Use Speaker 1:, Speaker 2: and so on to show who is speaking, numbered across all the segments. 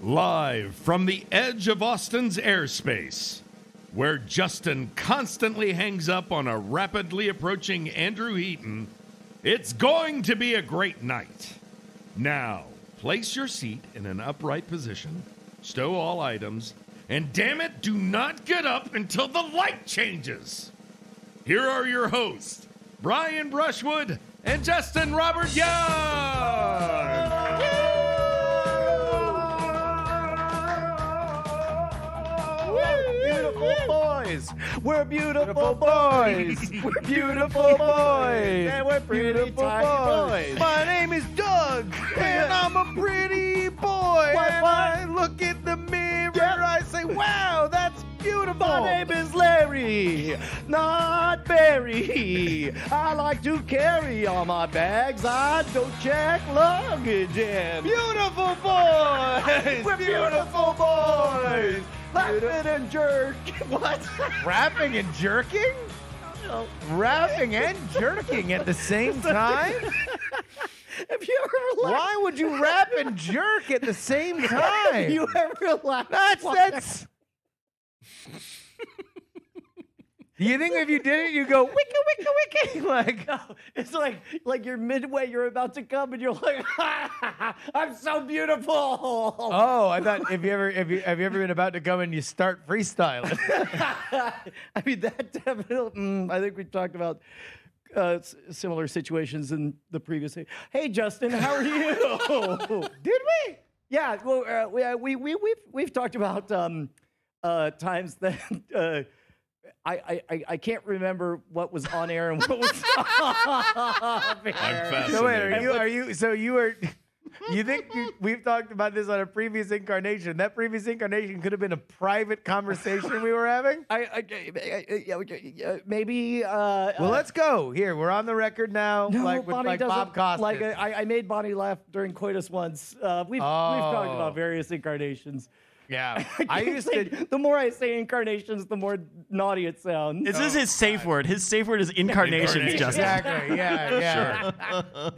Speaker 1: Live from the edge of Austin's airspace, where Justin constantly hangs up on a rapidly approaching Andrew Heaton, it's going to be a great night. Now, place your seat in an upright position, stow all items, and damn it, do not get up until the light changes. Here are your hosts, Brian Brushwood and Justin Robert Young.
Speaker 2: Beautiful boys. We're beautiful, boys. we're beautiful boys. And we're pretty beautiful boys. My name is Doug, and I'm a pretty boy. and I look in the mirror, I say, wow, that's beautiful. My name is Larry, not Barry. I like to carry all my bags. I don't check luggage. And beautiful boys. we're beautiful boys. Laughing and jerk. What? Rapping and jerking? Rapping and jerking at the same time?
Speaker 3: Have you ever laughed?
Speaker 2: Why would you rap and jerk at the same time?
Speaker 3: Have you ever laughed?
Speaker 2: that's that's. you think if you did it, you go wicka wicka wicka like
Speaker 3: It's like like you're midway, you're about to come, and you're like, I'm so beautiful.
Speaker 2: oh I thought if you ever if you have you ever been about to come and you start freestyling
Speaker 3: I mean that definitely. mm, I think we talked about uh, s- similar situations in the previous. Hey, Justin, how are you?
Speaker 2: did we
Speaker 3: yeah, well, uh, we, uh, we we we've we've talked about um, uh, times that. Uh, I, I, I- I can't remember what was on air and what was off air.
Speaker 1: I'm
Speaker 2: so wait are
Speaker 1: fascinated.
Speaker 2: you are you so you are you think you, we've talked about this on a previous incarnation that previous incarnation could have been a private conversation we were having
Speaker 3: I, I, I- I- yeah, okay, yeah, maybe. Uh,
Speaker 2: well
Speaker 3: uh,
Speaker 2: let's go here we're on the record now
Speaker 3: no,
Speaker 2: like with
Speaker 3: Bonnie
Speaker 2: like
Speaker 3: doesn't-
Speaker 2: Bob Costas
Speaker 3: Like I, I made Bonnie laugh during coitus once. Uh, we've we've talked
Speaker 2: Oh.
Speaker 3: about various incarnations.
Speaker 2: yeah I used
Speaker 3: It's
Speaker 2: to
Speaker 3: like, The more I say incarnations, the more naughty it sounds.
Speaker 4: Is this his safe word? His safe word is incarnations,
Speaker 1: Incarnations.
Speaker 4: Justin.
Speaker 2: Exactly. Yeah.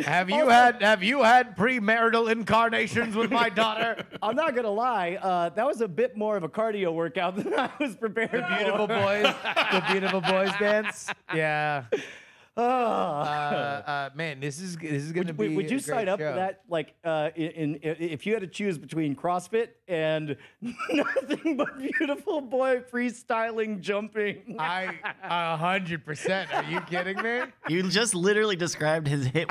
Speaker 2: Yeah. Have you had Have you had premarital incarnations with my daughter?
Speaker 3: I'm not gonna lie. Uh, that was a bit more of a cardio workout than I was prepared. The
Speaker 2: beautiful boys. The beautiful boys dance. Yeah. Uh, uh, man, this is this is
Speaker 3: Oh.
Speaker 2: gonna
Speaker 3: Would,
Speaker 2: be.
Speaker 3: would- would
Speaker 2: a
Speaker 3: you
Speaker 2: great
Speaker 3: sign up
Speaker 2: show.
Speaker 3: for that? Like, uh, in, in i- if you had to choose between CrossFit and nothing but beautiful boy freestyling jumping.
Speaker 2: I a hundred percent. Are you kidding me?
Speaker 4: You just literally described his hit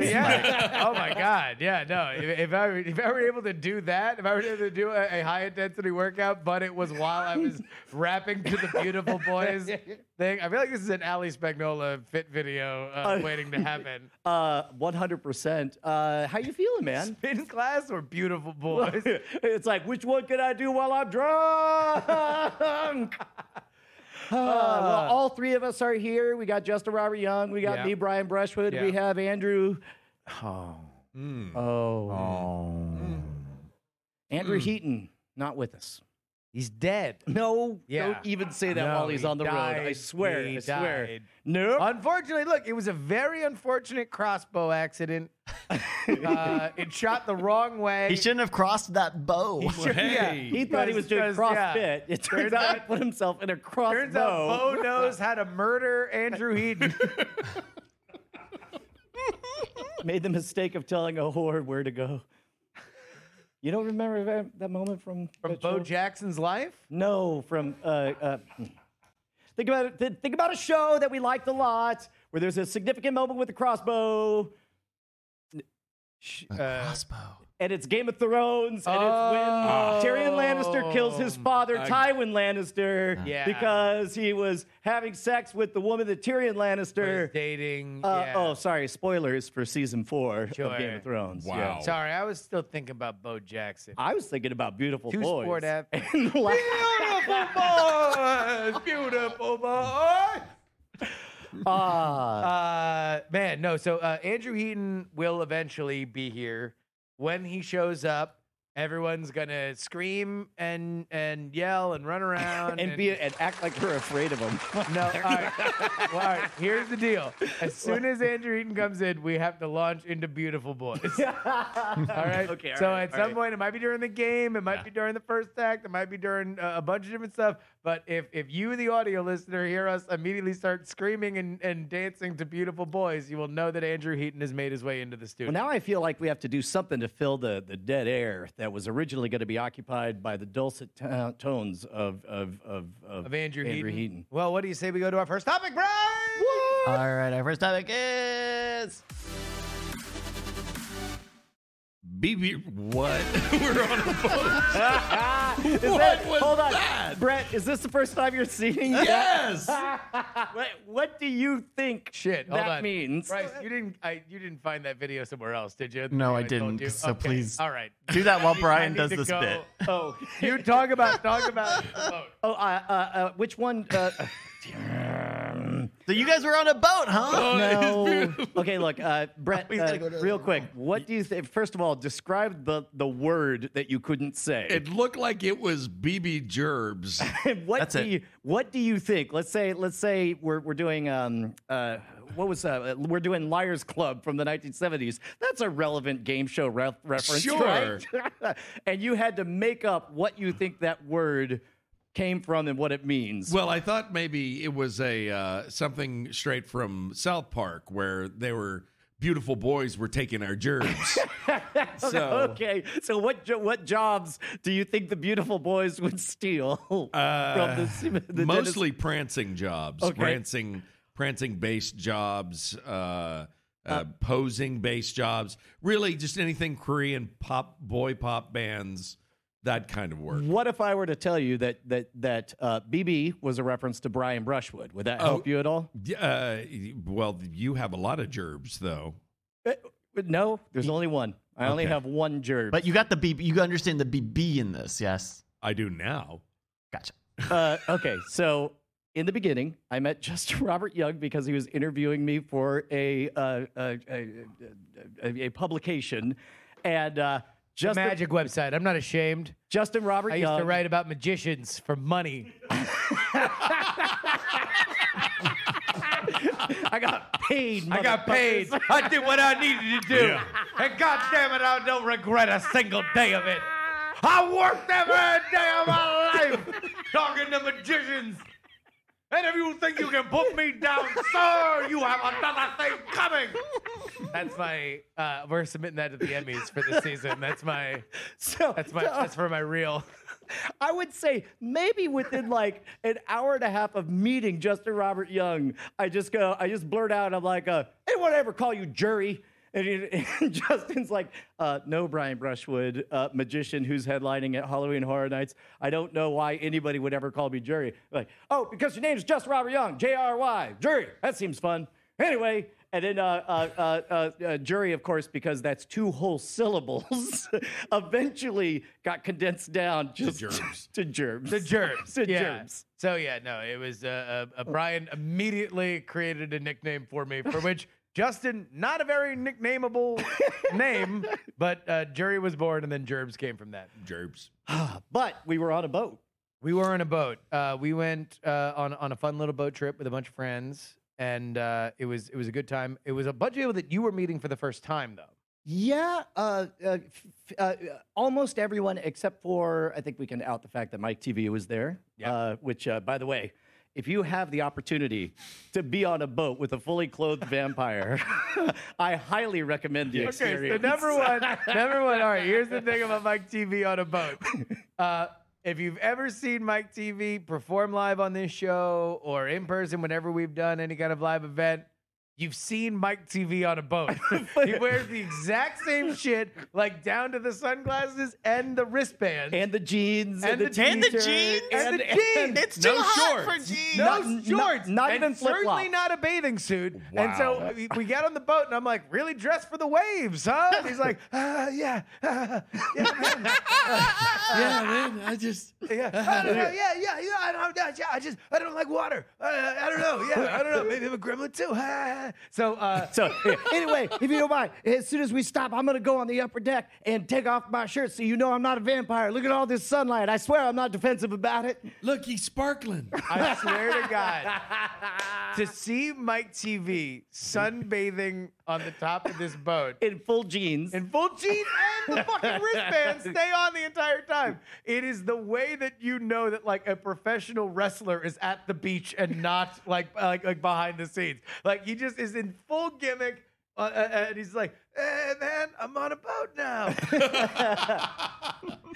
Speaker 2: Yeah. oh my God. Yeah. No. If, if I were- if I were able to do that, if I were able to do a, a high intensity workout, but it was while I was rapping to the beautiful boys thing, I feel like this is an Ali Spagnola fit video
Speaker 3: Oh.
Speaker 2: uh, waiting to happen.
Speaker 3: Uh, 100%. Uh, how you feeling, man?
Speaker 2: Spin class or beautiful boys?
Speaker 3: it's like, which one can I do while I'm drunk? Uh, well, all three of us are here. We got Justin Robert Young. We got
Speaker 2: Yeah.
Speaker 3: me, Brian Brushwood. We
Speaker 2: Yeah.
Speaker 3: have Andrew.
Speaker 2: Hmm.
Speaker 3: Oh. Hmm. Andrew Heaton, not with us.
Speaker 2: He's dead.
Speaker 3: No,
Speaker 2: Yeah.
Speaker 3: don't even say that
Speaker 2: No,
Speaker 3: while he's
Speaker 2: he
Speaker 3: on the road. I
Speaker 2: died.
Speaker 3: swear.
Speaker 2: He
Speaker 3: I swear.
Speaker 2: died.
Speaker 3: No.
Speaker 2: Unfortunately, look, it was a very unfortunate crossbow accident. uh, it shot the wrong way.
Speaker 4: He shouldn't have crossed that bow.
Speaker 1: Hey.
Speaker 3: he thought he was doing
Speaker 2: Because- yeah.
Speaker 3: CrossFit. It turns
Speaker 2: Turns
Speaker 3: out he
Speaker 2: out-
Speaker 3: put himself in a crossbow.
Speaker 2: Turns out Bo knows how to murder Andrew Heaton.
Speaker 3: made the mistake of telling a whore where to go. You don't remember that, that moment from
Speaker 2: from
Speaker 3: that
Speaker 2: Bo
Speaker 3: show?
Speaker 2: Jackson's life?
Speaker 3: No, from uh, uh, think about it. th- think about a show that we liked a lot, where there's a significant moment with a crossbow,
Speaker 2: uh,
Speaker 4: Crossbow.
Speaker 3: and it's Game of Thrones, and
Speaker 2: Oh.
Speaker 3: it's when Tyrion Lannister kills his father Tywin Lannister
Speaker 2: Yeah.
Speaker 3: because he was having sex with the woman that Tyrion Lannister.
Speaker 2: Dating.
Speaker 3: Uh,
Speaker 2: yeah.
Speaker 3: Oh, sorry, spoilers for season four
Speaker 2: Sure.
Speaker 3: of Game of Thrones.
Speaker 1: Wow.
Speaker 3: yeah.
Speaker 2: Sorry, I was still thinking about Bo Jackson.
Speaker 3: I was thinking about beautiful
Speaker 2: Two
Speaker 3: boys.
Speaker 2: sport app.
Speaker 3: And la-
Speaker 2: Beautiful boys, beautiful boy.
Speaker 3: Ah,
Speaker 2: Uh, man, no. So uh, Andrew Heaton will eventually be here when he shows up. Everyone's gonna scream and and yell and run around
Speaker 3: and be and act like you're afraid of him.
Speaker 2: no. All right. Well, all right, here's the deal. As soon as Andrew Eaton comes in, we have to launch into Beautiful Boys. all right.
Speaker 3: Okay, all
Speaker 2: so
Speaker 3: right,
Speaker 2: at
Speaker 3: all
Speaker 2: some
Speaker 3: right.
Speaker 2: point, it might be during the game. It might be during the first act. It might be during uh, a bunch of different stuff. But if if you, the audio listener, hear us immediately start screaming and, and dancing to Beautiful Boys, you will know that Andrew Heaton has made his way into the studio.
Speaker 3: Well, now I feel like we have to do something to fill the, the dead air that was originally going to be occupied by the dulcet to- tones of of of, of,
Speaker 2: of Andrew, Heaton. Well, what do you say we go to our first topic, Oh, Brian?
Speaker 4: All right, our first topic is
Speaker 1: BB, what? We're on a boat.
Speaker 3: Is
Speaker 1: What
Speaker 3: that-
Speaker 1: was
Speaker 3: hold on,
Speaker 1: that?
Speaker 3: Brett? Is this the first time you're seeing that?
Speaker 1: Yes.
Speaker 3: What, what do you think?
Speaker 2: Shit, hold
Speaker 3: that
Speaker 2: on.
Speaker 3: means.
Speaker 2: Bryce, you didn't. I you didn't find that video somewhere else, did you?
Speaker 4: No, I
Speaker 2: told
Speaker 4: didn't,
Speaker 2: you?
Speaker 4: so please-
Speaker 2: All right.
Speaker 4: do that while
Speaker 2: I
Speaker 4: Brian
Speaker 2: need
Speaker 4: does
Speaker 2: to
Speaker 4: this
Speaker 2: go.
Speaker 4: bit.
Speaker 3: Oh,
Speaker 2: You talk about talk about. the boat.
Speaker 3: oh, uh, uh, uh, which one? Uh,
Speaker 4: So you guys were on a boat, huh?
Speaker 3: no. Okay, look, uh, Brett.
Speaker 4: He's gotta
Speaker 3: uh,
Speaker 4: go to the
Speaker 3: real
Speaker 4: other
Speaker 3: quick, what do you think? First of all, describe the the word that you couldn't say.
Speaker 1: It looked like it was BB Gerbs.
Speaker 3: And what
Speaker 4: That's
Speaker 3: do
Speaker 4: it.
Speaker 3: you what do you think? Let's say let's say we're we're doing um uh what was uh we're doing Liars Club from the 1970s. That's a relevant game show re- reference, right? and you had to make up what you think that word came from and what it means.
Speaker 1: Well, I thought maybe it was a uh, something straight from South Park where they were beautiful boys were taking our gerbs. so
Speaker 3: okay, so what jo- what jobs do you think the beautiful boys would steal from the, the dentist-
Speaker 1: Uh, mostly prancing jobs,
Speaker 3: Okay.
Speaker 1: prancing prancing based jobs, uh, uh, posing based jobs, really just anything Korean pop boy pop bands, that kind of work.
Speaker 3: What if I were to tell you that that that uh, BB was a reference to Brian Brushwood? Would
Speaker 1: Oh.
Speaker 3: that help you at all?
Speaker 1: Yeah, Uh, well, you have a lot of gerbs though.
Speaker 3: Uh, No, there's only one. I only
Speaker 1: Okay.
Speaker 3: have one jerk.
Speaker 4: But you got the BB. You understand the BB in this, yes?
Speaker 1: I do now.
Speaker 4: Gotcha.
Speaker 3: uh, okay, so in the beginning, I met just Robert Young because he was interviewing me for a uh, a, a, a, a publication, and uh,
Speaker 2: The
Speaker 3: Justin
Speaker 2: magic website. I'm not ashamed.
Speaker 3: Justin Robert
Speaker 2: I used
Speaker 3: Young.
Speaker 2: to write about magicians for money.
Speaker 3: I got paid.
Speaker 2: I got paid.
Speaker 3: motherfuckers.
Speaker 2: I did what I needed to do. And God damn it, I don't regret a single day of it. I worked every day of my life talking to magicians. And if you think you can put me down, sir, you have another thing coming. That's my. Uh, we're submitting that to the Emmys for this season. That's my.
Speaker 3: So
Speaker 2: That's my.
Speaker 3: so
Speaker 2: That's for my reel.
Speaker 3: I would say maybe within like an hour and a half of meeting Justin Robert Young, I just go, I just blurt out, I'm like, uh, anyone ever call you jury? And, he- and Justin's like, uh, no, Brian Brushwood, uh, magician who's headlining at Halloween Horror Nights. I don't know why anybody would ever call me jury. Like, oh, because your name's Justin Robert Young, J R Y, jury. That seems fun. Anyway, and then uh, uh, uh, uh, uh, jury, of course, because that's two whole syllables, eventually got condensed down just
Speaker 1: gerbs.
Speaker 3: to germs.
Speaker 2: The germs.
Speaker 3: to
Speaker 2: yeah.
Speaker 3: germs.
Speaker 2: So yeah, no, it was uh, uh, uh, Brian immediately created a nickname for me, for which Justin, not a very nicknameable name, but uh, Jury was born, and then Gerbs came from that.
Speaker 1: Gerbs.
Speaker 3: But we were on a boat.
Speaker 2: We were on a boat. Uh, we went uh, on on a fun little boat trip with a bunch of friends, and uh, it was it was a good time. It was a bunch of people that you were meeting for the first time, though.
Speaker 3: Yeah, uh, uh, f- uh, almost everyone except for I think we can out the fact that Mike TV was there.
Speaker 2: Yeah.
Speaker 3: Uh, which, uh, by the way, if you have the opportunity to be on a boat with a fully clothed vampire, I highly recommend the
Speaker 2: Okay, so
Speaker 3: experience.
Speaker 2: number one, number one. All right, here's the thing about Mike TV on a boat. Uh, if you've ever seen Mike TV perform live on this show or in person, whenever we've done any kind of live event, you've seen Mike TV on a boat. he wears the exact same shit, like down to the sunglasses and the wristband.
Speaker 3: and the jeans
Speaker 2: And the-
Speaker 4: And the
Speaker 3: t-shirt,
Speaker 4: jeans?
Speaker 2: And the jeans.
Speaker 4: It's too
Speaker 1: No
Speaker 4: hot
Speaker 1: shorts.
Speaker 4: for jeans.
Speaker 2: no
Speaker 3: not- not-
Speaker 2: shorts,
Speaker 3: not
Speaker 2: and
Speaker 3: even
Speaker 2: certainly
Speaker 3: flip-flops.
Speaker 2: not a bathing suit. And
Speaker 1: Wow.
Speaker 2: so we, we got on the boat, and I'm like, "Really dressed for the waves, huh?" And he's like, "Ah, "Yeah, ah, yeah, man.
Speaker 1: Yeah, man. I just
Speaker 2: Yeah, I don't know. Yeah, yeah, yeah. I don't. Yeah, I just. I don't like water. I, I don't know. Yeah, I don't know. Maybe I'm a gremlin too. Ah, So, uh,
Speaker 3: So yeah, anyway, if you don't mind, as soon as we stop, I'm gonna go on the upper deck and take off my shirt so you know I'm not a vampire. Look at all this sunlight. I swear I'm not defensive about it.
Speaker 5: Look, he's sparkling.
Speaker 2: I swear to God, to see Mike TV sunbathing on the top of this boat
Speaker 3: In full jeans.
Speaker 2: in full jeans and the fucking wristband stay on the entire time. It is the way that you know that like a professional wrestler is at the beach and not like uh, like, like behind the scenes. Like he just is in full gimmick. Uh, uh, and he's like, "Hey man, I'm on a boat now."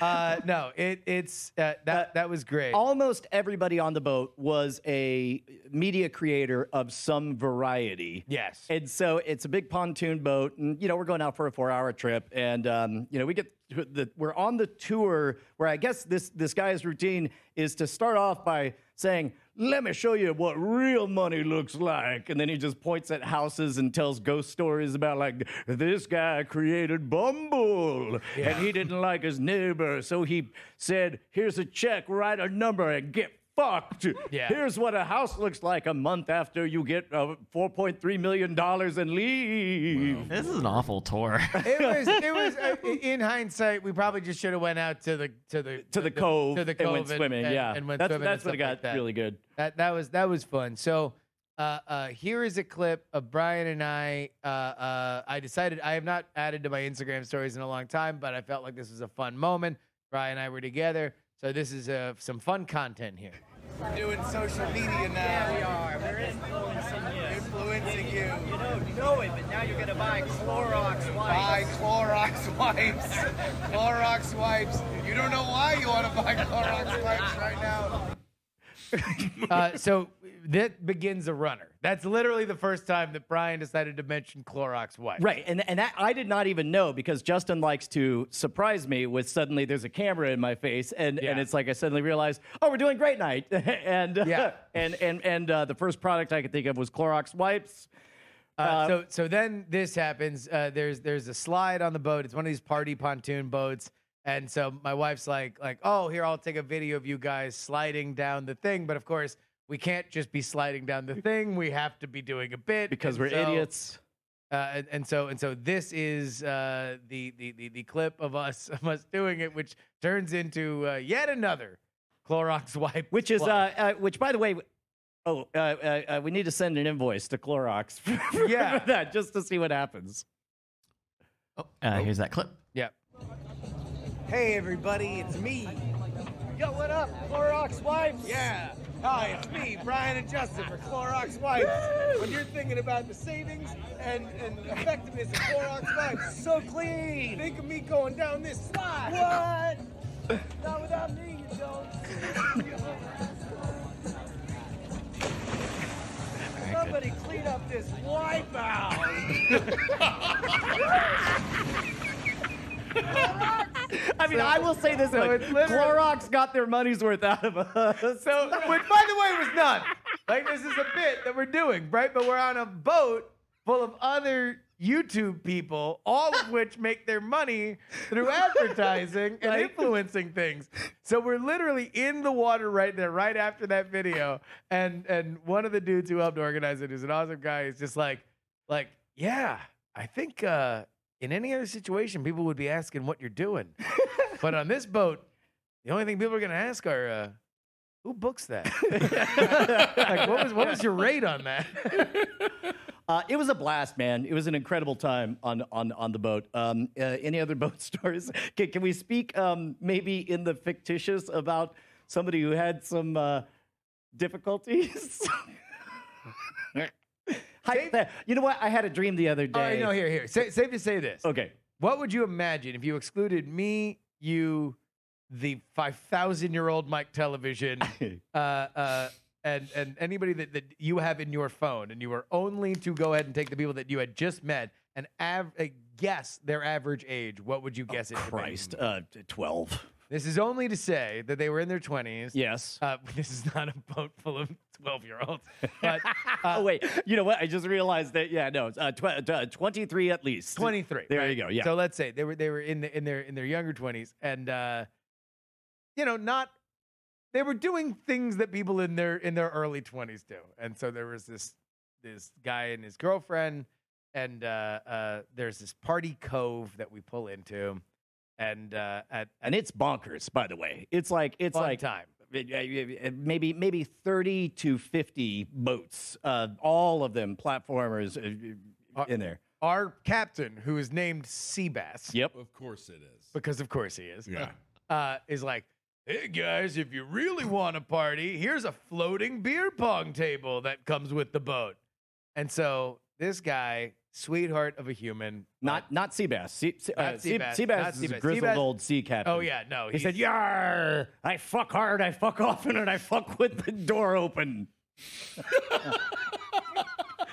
Speaker 2: uh, no, it it's uh, that that was great.
Speaker 3: Almost everybody on the boat was a media creator of some variety.
Speaker 2: yes,
Speaker 3: And so it's a big pontoon boat, and you know we're going out for a four-hour trip, and um, you know we get to the, we're on the tour where I guess this this guy's routine is to start off by saying, "Let me show you what real money looks like," and then he just points at houses and tells ghost stories about like this guy created Bumble and he didn't like his neighbor, so he said, "Here's a check, write a number, and get." Fucked.
Speaker 2: Yeah.
Speaker 3: Here's what a house looks like a month after you get uh, $4.3 million and leave.
Speaker 4: This is an awful tour.
Speaker 2: it was. It was. Uh, i- in hindsight, we probably just should have went out to the to the
Speaker 3: To the, cove.
Speaker 2: to the
Speaker 3: and
Speaker 2: cove
Speaker 3: went swimming.
Speaker 2: and-
Speaker 3: yeah.
Speaker 2: and went
Speaker 3: that's
Speaker 2: swimming.
Speaker 3: that's
Speaker 2: and
Speaker 3: what
Speaker 2: stuff
Speaker 3: got
Speaker 2: like that.
Speaker 3: really good.
Speaker 2: That that was that was fun. So uh, uh, here is a clip of Brian and I. Uh, uh, I decided I have not added to my Instagram stories in a long time, but I felt like this was a fun moment. Brian and I were together, so this is uh, some fun content here.
Speaker 6: doing social media now. Yeah, we are. We're influencing you. Influencing you. You don't know it, but now you're going to buy Clorox wipes. Buy Clorox wipes. Clorox wipes. You don't know why you want to buy Clorox wipes right now.
Speaker 2: Uh, so that begins a runner. That's literally the first time that Brian decided to mention Clorox wife.
Speaker 3: Right. And, and that, I did not even know because Justin likes to surprise me with suddenly there's a camera in my face. And, and
Speaker 2: Yeah.
Speaker 3: it's like I suddenly realized, oh, we're doing great night. and,
Speaker 2: Yeah.
Speaker 3: and, and, and uh, the first product I could think of was Clorox wipes.
Speaker 2: Uh, so so then this happens. Uh, there's there's a slide on the boat. It's one of these party pontoon boats. And so my wife's like like oh here I'll take a video of you guys sliding down the thing. But of course we can't just be sliding down the thing. We have to be doing a bit
Speaker 3: Because
Speaker 2: And
Speaker 3: we're
Speaker 2: so,
Speaker 3: idiots.
Speaker 2: Uh, and, and so and so this is uh, the, the the the clip of us of us doing it, which turns into uh, yet another Clorox wipe,
Speaker 3: Which is, uh,
Speaker 2: slide.
Speaker 3: uh, which by the way, oh, uh, uh, uh, we need to send an invoice to Clorox for, for
Speaker 2: Yeah.
Speaker 3: that just to see what happens.
Speaker 4: Uh, here's that clip.
Speaker 2: yeah.
Speaker 6: Hey, everybody, it's me. Yo, what up? Clorox Wipes? Yeah. Hi, it's me, Brian and Justin for Clorox Wipes. When you're thinking about the savings and, and effectiveness of Clorox Wipes, so clean. Think of me going down this slide. What? Not without me, you don't. Somebody clean up this wipe out.
Speaker 3: I mean, I will say this: like,
Speaker 2: it's literally-
Speaker 3: Clorox got their money's worth out of us.
Speaker 2: So, which by the way was none. Like this is a bit that we're doing, right? But we're on a boat full of other YouTube people, all of which make their money through advertising and
Speaker 3: Right.
Speaker 2: influencing things. So we're literally in the water right there, right after that video. And and one of the dudes who helped organize it, who's an awesome guy, is just like, like, yeah, I think uh, in any other situation, people would be asking what you're doing. but on this boat, the only thing people are gonna ask are uh, who books that? like, what was what was your rate on that?
Speaker 3: Uh, it was a blast, man. It was an incredible time on on on the boat. Um, uh, any other boat stories? Can, can we speak um, maybe in the fictitious about somebody who had some uh, difficulties? Hypothet- you know what? I had a dream the other day.
Speaker 2: All right, no, here, here. Sa- safe to say this.
Speaker 3: Okay.
Speaker 2: What would you imagine if you excluded me, you, the five thousand year old Mike Television, uh, uh, and and anybody that, that you have in your phone, and you were only to go ahead and take the people that you had just met and av- uh, guess their average age? What would you guess it? to be?
Speaker 3: Oh, Christ, uh, twelve.
Speaker 2: This is only to say that they were in their twenties.
Speaker 3: Yes.
Speaker 2: Uh, this is not a boat full of twelve year olds, but uh,
Speaker 3: oh wait, you know what? I just realized that. Yeah, no, it's, uh, tw- uh, twenty-three at least.
Speaker 2: 23.
Speaker 3: There
Speaker 2: right?
Speaker 3: you go, yeah.
Speaker 2: So let's say they were they were in the, in their in their younger 20s and uh you know, not they were doing things that people in their in their early 20s do. And so there was this this guy and his girlfriend, and uh, uh, there's this party cove that we pull into, and uh, at, at
Speaker 3: and it's bonkers, by the way. It's like it's
Speaker 2: fun
Speaker 3: like uh,
Speaker 2: time.
Speaker 3: maybe maybe 30 to 50 boats uh, all of them platformers uh,
Speaker 2: Are-
Speaker 3: in there
Speaker 2: Our captain, who is named Seabass,
Speaker 3: yep
Speaker 1: Of course it is.
Speaker 2: because of course he is,
Speaker 1: Yeah.
Speaker 2: uh, is like, hey guys, if you really want a party, here's a floating beer pong table that comes with the boat. And so this guy, sweetheart of a human,
Speaker 3: not not Seabass. Sea, sea,
Speaker 2: Not
Speaker 3: uh, sea,
Speaker 2: Seabass,
Speaker 3: Seabass
Speaker 2: not
Speaker 3: is a
Speaker 2: Seabass.
Speaker 3: grizzled
Speaker 2: Seabass-
Speaker 3: old sea captain.
Speaker 2: Oh yeah, no.
Speaker 3: He said, "Yar, I fuck hard, I fuck often, and I fuck with the door open."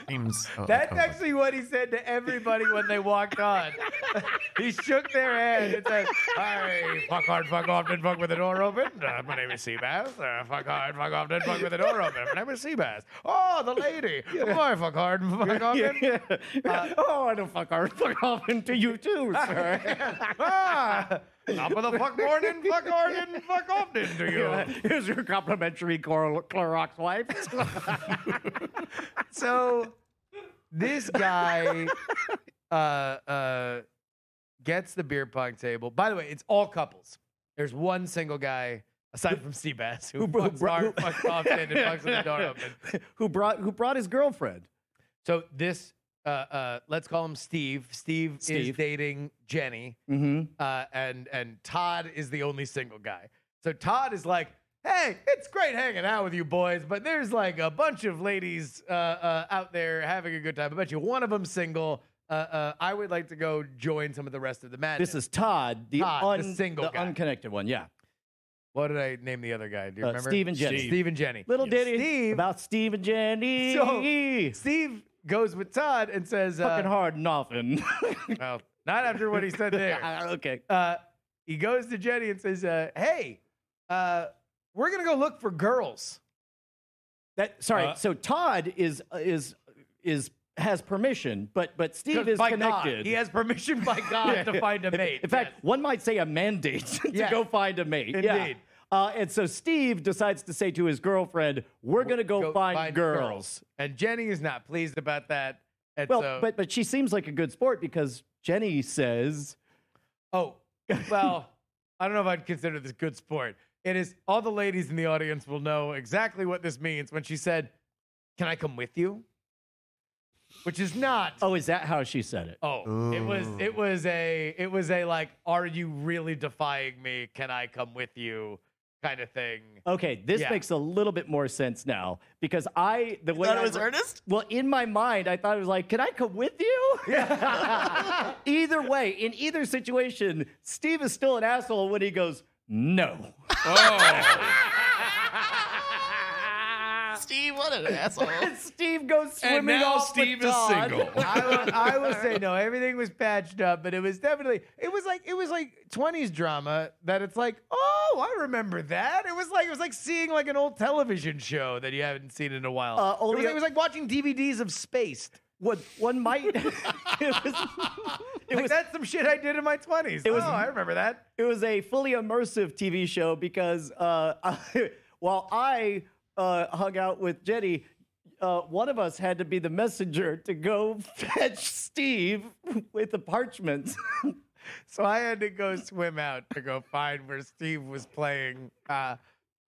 Speaker 4: Seems- oh,
Speaker 2: That's
Speaker 4: oh,
Speaker 2: actually what he said to everybody when they walked on. he shook their hand and said, "Hi, fuck hard, fuck often, fuck with the door open. Uh, my name is Seabass. Uh, fuck hard, fuck often, fuck with the door open. My name is Seabass. Oh, the lady. Boy, fuck hard, fuck often.
Speaker 3: oh, I don't fuck hard, fuck often to you too, sir.
Speaker 2: ah, top of the fuck morning, fuck harden, fuck often to you.
Speaker 3: Here's your complimentary Clor- Clorox wipe.
Speaker 2: So this guy uh, uh, gets the beer pong table. By the way, it's all couples. There's one single guy aside from Seabass who,
Speaker 3: who bro-
Speaker 2: fucks
Speaker 3: bro-
Speaker 2: hard,
Speaker 3: who-
Speaker 2: fucks often, and fucks with the door open.
Speaker 3: who brought who brought his girlfriend?
Speaker 2: So this, uh, uh, let's call him Steve. Steve, is
Speaker 3: Steve.
Speaker 2: dating Jenny,
Speaker 3: Mm-hmm.
Speaker 2: uh, and and Todd is the only single guy. So Todd is like, "Hey, it's great hanging out with you boys, but there's like a bunch of ladies uh, uh, out there having a good time. I bet you one of them's single. Uh, uh, I would like to go join some of the rest of the madness."
Speaker 3: This is Todd, the,
Speaker 2: Todd, the
Speaker 3: un-
Speaker 2: single guy.
Speaker 3: unconnected one. Yeah,
Speaker 2: what did I name the other guy? Do you
Speaker 3: Uh,
Speaker 2: remember?
Speaker 3: Steve and Jenny.
Speaker 2: Steve and Jenny.
Speaker 3: little ditty
Speaker 2: Steve.
Speaker 3: about Steve and Jenny.
Speaker 2: So Steve goes with Todd and says,
Speaker 3: fucking
Speaker 2: uh,
Speaker 3: hard and often.
Speaker 2: well, "Not after what he said there."
Speaker 3: Ah, okay.
Speaker 2: uh, he goes to Jenny and says, uh, "Hey, uh, we're gonna go look for girls."
Speaker 3: That sorry.
Speaker 1: Uh,
Speaker 3: so Todd is is is has permission, but but Steve is
Speaker 2: by
Speaker 3: connected.
Speaker 2: God, he has permission by God to find a mate.
Speaker 3: In fact,
Speaker 2: Yes.
Speaker 3: one might say a mandate to
Speaker 2: Yeah.
Speaker 3: go find a mate. Yeah.
Speaker 2: Indeed.
Speaker 3: Uh, and so Steve decides to say to his girlfriend, "We're gonna go, find, girls."
Speaker 2: and Jenny is not pleased about that. And
Speaker 3: Well,
Speaker 2: so,
Speaker 3: but but she seems like a good sport because Jenny says,
Speaker 2: oh, well, I don't know if I'd consider this good sport. It is all the ladies in the audience will know exactly what this means when she said, "Can I come with you?" Which is not
Speaker 3: "Oh, is that how she said it?"
Speaker 2: Oh, it was it was a it was a like, are you really defying me? Can I come with you? Kind of thing.
Speaker 3: Okay, this
Speaker 2: Yeah.
Speaker 3: makes a little bit more sense now because I the way
Speaker 4: Thought
Speaker 3: I
Speaker 4: it was
Speaker 3: re-
Speaker 4: Ernest?
Speaker 3: Well, in my mind, I thought it was like, can I come with you? either way, in either situation, Steve is still an asshole when he goes, no.
Speaker 1: Oh,
Speaker 4: Steve, what an asshole.
Speaker 3: And Steve goes swimming
Speaker 1: and now
Speaker 3: off with
Speaker 1: Steve is
Speaker 3: Todd.
Speaker 1: single.
Speaker 2: I will, I will say no. Everything was patched up, but it was definitely it was like it was like twenties drama that it's like oh I remember that. It was like it was like seeing like an old television show that you haven't seen in a while.
Speaker 3: Uh,
Speaker 2: it, was,
Speaker 3: only-
Speaker 2: it was like watching DVDs of Spaced.
Speaker 3: One, one might. it, was, it,
Speaker 2: Like
Speaker 3: was,
Speaker 2: that's some shit I did in my twenties.
Speaker 3: was-
Speaker 2: oh, I remember that.
Speaker 3: it was a fully immersive TV show because uh, while I uh, hung out with Jenny, uh, one of us had to be the messenger to go fetch Steve with the parchment.
Speaker 2: So I had to go swim out to go find where Steve was playing. Uh,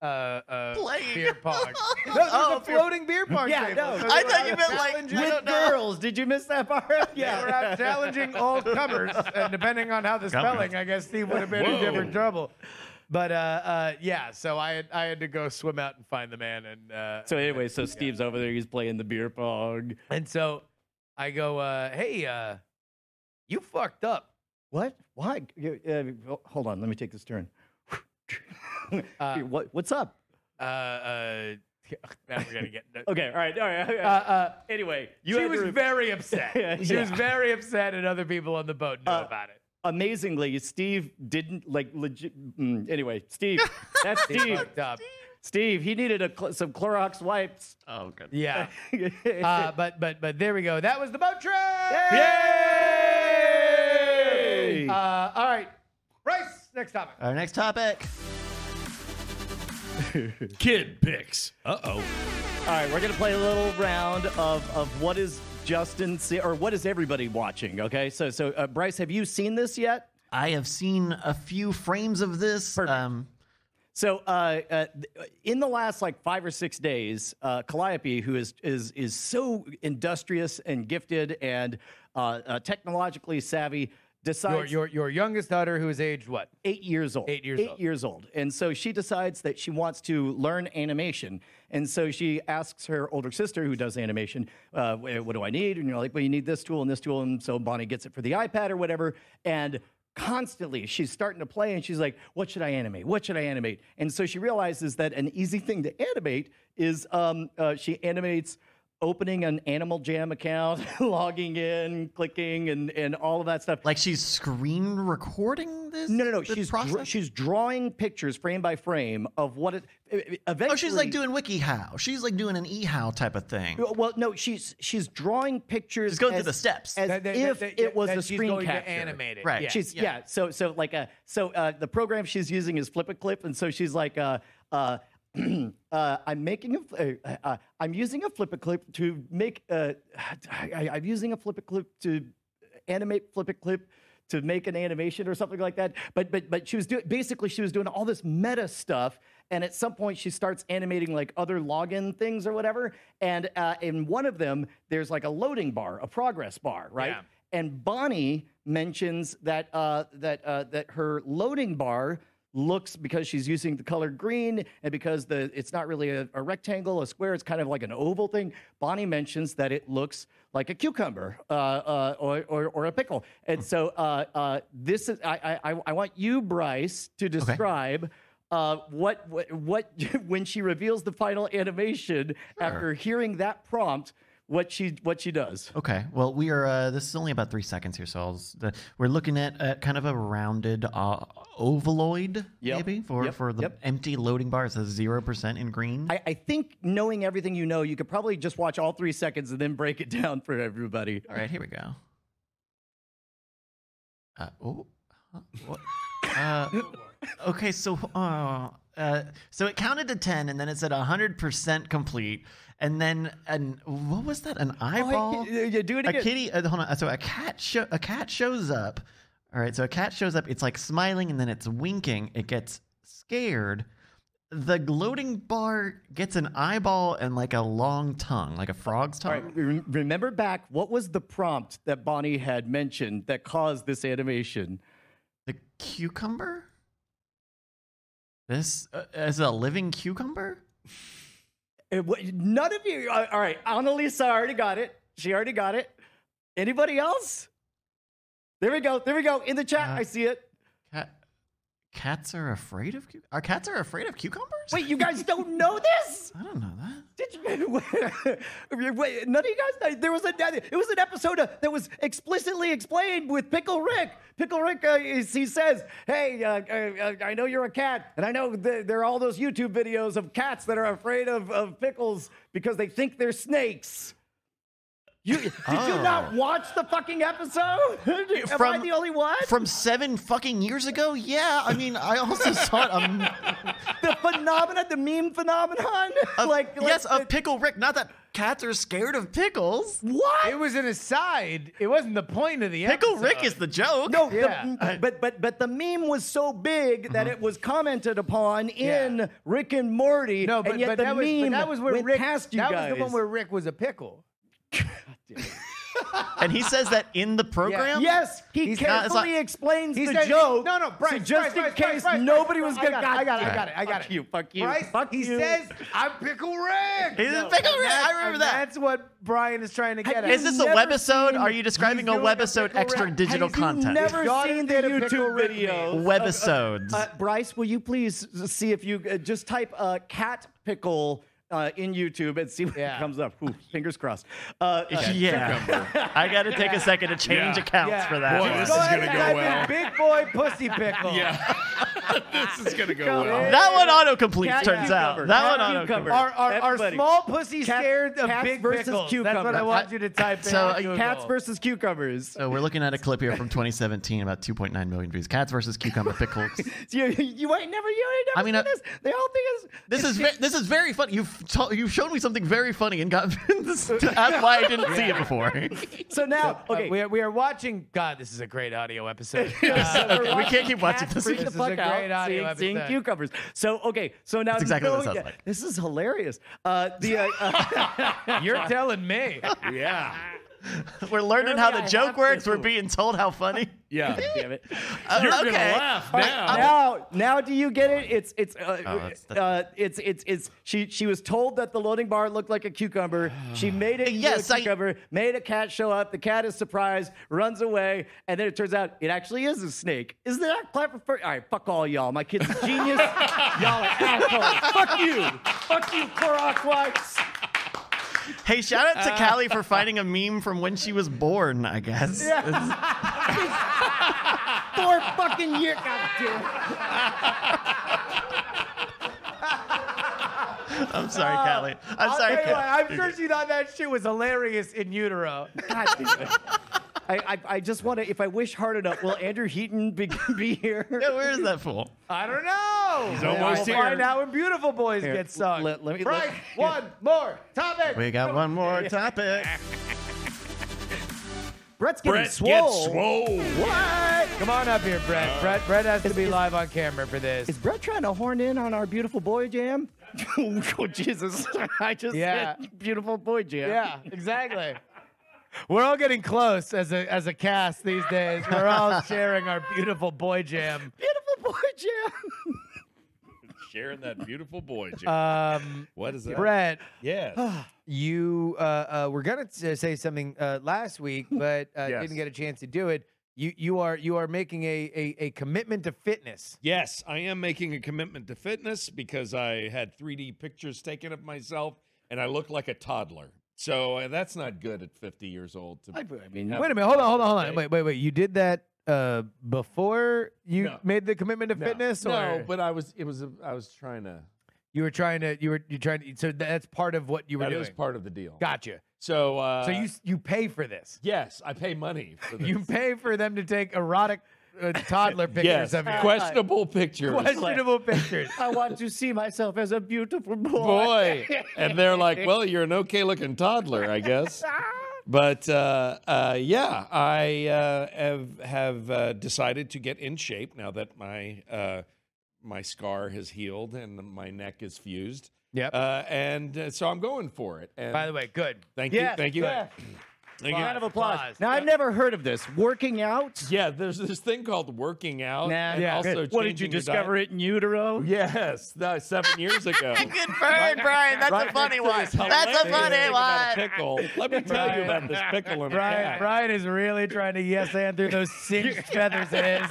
Speaker 2: uh, uh,
Speaker 4: Playing.
Speaker 2: beer pong. No, there's
Speaker 4: Oh,
Speaker 2: a floating beer pong
Speaker 3: Yeah,
Speaker 2: table.
Speaker 3: no.
Speaker 2: So they
Speaker 4: I thought
Speaker 2: were
Speaker 4: you
Speaker 2: out
Speaker 4: meant like
Speaker 2: challenging-
Speaker 4: I
Speaker 3: with
Speaker 4: don't know.
Speaker 3: girls. Did you miss that part?
Speaker 2: They were out challenging all comers, and depending on how the spelling, I guess Steve would have been in
Speaker 1: Whoa.
Speaker 2: different trouble. But uh, uh, yeah, so I had, I had to go swim out and find the man, and uh,
Speaker 3: So anyway, so Steve's over there. He's playing the beer pong.
Speaker 2: and so I go, uh, hey, uh, you fucked up.
Speaker 3: What? Why? You- uh, ho- hold on. Let me take this turn.
Speaker 2: Uh,
Speaker 3: what, what's up?
Speaker 2: Uh, uh, now we're gonna get.
Speaker 3: Okay. All right. All right.
Speaker 2: Uh, uh,
Speaker 3: anyway, you
Speaker 2: she
Speaker 3: had to
Speaker 2: was
Speaker 3: re-
Speaker 2: very upset.
Speaker 3: Yeah,
Speaker 2: She was
Speaker 3: yeah.
Speaker 2: very upset, and other people on the boat knew
Speaker 3: Uh,
Speaker 2: about it.
Speaker 3: amazingly, Steve didn't like legit. Mm, anyway, Steve, that's
Speaker 2: They
Speaker 3: Steve.
Speaker 2: fucked up.
Speaker 3: Steve, he needed a cl- some Clorox wipes.
Speaker 4: Oh, good.
Speaker 2: Yeah. Uh, but but but there we go. That was the boat trip.
Speaker 3: Yay!
Speaker 2: Uh, all right, Rice. Next topic.
Speaker 4: Our next topic.
Speaker 1: kid picks. Uh oh.
Speaker 3: All right, we're gonna play a little round of of what is Justin se- or what is everybody watching? Okay, so so uh, Bryce, have you seen this yet?
Speaker 4: I have seen a few frames of this. Um,
Speaker 3: So, uh, uh, th- in the last like five or six days, uh, Calliope, who is is is so industrious and gifted and uh, uh, technologically savvy,
Speaker 2: Your,
Speaker 3: decides
Speaker 2: your, your youngest daughter, who is aged what?
Speaker 3: eight years old.
Speaker 2: Eight years
Speaker 3: eight
Speaker 2: old.
Speaker 3: years old, and so she decides that she wants to learn animation, and so she asks her older sister, who does animation, uh, "Wh- "What do I need?" And you're like, "Well, you need this tool and this tool," and so Bonnie gets it for the iPad or whatever, and constantly she's starting to play and she's like what should i animate what should i animate and so she realizes that an easy thing to animate is um, uh, she animates opening an animal jam account logging in clicking and, and all of that stuff
Speaker 4: like she's screen recording this.
Speaker 3: no, no, no.
Speaker 4: the
Speaker 3: She's dra-
Speaker 4: process?
Speaker 3: she's drawing pictures frame by frame of what it e- e- eventually.
Speaker 4: oh, she's like doing WikiHow. She's like doing an eHow type of thing.
Speaker 3: Well, no, she's she's drawing pictures.
Speaker 4: She's going through
Speaker 3: as-
Speaker 4: the steps.
Speaker 3: as
Speaker 2: That- that-
Speaker 3: if
Speaker 2: that-
Speaker 3: it was
Speaker 2: that
Speaker 3: a
Speaker 2: she's
Speaker 3: screen
Speaker 2: going to
Speaker 3: capture.
Speaker 2: animate it.
Speaker 4: Right.
Speaker 2: Yeah.
Speaker 3: She's yeah. So so like uh so uh the program she's using is Flip a Clip, and so she's like uh uh. uh, I'm making a. fl- Uh, uh, I'm using a flip a clip to make. Uh, I, I'm using a flip a clip to animate flip a clip to make an animation or something like that. But but but she was doing basically she was doing all this meta stuff. And at some point, she starts animating like other login things or whatever. And uh, in one of them, there's like a loading bar, a progress bar, right?
Speaker 2: Yeah.
Speaker 3: And Bonnie mentions that uh, that uh, that her loading bar looks because she's using the color green and because the it's not really a, a rectangle, a square. It's kind of like an oval thing. Bonnie mentions that it looks like a cucumber uh, uh, or, or or a pickle. And so uh, uh, this is I, I I- I want you, Bryce, to describe. Uh, what, what, what, when she reveals the final animation after hearing that prompt, what she, what she does.
Speaker 4: Okay. Well, we are. Uh, this is only about three seconds here, so I'll s- the, we're looking at uh, kind of a rounded uh, ovaloid,
Speaker 3: Yep.
Speaker 4: maybe for
Speaker 3: Yep.
Speaker 4: for the
Speaker 3: Yep.
Speaker 4: empty loading bar. It says zero percent in green.
Speaker 3: I, I think knowing everything you know, you could probably just watch all three seconds and then break it down for everybody.
Speaker 4: All right, here we go. Uh, oh, huh, what? Uh, okay, so uh, uh, so it counted to ten, and then it said hundred percent complete, and then and what was that?
Speaker 3: Oh,
Speaker 4: An eyeball?
Speaker 3: yeah, yeah, do it
Speaker 4: a
Speaker 3: again.
Speaker 4: kitty. Uh, hold on. uh, So a cat. Sho- a cat shows up. All right. So a cat shows up. It's like smiling, and then it's winking. It gets scared. The gloating bar gets an eyeball and like a long tongue, like a frog's tongue.
Speaker 3: All right, re- remember back, what was the prompt that Bonnie had mentioned that caused this animation?
Speaker 4: The cucumber? This uh, is a living cucumber?
Speaker 3: It wa- none of you. All all right, Annalisa already got it. She already got it. Anybody else? There we go. There we go. In the chat,
Speaker 4: Uh,
Speaker 3: I see it.
Speaker 4: Cat, cats are afraid of cu- are cats are afraid of cucumbers?
Speaker 3: Wait, you guys don't know this?
Speaker 4: I don't know that.
Speaker 3: Did you? Wait, none of you guys. There was a. It was an episode uh, that was explicitly explained with Pickle Rick. Pickle Rick, uh, is- he says, "Hey, uh, uh, I know you're a cat, and I know th- there are all those YouTube videos of cats that are afraid of, of pickles because they think they're snakes." You did you not watch the fucking episode? Am I
Speaker 4: Ah. From-
Speaker 3: the only one?
Speaker 4: From seven fucking years ago? Yeah. I mean, I also saw it. Um,
Speaker 3: the phenomenon, the meme phenomenon, like, like
Speaker 4: yes, of pickle Rick. Not that cats are scared of pickles.
Speaker 3: what?
Speaker 2: It was an aside. It wasn't the point of the
Speaker 4: Pickle
Speaker 2: episode.
Speaker 4: Rick is the joke.
Speaker 3: No, the-
Speaker 2: Yeah. Mm-hmm.
Speaker 3: m- but but but the meme was so big that it was commented upon in
Speaker 2: Yeah.
Speaker 3: Rick and Morty.
Speaker 2: No, but,
Speaker 3: and yet
Speaker 2: but
Speaker 3: the
Speaker 2: that was
Speaker 3: meme
Speaker 2: but that was where
Speaker 3: went
Speaker 2: Rick
Speaker 3: past you
Speaker 2: That
Speaker 3: guys.
Speaker 2: was the one where Rick was a pickle.
Speaker 4: And he says that in the program.
Speaker 3: yes, he
Speaker 2: He's
Speaker 4: not- it's
Speaker 3: carefully
Speaker 4: not-
Speaker 3: explains the
Speaker 2: said-
Speaker 3: joke.
Speaker 2: No, no, Bryce.
Speaker 3: so
Speaker 2: Bryce,
Speaker 3: just
Speaker 2: Bryce,
Speaker 3: in
Speaker 2: Bryce,
Speaker 3: case
Speaker 2: Bryce,
Speaker 3: nobody
Speaker 2: Bryce,
Speaker 3: was gonna.
Speaker 2: I got, it, I got it. I got it. I got
Speaker 3: Fuck
Speaker 2: it.
Speaker 3: you. Fuck you.
Speaker 2: Bryce,
Speaker 3: fuck
Speaker 2: he
Speaker 3: you.
Speaker 2: says, "I'm pickle Rick."
Speaker 4: Is it
Speaker 2: No,
Speaker 4: Pickle
Speaker 2: and
Speaker 4: Rick?
Speaker 2: that's-
Speaker 4: I remember
Speaker 2: and
Speaker 4: that.
Speaker 2: That's what Brian is trying to get at.
Speaker 4: Is this a
Speaker 3: never
Speaker 4: webisode?
Speaker 3: seen-
Speaker 4: Are you describing a
Speaker 2: doing a
Speaker 4: webisode
Speaker 2: Pickle
Speaker 4: extra
Speaker 2: Rick.
Speaker 4: digital
Speaker 3: Have you
Speaker 4: content?
Speaker 3: never
Speaker 2: Daughter
Speaker 3: seen the
Speaker 2: did a Pickle
Speaker 3: YouTube
Speaker 2: Rick
Speaker 3: video?
Speaker 2: meme.
Speaker 4: webisodes.
Speaker 3: Uh, Bryce, will you please see if you uh, just type uh, cat pickle uh, in YouTube and see what
Speaker 2: Yeah.
Speaker 3: comes up? Ooh, fingers crossed. Uh, uh,
Speaker 4: yeah. I got to take a second to change
Speaker 1: Yeah.
Speaker 4: accounts
Speaker 2: Yeah.
Speaker 4: for that.
Speaker 1: Boy,
Speaker 4: one.
Speaker 1: this
Speaker 2: Go
Speaker 1: is
Speaker 2: ahead
Speaker 1: gonna
Speaker 2: and
Speaker 1: go
Speaker 2: type in
Speaker 1: well.
Speaker 2: Big boy pussy pickle.
Speaker 1: Yeah. this is gonna go well.
Speaker 4: That one auto completes.
Speaker 3: Cat
Speaker 4: Turns out
Speaker 3: cucumber.
Speaker 4: that one
Speaker 3: Cat
Speaker 4: auto
Speaker 3: cucumber.
Speaker 4: completes.
Speaker 2: Are, are, are
Speaker 3: Everybody.
Speaker 2: small pussies
Speaker 3: Cat-
Speaker 2: scared of
Speaker 3: cats
Speaker 2: big
Speaker 3: versus
Speaker 2: pickles? That's what I
Speaker 3: cucumbers.
Speaker 2: want you to type in.
Speaker 4: So,
Speaker 2: on
Speaker 4: uh,
Speaker 2: Google.
Speaker 3: Cats versus cucumbers.
Speaker 4: So Oh, we're looking at a clip here from 2017, about 2.9 million views. Cats versus cucumber pickles.
Speaker 3: You, you ain't never, you ain't never
Speaker 4: I mean,
Speaker 3: seen
Speaker 4: I-
Speaker 3: this. The whole thing is
Speaker 4: This is ve- this is very funny. You've to- you've shown me something very funny and got this- that's why I didn't see it before.
Speaker 3: so now.
Speaker 2: Uh,
Speaker 3: Okay,
Speaker 2: we, are, we are watching. God, this is a great audio episode.
Speaker 3: So we're
Speaker 4: we can't keep watching
Speaker 3: cats
Speaker 4: this.
Speaker 3: freak
Speaker 2: This
Speaker 3: the
Speaker 2: is a
Speaker 3: fuck
Speaker 2: great
Speaker 3: out
Speaker 2: audio
Speaker 3: seeing, seeing
Speaker 2: episode.
Speaker 3: cucumbers. So okay, so now
Speaker 4: That's exactly what
Speaker 3: knowing
Speaker 4: it sounds
Speaker 3: that-
Speaker 4: like.
Speaker 3: This is hilarious. Uh, the uh, uh,
Speaker 2: You're telling me.
Speaker 1: Yeah,
Speaker 4: We're learning how the
Speaker 3: Apparently I have
Speaker 4: joke
Speaker 3: to.
Speaker 4: works. We're being told how funny.
Speaker 1: yeah.
Speaker 3: damn it.
Speaker 4: Uh,
Speaker 1: You're gonna
Speaker 4: okay.
Speaker 1: laugh
Speaker 3: All right,
Speaker 1: now.
Speaker 3: now, now, do you get it? It's it's uh,
Speaker 4: Oh, that's- that's-
Speaker 3: uh, it's it's it's she she was told that the loading bar looked like a cucumber. She made it into
Speaker 4: Yes,
Speaker 3: a
Speaker 4: I-
Speaker 3: cucumber. made a cat show up. The cat is surprised, runs away, and then it turns out it actually is a snake. Isn't that clever? For, all right, fuck all y'all. My kid's a genius. y'all are assholes. fuck you. Fuck you, Clorox wipes.
Speaker 4: Hey, shout out to
Speaker 3: Uh,
Speaker 4: Callie for finding a meme from when she was born. I guess.
Speaker 3: Four fucking years. God damn it.
Speaker 4: I'm sorry,
Speaker 3: Uh,
Speaker 4: Callie. I'm
Speaker 2: I'll
Speaker 4: sorry.
Speaker 2: tell you what,
Speaker 4: Callie.
Speaker 2: I'm sure she thought that shit was hilarious in utero.
Speaker 3: God damn it. I, I, I just want to, if I wish hard enough, will Andrew Heaton be, be here?
Speaker 4: Yeah, where is that fool?
Speaker 2: I don't know. He's
Speaker 1: almost
Speaker 2: we'll
Speaker 1: here.
Speaker 2: Find out when beautiful boys
Speaker 3: Here,
Speaker 2: get sung.
Speaker 3: let- let me-
Speaker 2: Frank,
Speaker 3: let-
Speaker 2: one more topic.
Speaker 4: We got one more topic.
Speaker 3: Brett's getting
Speaker 1: Brett gets
Speaker 3: swole.
Speaker 1: swole.
Speaker 2: What? Come on up here, Brett. Brett. Brett has to be
Speaker 3: is-
Speaker 2: live on camera for this.
Speaker 3: Is Brett trying to horn in on our beautiful boy jam? oh, Jesus. I just
Speaker 2: Yeah.
Speaker 3: said beautiful boy jam.
Speaker 2: Yeah, exactly. We're all getting close as a as a cast these days. We're all sharing our beautiful boy jam.
Speaker 3: Beautiful boy jam.
Speaker 1: Sharing that beautiful boy. Jim.
Speaker 2: Um,
Speaker 1: what is that?
Speaker 2: Brett,
Speaker 1: Yeah.
Speaker 2: you uh, uh, were gonna s- say something uh, last week, but uh,
Speaker 1: Yes.
Speaker 2: didn't get a chance to do it. You you are you are making a a, a commitment to fitness.
Speaker 1: Yes, I am making a commitment to fitness because I had 3D pictures taken of myself and I look like a toddler. So uh, that's not good at 50 years old. To
Speaker 3: I mean,
Speaker 1: have
Speaker 2: Wait a minute, hold on, hold on, hold on.
Speaker 1: Okay.
Speaker 2: Wait, wait, wait. You did that uh, before you
Speaker 1: No.
Speaker 2: made the commitment to fitness, or
Speaker 1: No, but I was. It was. A, I was trying to.
Speaker 2: you were trying to you were you trying to. So that's part of what you were
Speaker 1: That
Speaker 2: doing.
Speaker 1: is part of the deal.
Speaker 2: Gotcha.
Speaker 1: So. Uh,
Speaker 2: So you s- you pay for this.
Speaker 1: Yes, I pay money for this.
Speaker 2: You pay for them to take erotic uh, toddler pictures
Speaker 1: yes,
Speaker 2: of you.
Speaker 1: questionable pictures.
Speaker 2: Questionable pictures.
Speaker 3: I want to see myself as a beautiful boy.
Speaker 1: boy. and they're like, well, you're an okay looking toddler, I guess. But uh, uh, yeah, I uh, have have uh, decided to get in shape now that my uh, my scar has healed and my neck is fused.
Speaker 2: Yep.
Speaker 1: Uh, and uh, so I'm going for it. And
Speaker 2: By the way, good.
Speaker 1: thank
Speaker 3: Yeah,
Speaker 1: you, thank you,
Speaker 3: yeah.
Speaker 1: thank
Speaker 3: Round
Speaker 1: you.
Speaker 3: of applause.
Speaker 2: Applause.
Speaker 3: Now, I've never heard of this. Working out?
Speaker 1: Yeah, there's this thing called working out.
Speaker 3: Nah,
Speaker 1: and
Speaker 2: yeah,
Speaker 1: also
Speaker 3: What did you
Speaker 1: changing your
Speaker 3: discover
Speaker 1: diet.
Speaker 3: it in utero?
Speaker 1: Yes, that was seven years ago.
Speaker 4: Good bird, Brian. That's a funny one.
Speaker 1: It's
Speaker 4: That's a
Speaker 1: hilarious
Speaker 4: funny
Speaker 1: thing about a Pickle.
Speaker 4: one.
Speaker 1: Let me tell you about this pickle in the
Speaker 2: Brian,
Speaker 1: cat.
Speaker 2: Brian is really trying to yes and through those singed feathers of his.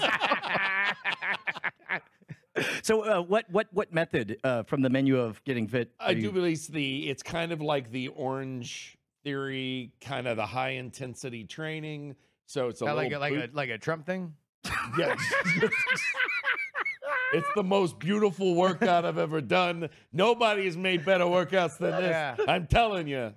Speaker 3: So, uh, what what what method uh, from the menu of getting fit?
Speaker 1: I
Speaker 3: are you-
Speaker 1: do believe the it's kind of like the orange theory, kind of the high intensity training. So it's a
Speaker 2: Kinda
Speaker 1: little
Speaker 2: like a, like a
Speaker 1: boot-
Speaker 2: like a Trump thing.
Speaker 1: yes. It's the most beautiful workout I've ever done. Nobody has made better workouts than this.
Speaker 2: Yeah.
Speaker 1: I'm telling you.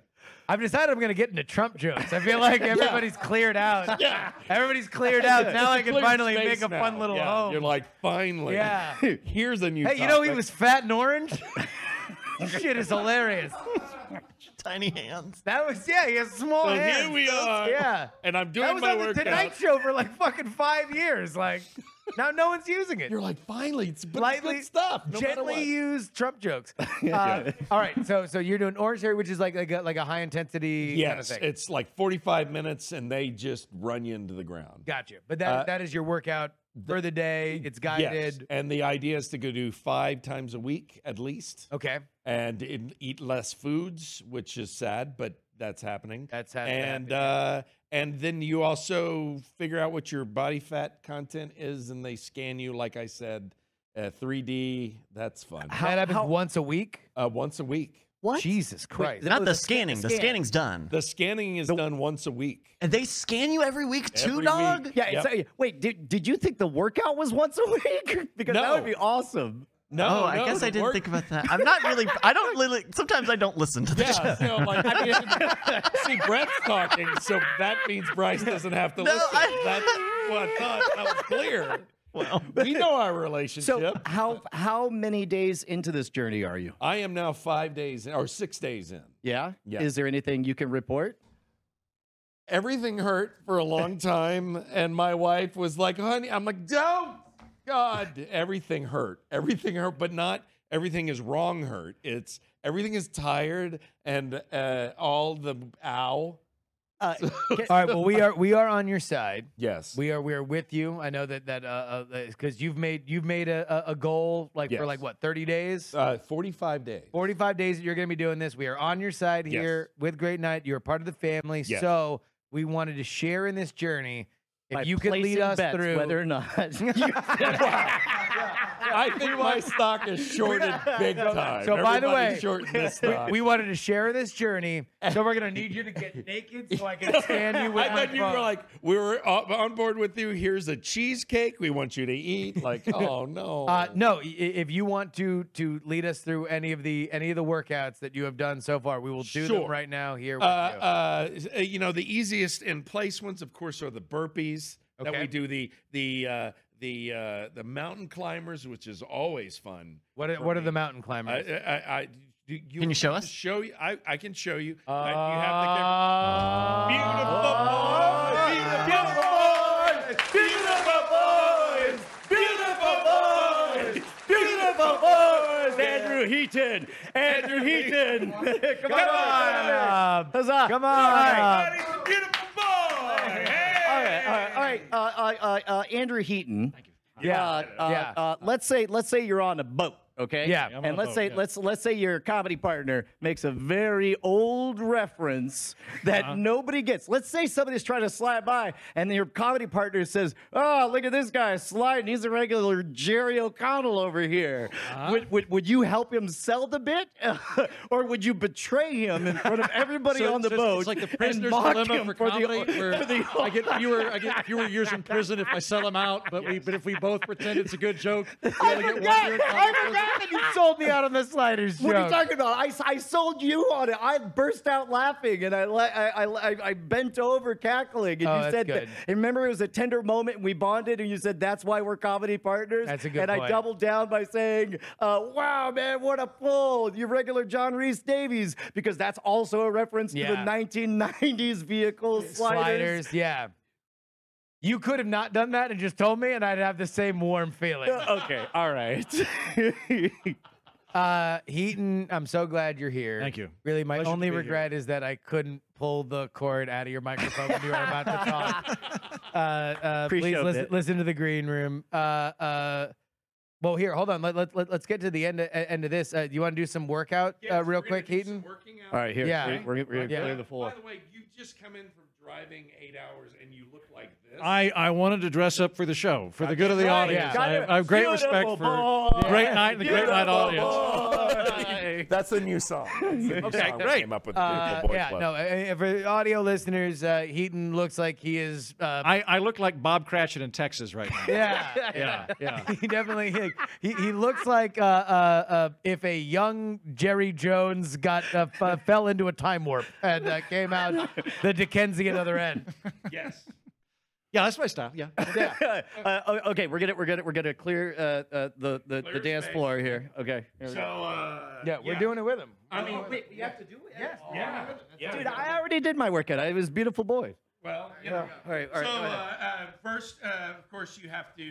Speaker 2: I've decided I'm gonna get into Trump jokes. I feel like everybody's cleared out.
Speaker 1: Yeah.
Speaker 2: Everybody's cleared out. Now I can
Speaker 1: Clear
Speaker 2: finally
Speaker 1: space
Speaker 2: make a
Speaker 1: now.
Speaker 2: fun little
Speaker 1: Yeah,
Speaker 2: home.
Speaker 1: You're like, finally.
Speaker 2: yeah.
Speaker 1: Here's a new
Speaker 2: Hey, you know he
Speaker 1: topic.
Speaker 2: was fat and orange. Shit is hilarious.
Speaker 4: Tiny hands.
Speaker 2: That was yeah. He has small
Speaker 1: So
Speaker 2: hands.
Speaker 1: here we are.
Speaker 2: Yeah.
Speaker 1: And I'm doing
Speaker 2: That was
Speaker 1: my
Speaker 2: on the
Speaker 1: workout.
Speaker 2: Tonight Show for like fucking five years. Like now, no one's using it.
Speaker 1: You're like, finally, it's but it's
Speaker 2: Lightly,
Speaker 1: good stuff. No matter
Speaker 2: gently
Speaker 1: what.
Speaker 2: used Trump jokes. Uh, all right, so so you're doing orange hair, which is like like a, like a high intensity kind of
Speaker 1: Yes,
Speaker 2: thing.
Speaker 1: it's like 45 minutes, and they just run you into the ground.
Speaker 2: Got you. But that
Speaker 1: Uh,
Speaker 2: that is your workout for the day. It's
Speaker 1: Yes,
Speaker 2: guided.
Speaker 1: and the idea is to go do five times a week at least,
Speaker 2: Okay,
Speaker 1: and in, eat less foods, which is sad, but that's happening.
Speaker 2: that's how.
Speaker 1: and uh, and then you also figure out what your body fat content is, and they scan you, like I said, uh, 3D. That's fun.
Speaker 2: that happens once a week.
Speaker 1: Uh, once a week.
Speaker 7: What?
Speaker 8: Jesus Christ.
Speaker 4: Not the scanning. The
Speaker 7: scan.
Speaker 4: scanning's done.
Speaker 1: The scanning is done once a week.
Speaker 4: And they scan you every week too,
Speaker 1: Every
Speaker 4: dog.
Speaker 1: week.
Speaker 3: Yeah. It's, uh, wait, did, did you think the workout was once a week? because that
Speaker 1: No.
Speaker 3: would be awesome.
Speaker 1: No,
Speaker 4: oh,
Speaker 1: no,
Speaker 4: I guess I
Speaker 1: the
Speaker 4: didn't
Speaker 1: work-
Speaker 4: think about that. I'm not really. I don't really. Sometimes I don't listen to this.
Speaker 1: Yeah, so like, I mean, see, Brett's talking, so that means Bryce doesn't have to
Speaker 4: No,
Speaker 1: listen.
Speaker 4: I-
Speaker 1: That's what I thought. That was clear. Well, we know our relationship.
Speaker 3: So how how many days into this journey are you?
Speaker 1: I am now five days in, or six days in.
Speaker 3: Yeah.
Speaker 1: Yeah.
Speaker 3: Is there anything you can report?
Speaker 1: Everything hurt for a long time, and my wife was like, "Honey," I'm like, "Don't, God, everything hurt. Everything hurt, but not everything is wrong. Hurt. It's everything is tired and uh, all the ow.
Speaker 3: Uh,
Speaker 2: All right, well we are we are on your side.
Speaker 1: Yes,
Speaker 2: We are we are with you. I know that that uh because you've made you've made a a a goal like for like
Speaker 1: Yes.
Speaker 2: what thirty days.
Speaker 1: uh, 45 days.
Speaker 2: 45 days that you're going to be doing this. We are on your side
Speaker 1: Yes.
Speaker 2: here with Great Night. You're a part of the family.
Speaker 1: Yes.
Speaker 2: So we wanted to share in this journey. If
Speaker 3: by
Speaker 2: you could lead
Speaker 3: placing
Speaker 2: us
Speaker 3: bets
Speaker 2: through.
Speaker 3: whether or not.
Speaker 1: I think my stock is shorted big time.
Speaker 2: so by the
Speaker 1: Everybody's
Speaker 2: way,
Speaker 1: shorting this stock.
Speaker 2: we wanted to share this journey. So we're going to need you to get naked so I can stand you with
Speaker 1: I bet you were like, we were o- on board with you. Here's a cheesecake we want you to eat. Like, oh no.
Speaker 2: Uh, no, i- if you want to to lead us through any of the any of the workouts that you have done so far, we will do them
Speaker 1: Sure.
Speaker 2: right now here.
Speaker 1: Uh,
Speaker 2: With you.
Speaker 1: uh, you know, the easiest in place ones, of course, are the burpees that
Speaker 2: Okay.
Speaker 1: we do. The the uh, the uh, the mountain climbers, which is always fun.
Speaker 2: what are,
Speaker 1: for
Speaker 2: what are
Speaker 1: me.
Speaker 2: the mountain
Speaker 1: I, I,
Speaker 2: climbers?
Speaker 1: I do you
Speaker 4: Can you show
Speaker 1: want me to
Speaker 4: us?
Speaker 1: Show you. I, I can show you. I- you have
Speaker 2: Uh,
Speaker 1: the camera. Beautiful boys,
Speaker 2: Oh.
Speaker 1: beautiful boys, beautiful boys, beautiful boys, beautiful boys. Andrew Heaton, Andrew Heaton. Come on,
Speaker 2: uh,
Speaker 3: Huzzah.
Speaker 2: Come on.
Speaker 1: everybody's a beautiful boy.
Speaker 3: All
Speaker 1: Hey.
Speaker 3: right, all right, all right. Uh, uh, uh, uh, Andrew Heaton. Thank you.
Speaker 2: Yeah,
Speaker 3: Uh, uh,
Speaker 2: yeah.
Speaker 3: uh, let's say let's say you're on a boat, okay?
Speaker 2: Yeah. I'm on
Speaker 3: And let's say let's let's say your comedy partner makes a very old reference that
Speaker 9: Uh-huh.
Speaker 3: nobody gets. Let's say somebody's trying to slide by, and your comedy partner says, "Oh, look at this guy sliding. He's a regular Jerry O'Connell over here."
Speaker 9: Uh-huh.
Speaker 3: Would, would would you help him sell the bit, or would you betray him in front of everybody
Speaker 9: So
Speaker 3: on the
Speaker 9: it's just-
Speaker 3: boat
Speaker 9: It's like the
Speaker 3: and
Speaker 9: prisoner's
Speaker 3: mock
Speaker 9: dilemma
Speaker 3: him
Speaker 9: for
Speaker 3: for
Speaker 9: comedy.
Speaker 3: the,
Speaker 9: where
Speaker 3: for the
Speaker 9: I get fewer, I get fewer years in prison if I sell him out. But we, but if we both pretend it's a good joke, we only get one year in
Speaker 3: I
Speaker 9: prison.
Speaker 3: forgot that you
Speaker 2: sold me out on the sliders
Speaker 3: What are you
Speaker 2: joke.
Speaker 3: talking about? I, I sold you on it. I burst out laughing and I la- I, I, I- I bent over cackling. And
Speaker 2: Oh,
Speaker 3: you
Speaker 2: that's
Speaker 3: said,
Speaker 2: good.
Speaker 3: That, and remember, it was a tender moment and we bonded, and you said, That's why we're comedy partners.
Speaker 2: That's a good
Speaker 3: And I
Speaker 2: point.
Speaker 3: doubled down by saying, uh, Wow, man, what a pull. Your regular John Reese Davies, because that's also a reference to the
Speaker 2: Yeah.
Speaker 3: 1990s vehicle sliders.
Speaker 2: sliders. Yeah. You could have not done that and just told me, and I'd have the same warm feeling.
Speaker 3: okay, all right.
Speaker 2: Uh, Heaton, I'm so glad you're here.
Speaker 9: Thank you.
Speaker 2: Really, my
Speaker 9: Pleasure to
Speaker 2: only
Speaker 9: be here.
Speaker 2: regret is that I couldn't pull the cord out of your microphone when you were about to talk. Uh, uh, please
Speaker 3: Pre-show
Speaker 2: listen,
Speaker 3: bit.
Speaker 2: listen to the green room. Uh, uh, well, here, hold on. Let, let, let, let's get to the end of, uh, end of this. Uh, you want to do some workout uh, real quick, Heaton?
Speaker 3: all right, here.
Speaker 2: Yeah.
Speaker 3: We're, we're, we're
Speaker 2: Yeah.
Speaker 3: clear the floor.
Speaker 1: By the way, you just come in from driving eight hours and you look like this.
Speaker 9: I, I wanted to dress up for the show, for the good of the
Speaker 3: Right,
Speaker 9: audience.
Speaker 2: yeah.
Speaker 9: I, have, I have great respect for great night and the great night audience.
Speaker 8: That's a new song.
Speaker 1: okay, great. Came up with
Speaker 2: Uh, yeah, no. uh, uh, for audio listeners, uh, Heaton looks like he is. Uh,
Speaker 9: I, I look like Bob Cratchit in Texas right now.
Speaker 2: yeah,
Speaker 9: Yeah, yeah.
Speaker 2: he definitely he, he, he looks like uh, uh, uh, if a young Jerry Jones got uh, f- uh, fell into a time warp and uh, came out the Dickensian other end.
Speaker 1: Yes.
Speaker 9: Yeah, that's my style. Yeah.
Speaker 3: uh, uh, okay, we're gonna we're gonna we're gonna clear uh, uh, the the, the
Speaker 1: Clear
Speaker 3: dance
Speaker 1: space.
Speaker 3: floor here. Okay. here we
Speaker 1: So,
Speaker 3: go.
Speaker 1: uh,
Speaker 2: Yeah, we're doing it with him.
Speaker 1: I mean, we, have to do it. Oh, Yes. Yeah. yeah.
Speaker 3: Dude, I already did my workout. I was beautiful boy.
Speaker 1: Well, you know.
Speaker 3: all right, all right,
Speaker 1: so,
Speaker 3: go
Speaker 1: uh, uh, first, uh, of course, you have to,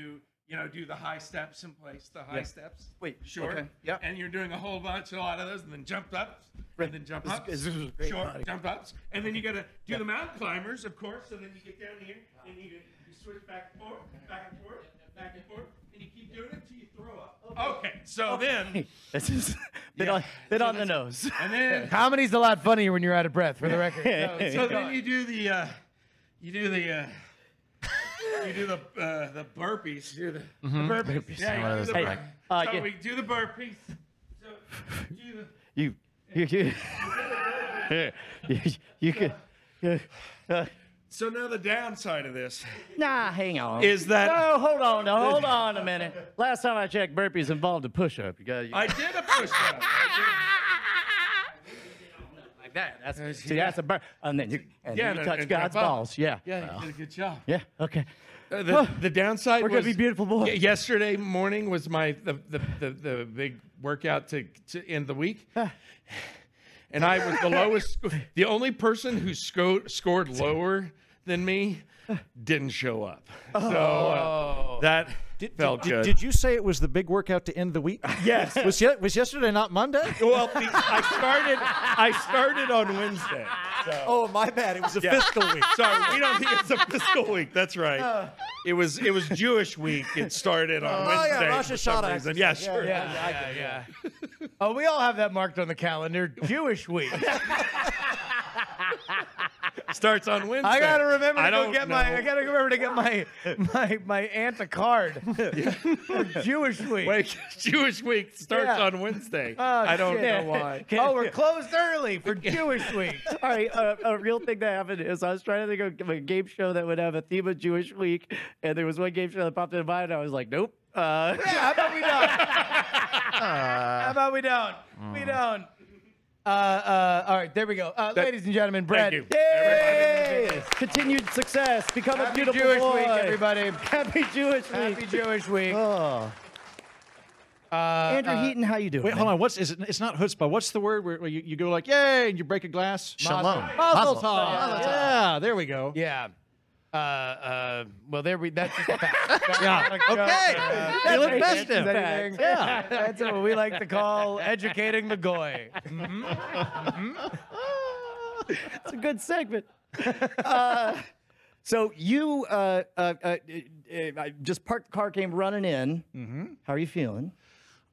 Speaker 1: you know, do the high steps in place, the high steps.
Speaker 3: Wait,
Speaker 1: Short.
Speaker 3: okay, yeah.
Speaker 1: And you're doing a whole bunch, a lot of those, and then jump ups,
Speaker 3: Right.
Speaker 1: and then jump
Speaker 3: This-
Speaker 1: ups.
Speaker 3: this is a great
Speaker 1: short,
Speaker 3: body.
Speaker 1: jump ups. And then you got to do the mountain climbers, of course, and then you get down here, and you, you switch back and forth, back and forth, back and forth, and you keep doing it until you throw up. Okay, so then,
Speaker 3: This is bit on bit on the nose.
Speaker 1: and then.
Speaker 2: Comedy's a lot funnier when you're out of breath, for the record. So-
Speaker 1: So then you do the, uh, you do the, uh, you do the uh, the burpees. You do the, the Mm-hmm. burpees. Yeah, you do the
Speaker 4: Hey,
Speaker 1: burpees.
Speaker 3: uh,
Speaker 1: so
Speaker 3: yeah.
Speaker 1: we do the burpees. So do the,
Speaker 3: You You, you, you, you could.
Speaker 1: So now the downside of this
Speaker 3: Nah, hang on.
Speaker 1: is that
Speaker 3: no, hold on. No, hold on a minute. Last time I checked, burpees involved a push up. You got
Speaker 1: I did a push up.
Speaker 3: like that. That's, see, that's a burp. And then you, Uh, and
Speaker 1: Yeah,
Speaker 3: you
Speaker 1: and-
Speaker 3: touch
Speaker 1: and
Speaker 3: God's
Speaker 1: jump up.
Speaker 3: balls. Yeah. Yeah.
Speaker 1: Yeah, you did a good job.
Speaker 3: Okay.
Speaker 1: Uh, the, the downside
Speaker 3: We're gonna
Speaker 1: was-
Speaker 3: be beautiful boys.
Speaker 1: Ye- yesterday morning was my the the, the, the big workout to, to end the week. And I was the lowest sco- the only person who sco- scored lower than me didn't show up.
Speaker 3: Oh.
Speaker 1: So uh, that
Speaker 9: Did,
Speaker 1: felt
Speaker 9: did,
Speaker 1: good.
Speaker 9: did you say it was the big workout to end the week?
Speaker 1: Yes.
Speaker 9: was, ye- was yesterday not Monday?
Speaker 1: well, the, I started I started on Wednesday.
Speaker 9: Oh, my bad. It was a fiscal week.
Speaker 1: Sorry, we don't think it's a fiscal week. That's right. it was it was Jewish week. It started on
Speaker 9: Oh, yeah,
Speaker 1: Wednesday.
Speaker 9: Rosh
Speaker 1: for some
Speaker 9: Hashanah.
Speaker 1: reason. Yeah, sure.
Speaker 2: Yeah, yeah. Oh, we all have that marked on the calendar. Jewish week.
Speaker 1: Starts on Wednesday.
Speaker 2: I gotta remember to
Speaker 1: I
Speaker 2: go
Speaker 1: don't
Speaker 2: get my.
Speaker 1: know.
Speaker 2: I gotta remember to get my my my aunt a card. for Jewish week.
Speaker 1: Wait, Jewish week starts
Speaker 2: Yeah.
Speaker 1: on Wednesday.
Speaker 2: Oh,
Speaker 1: I don't
Speaker 2: shit.
Speaker 1: know why.
Speaker 2: oh, we're closed early for Jewish week.
Speaker 3: All right, uh, a real thing that happened is I was trying to think of a game show that would have a theme of Jewish week, and there was one game show that popped into mind, and I was like, nope. Uh,
Speaker 2: Yeah, how about we don't? how about we don't? We don't. Uh, uh, all right, there we go. Uh, ladies and gentlemen, Brett.
Speaker 1: you.
Speaker 2: Yay!
Speaker 3: continued success, become a
Speaker 2: Happy
Speaker 3: beautiful
Speaker 2: Jewish
Speaker 3: boy.
Speaker 2: week, everybody.
Speaker 3: Happy Jewish week.
Speaker 2: Happy Jewish week.
Speaker 3: Oh. Andrew Heaton, how you doing?
Speaker 9: Wait, hold on. What's is it? It's not chutzpah. What's the word where, where you, you go like, yay, and you break a glass?
Speaker 4: Shalom.
Speaker 9: Mazel
Speaker 4: Mazel.
Speaker 9: tov. Yeah, there we go.
Speaker 2: Yeah. Uh, uh, well, there we. That's just a fact. That's
Speaker 9: Yeah.
Speaker 2: not a joke.
Speaker 9: Okay.
Speaker 2: Uh,
Speaker 9: You look
Speaker 2: that's-
Speaker 9: festive.
Speaker 2: that's anything.
Speaker 9: Yeah.
Speaker 2: That's what we like to call educating the goy.
Speaker 3: It's a good segment. Uh, so you uh, uh, uh, uh, uh, just parked the car, came running in. How are you feeling?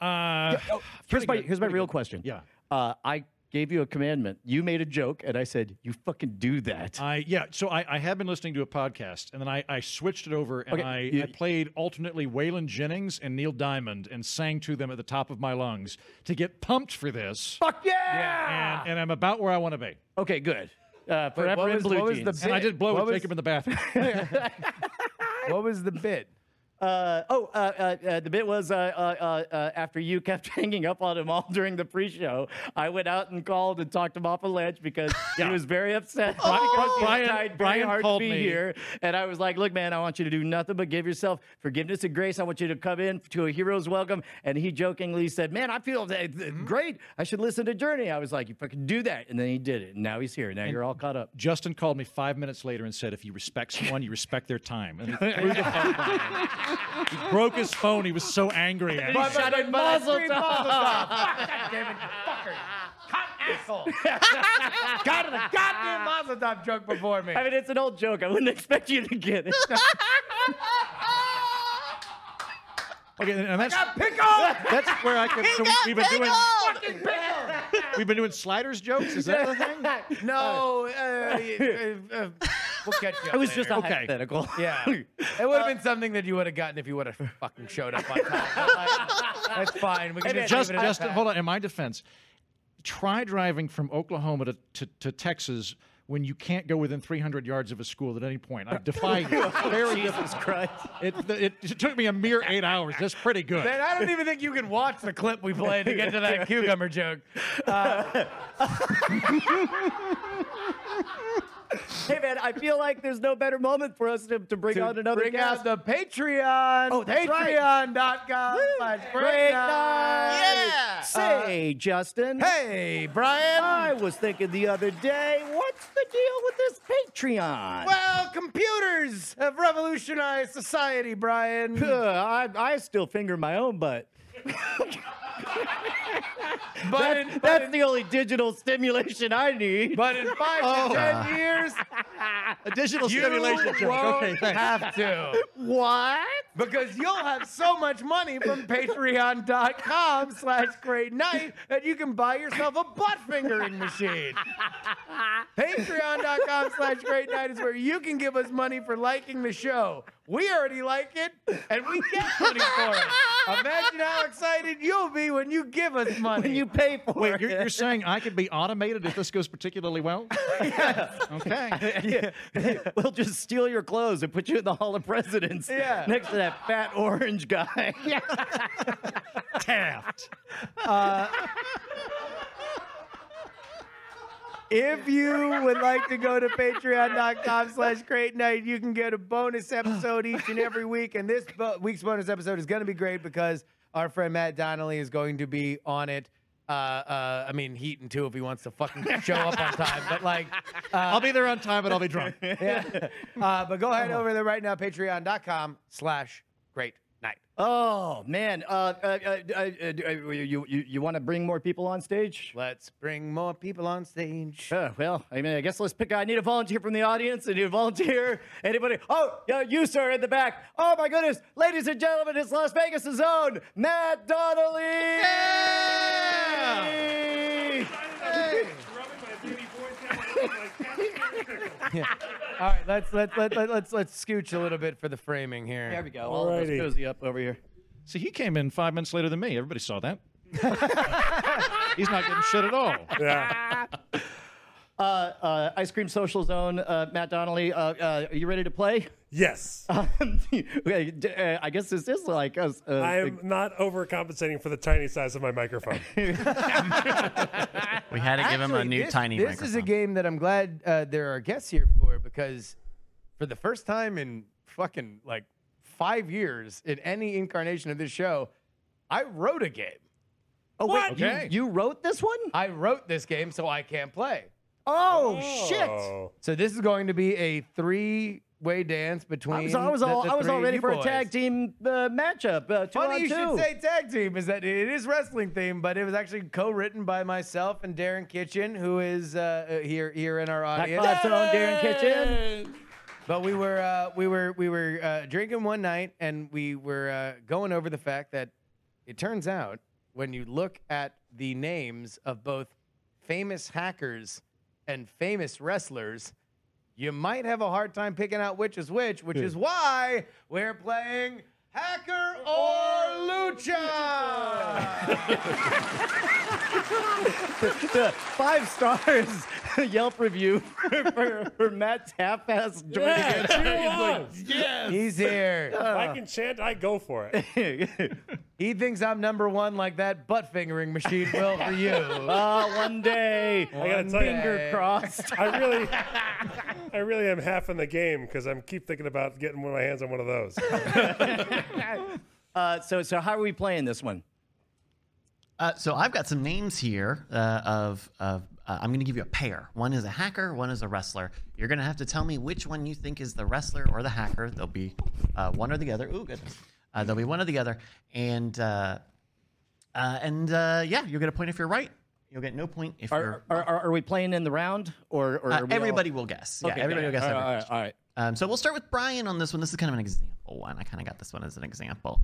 Speaker 3: oh,
Speaker 9: Uh,
Speaker 3: Here's
Speaker 9: pretty
Speaker 3: my
Speaker 9: good,
Speaker 3: here's my
Speaker 9: pretty
Speaker 3: real
Speaker 9: good.
Speaker 3: question.
Speaker 9: Yeah.
Speaker 3: Uh, I gave you a commandment. You made a joke, and I said you fucking do that.
Speaker 9: I yeah. So I, I have been listening to a podcast, and then I, I switched it over, and
Speaker 3: Okay,
Speaker 9: I,
Speaker 3: you-
Speaker 9: I played alternately Waylon Jennings and Neil Diamond, and sang to them at the top of my lungs to get pumped for this.
Speaker 3: Fuck yeah!
Speaker 9: And, and I'm about where I want to be.
Speaker 3: Okay, good. Uh, forever
Speaker 2: what
Speaker 3: in
Speaker 2: was-
Speaker 3: blue
Speaker 2: what was the
Speaker 3: jeans.
Speaker 9: And I
Speaker 2: Bit.
Speaker 9: did blow
Speaker 2: What
Speaker 9: and
Speaker 2: was-
Speaker 9: take him in the bathroom.
Speaker 2: What was the bit?
Speaker 3: Uh, oh, uh, uh, uh, the bit was uh, uh, uh, uh, after you kept hanging up on him all during the pre-show. I went out and called and talked him off a ledge because
Speaker 9: Yeah.
Speaker 3: he was very upset.
Speaker 9: Oh.
Speaker 3: because he was
Speaker 9: Brian-
Speaker 3: trying very
Speaker 9: Brian
Speaker 3: hard
Speaker 9: called
Speaker 3: to be
Speaker 9: me.
Speaker 3: here, and I was like, "Look, man, I want you to do nothing but give yourself forgiveness and grace. I want you to come in to a hero's welcome." And he jokingly said, "Man, I feel th- th-
Speaker 9: Mm-hmm.
Speaker 3: great. I should listen to Journey." I was like, "You fucking do that," and then he did it. And now he's here. Now you're all caught up.
Speaker 9: Justin called me five minutes later and said, "If you respect someone, you respect their time." And he threw the phone down. He broke his phone. He was so angry. at me.
Speaker 3: Shouted, "Mazel tov."
Speaker 2: Asshole. Got the goddamn Mazel Tov joke before me.
Speaker 3: I mean, it's an old joke. I wouldn't expect you to get it.
Speaker 9: Okay, and that's
Speaker 2: Pickle.
Speaker 9: that's where I could. So we, we've been doing. We've been doing sliders jokes. Is that the thing?
Speaker 2: No. Uh, uh, uh, we'll catch you.
Speaker 3: It was just a
Speaker 9: Okay.
Speaker 3: hypothetical.
Speaker 2: Yeah. Uh, It would have been something that you would have gotten if you would have fucking showed up on time. But, like, That's fine. We can just,
Speaker 9: just,
Speaker 2: leave it at
Speaker 9: just
Speaker 2: that.
Speaker 9: hold on. In my defense, try driving from Oklahoma to, to, to Texas when you can't go within 300 yards of a school at any point. I defy you. It's Very
Speaker 3: Jesus Christ.
Speaker 9: difficult. It, it took me a mere eight hours. That's pretty good.
Speaker 2: Man, I don't even think you can watch the clip we played to get to that cucumber joke.
Speaker 3: Hey, man, I feel like there's no better moment for us to, to bring on another
Speaker 2: Bring
Speaker 3: guest.
Speaker 2: out the Patreon.
Speaker 3: Oh, that's right.
Speaker 2: Patreon.com slash break night.
Speaker 3: Say, Justin.
Speaker 2: Hey, Brian.
Speaker 3: I was thinking the other day, what's the deal with this Patreon?
Speaker 2: Well, computers have revolutionized society, Brian.
Speaker 3: Uh, I, I still finger my own butt.
Speaker 2: But in, but
Speaker 3: That's
Speaker 2: in,
Speaker 3: the only digital stimulation I need.
Speaker 2: but in five to ten years,
Speaker 9: Oh. Additional
Speaker 2: you
Speaker 9: stimulation joke.
Speaker 2: won't
Speaker 9: Okay, thanks.
Speaker 2: have to.
Speaker 3: what?
Speaker 2: Because you'll have so much money from patreon.com slash great night that you can buy yourself a butt fingering machine. patreon.com slash great night is where you can give us money for liking the show. We already like it, and we get money for it. Imagine how excited you'll be when you give us money.
Speaker 3: when you pay for
Speaker 9: Wait,
Speaker 3: it.
Speaker 9: you're, you're saying I could be automated if this goes particularly well? Okay.
Speaker 3: we'll just steal your clothes and put you in the Hall of Presidents
Speaker 2: Yeah.
Speaker 3: next to that fat orange guy.
Speaker 9: Taft.
Speaker 2: If you would like to go to patreon.com slash great night, you can get a bonus episode each and every week. And this bo- week's bonus episode is going to be great because our friend Matt Donnelly is going to be on it. Uh, uh, I mean, Heaton too, if he wants to fucking show up on time. But like,
Speaker 9: I'll be there on time, but I'll be drunk.
Speaker 2: yeah. Uh, but go ahead over there right now, patreon.com slash great night.
Speaker 3: oh man, uh, uh, uh, uh, uh, do- uh, you you, you want to bring more people on stage?
Speaker 2: Let's bring more people on stage.
Speaker 3: Uh, well, I mean, I guess let's pick. I need a volunteer from the audience. I need a volunteer. Anybody? Oh, yeah, you, sir, in the back. Oh my goodness, ladies and gentlemen, it's Las Vegas' own Matt Donnelly.
Speaker 2: All right, let's let's let, let, let's let's scooch a little bit for the framing here.
Speaker 3: There we go. All of us
Speaker 7: Alrighty.
Speaker 3: cozy up over here.
Speaker 9: See, he came in five minutes later than me. Everybody saw that. He's not getting shit at all.
Speaker 7: Yeah.
Speaker 3: Uh, uh, Ice Cream Social Zone, uh, Matt Donnelly. Uh, uh, are you ready to play?
Speaker 7: Yes.
Speaker 3: Okay, d- uh, I guess this is like us. Uh,
Speaker 7: I am not overcompensating for the tiny size of my microphone.
Speaker 4: We had to give him a
Speaker 2: Actually,
Speaker 4: new
Speaker 2: this,
Speaker 4: tiny
Speaker 2: This
Speaker 4: microphone.
Speaker 2: is a game that I'm glad uh, there are guests here for because for the first time in fucking like five years in any incarnation of this show, I wrote a game.
Speaker 3: oh wait, you-
Speaker 9: Okay.
Speaker 3: you, wrote this one?
Speaker 2: I wrote this game so I can't play.
Speaker 3: Oh, shit!
Speaker 7: Oh.
Speaker 2: So this is going to be a three way dance between.
Speaker 3: I was, I was
Speaker 2: the-
Speaker 3: all
Speaker 2: the
Speaker 3: I was all
Speaker 2: three
Speaker 3: ready
Speaker 2: you
Speaker 3: for a
Speaker 2: boys.
Speaker 3: tag team uh, matchup. Uh, two
Speaker 2: Funny
Speaker 3: on
Speaker 2: you
Speaker 3: two.
Speaker 2: should say tag team is that it is wrestling theme, but it was actually co-written by myself and Darren Kitchen, who is uh, uh, here here in our
Speaker 3: High
Speaker 2: audience.
Speaker 3: five to our Darren Kitchen.
Speaker 2: But we were uh, we were we were uh, drinking one night, and we were uh, going over the fact that it turns out when you look at the names of both famous hackers and famous wrestlers, you might have a hard time picking out which is which,
Speaker 3: Hmm.
Speaker 2: which is why we're playing Hacker or Lucha.
Speaker 3: Five stars Yelp review for, for Matt's half-assed drinking.
Speaker 7: Yeah, cheer
Speaker 2: He's here.
Speaker 7: on. I can chant, I go for it.
Speaker 2: He thinks I'm number one like that butt fingering machine will for you.
Speaker 3: Ah, one day.
Speaker 7: I gotta tell
Speaker 2: day.
Speaker 7: you,
Speaker 3: Crossed.
Speaker 7: I really, I really am half in the game because I'm keep thinking about getting one of my hands on one of those.
Speaker 3: Uh, so, so how are we playing this one?
Speaker 4: Uh, so I've got some names here uh, of of uh, I'm going to give you a pair. One is a hacker, one is a wrestler. You're going to have to tell me which one you think is the wrestler or the hacker. There'll be uh, one or the other. Ooh, goodness. Uh, there'll be one or the other, and uh, uh, and uh, yeah, you'll get a point if you're right. You'll get no point if
Speaker 3: Are,
Speaker 4: you're.
Speaker 3: are, are, are we playing in the round or, or
Speaker 4: Uh,
Speaker 3: are we all-
Speaker 4: everybody will guess. Yeah, everybody will guess.
Speaker 3: All
Speaker 4: every
Speaker 3: right,
Speaker 4: question.
Speaker 3: all right.
Speaker 4: Um, so we'll start with Brian on this one. This is kind of an example one. I kind of got this one as an example.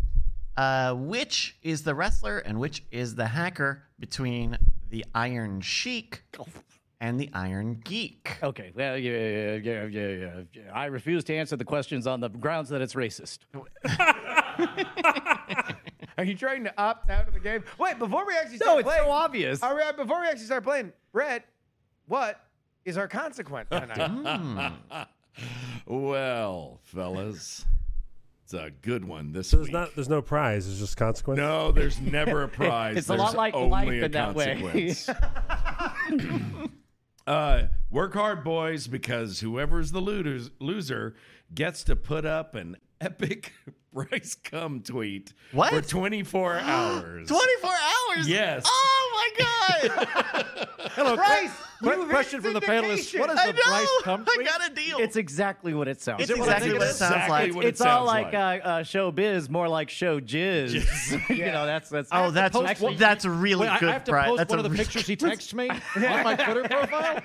Speaker 4: Uh, which is the wrestler and which is the hacker between the Iron Sheik and the Iron Geek?
Speaker 3: Okay. Well, yeah, yeah, yeah, yeah, yeah, yeah. I refuse to answer the questions on the grounds that it's racist.
Speaker 2: Are you trying to opt out of the game? Wait, before we actually start
Speaker 3: No, it's
Speaker 2: playing,
Speaker 3: so obvious.
Speaker 2: All right, before we actually start playing, Brett, what is our consequence tonight?
Speaker 1: Well, fellas, it's a good one this
Speaker 7: There's
Speaker 1: week.
Speaker 7: not, there's no prize. There's just consequence.
Speaker 1: no, there's never a prize.
Speaker 3: It's a
Speaker 1: There's
Speaker 3: lot like
Speaker 1: only
Speaker 3: life
Speaker 1: a
Speaker 3: in that way.
Speaker 1: consequence. uh, work hard, boys, because whoever's the looters, loser gets to put up an epic Bryce Cum tweet
Speaker 4: What?
Speaker 1: for 24 hours.
Speaker 4: 24 hours?
Speaker 1: Yes.
Speaker 4: Oh my God.
Speaker 9: Hello,
Speaker 2: Bryce,
Speaker 9: Quick
Speaker 2: you've
Speaker 9: question from the
Speaker 2: hit
Speaker 9: panelists. What is
Speaker 4: I
Speaker 9: the Bryce
Speaker 4: know.
Speaker 9: Cum
Speaker 4: I
Speaker 9: tweet?
Speaker 4: got a deal.
Speaker 3: It's exactly what it sounds.
Speaker 4: It's
Speaker 3: like.
Speaker 4: exactly what it sounds
Speaker 1: exactly
Speaker 4: like.
Speaker 1: what it
Speaker 3: it's all
Speaker 1: sounds
Speaker 3: like, Uh, uh, show biz, more like show jizz. you know, that's that's.
Speaker 4: oh, that's
Speaker 9: post actually- one-
Speaker 4: that's really
Speaker 9: Wait, I-
Speaker 4: good,
Speaker 9: I have to
Speaker 4: Brian.
Speaker 9: post
Speaker 4: That's
Speaker 9: one
Speaker 4: a
Speaker 9: of the
Speaker 4: really
Speaker 9: pictures he texts me on my Twitter profile.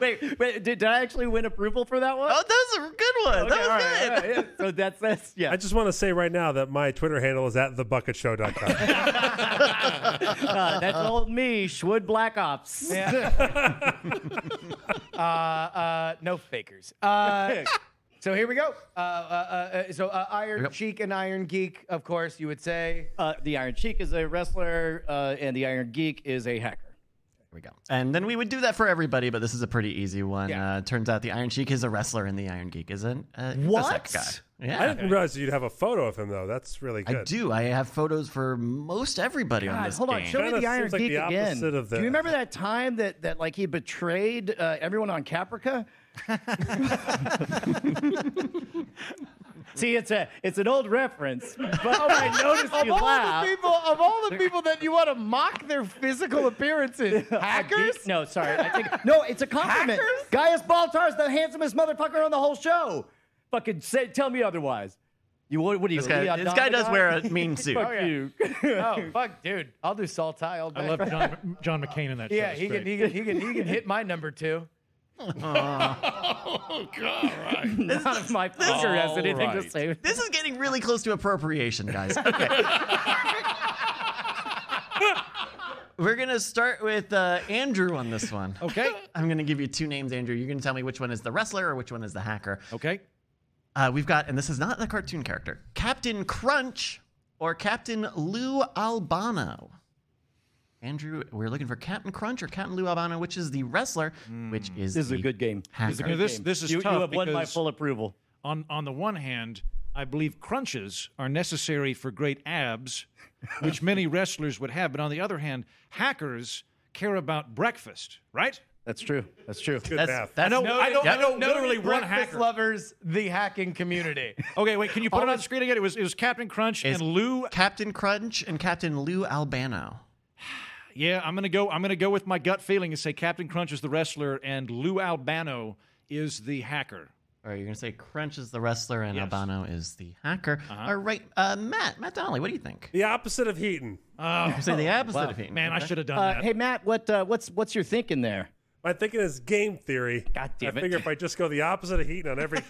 Speaker 3: wait, wait, did, did I actually win approval for that one?
Speaker 4: Oh, that was a good one.
Speaker 3: Okay,
Speaker 4: that
Speaker 3: all
Speaker 4: was
Speaker 3: right,
Speaker 4: good.
Speaker 3: all right, yeah. So that's that's yeah.
Speaker 7: I just want to say right now that my Twitter handle is at thebucketshow.com.
Speaker 3: Uh, that's old me, Schwood Black Ops.
Speaker 2: uh, uh, no fakers. Uh, So here we go. Uh, uh, uh, so uh, Iron
Speaker 4: Yep.
Speaker 2: Cheek and Iron Geek, of course, you would say.
Speaker 3: Uh, the Iron Cheek is a wrestler, uh, and the Iron Geek is a hacker.
Speaker 4: we go. And then we would do that for everybody, but this is a pretty easy one.
Speaker 2: Yeah.
Speaker 4: Uh, turns out the Iron Cheek is a wrestler and the Iron Geek isn't. Uh,
Speaker 2: What?
Speaker 4: Guy. Yeah.
Speaker 7: I didn't realize you'd have a photo of him though. That's really good.
Speaker 4: I do. I have photos for most everybody on
Speaker 3: God,
Speaker 4: this
Speaker 3: hold on.
Speaker 4: game.
Speaker 3: Show me
Speaker 7: Kinda
Speaker 3: the Iron
Speaker 7: seems like
Speaker 3: Geek
Speaker 7: the
Speaker 3: again.
Speaker 7: opposite of
Speaker 3: Do you
Speaker 7: the-
Speaker 3: remember that time that that like he betrayed uh, everyone on Caprica? See, it's a it's an old reference, but I noticed
Speaker 2: Of
Speaker 3: you
Speaker 2: all
Speaker 3: laugh.
Speaker 2: the people, of all the people that you want to mock their physical appearances, hackers.
Speaker 3: Uh, No, sorry. I take, no, it's a compliment.
Speaker 2: Hackers?
Speaker 3: Gaius Baltar is the handsomest motherfucker on the whole show. Fucking say, tell me otherwise. You what? What are you?
Speaker 4: This guy,
Speaker 3: Leon
Speaker 4: this guy does
Speaker 3: Donovan?
Speaker 4: wear a mean suit.
Speaker 3: Fuck
Speaker 2: yeah.
Speaker 3: you.
Speaker 2: Oh fuck, dude! I'll do Salty all day.
Speaker 9: I love John, John McCain in that show.
Speaker 2: yeah,
Speaker 9: It's
Speaker 2: he
Speaker 9: great.
Speaker 2: can, he can he can he can hit my number two.
Speaker 1: Oh, God, right.
Speaker 3: None of my pleasure has
Speaker 1: All
Speaker 3: anything to
Speaker 1: right.
Speaker 3: say. with-
Speaker 4: This is getting really close to appropriation, guys. Okay. We're going to start with uh, Andrew on this one.
Speaker 9: Okay.
Speaker 4: I'm going to give you two names, Andrew. You're going to tell me which one is the wrestler or which one is the hacker.
Speaker 9: Okay.
Speaker 4: Uh, we've got, and this is not the cartoon character, Captain Crunch or Captain Lou Albano. Andrew, we're looking for Captain Crunch or Captain Lou Albano, which is the wrestler, which
Speaker 9: Hmm.
Speaker 4: is
Speaker 3: This is a
Speaker 4: the
Speaker 3: good game.
Speaker 4: hacker.
Speaker 9: Now, this this is
Speaker 3: you,
Speaker 9: tough
Speaker 3: you have won my
Speaker 9: because
Speaker 3: full approval.
Speaker 9: on on the one hand, I believe crunches are necessary for great abs, which many wrestlers would have. But on the other hand, hackers care about breakfast, right?
Speaker 3: That's true. That's true.
Speaker 7: Good
Speaker 4: That's,
Speaker 7: math.
Speaker 4: that's
Speaker 9: No, I don't. I
Speaker 4: Yep.
Speaker 9: know
Speaker 2: No,
Speaker 9: literally one
Speaker 2: breakfast
Speaker 9: hacker.
Speaker 2: lovers, the hacking community.
Speaker 9: Okay, wait. Can you put it on
Speaker 4: Always-
Speaker 9: screen again? It was it was Captain Crunch
Speaker 4: Is-
Speaker 9: and Lou.
Speaker 4: Captain Crunch and Captain Lou Albano.
Speaker 9: Yeah, I'm gonna go. I'm gonna go with my gut feeling and say Captain Crunch is the wrestler and Lou Albano is the hacker.
Speaker 4: All right, you're gonna say Crunch is the wrestler and
Speaker 9: Yes.
Speaker 4: Albano is the hacker. All right, uh, Matt, Matt Donnelly, what do you think?
Speaker 7: The opposite of Heaton.
Speaker 4: You say the opposite of him.
Speaker 9: Man, I should have done
Speaker 3: Uh,
Speaker 9: that.
Speaker 3: hey Matt, what uh, what's what's your thinking there?
Speaker 7: My thinking is game theory.
Speaker 3: God damn
Speaker 7: I
Speaker 3: it.
Speaker 7: figure if I just go the opposite of Heaton on every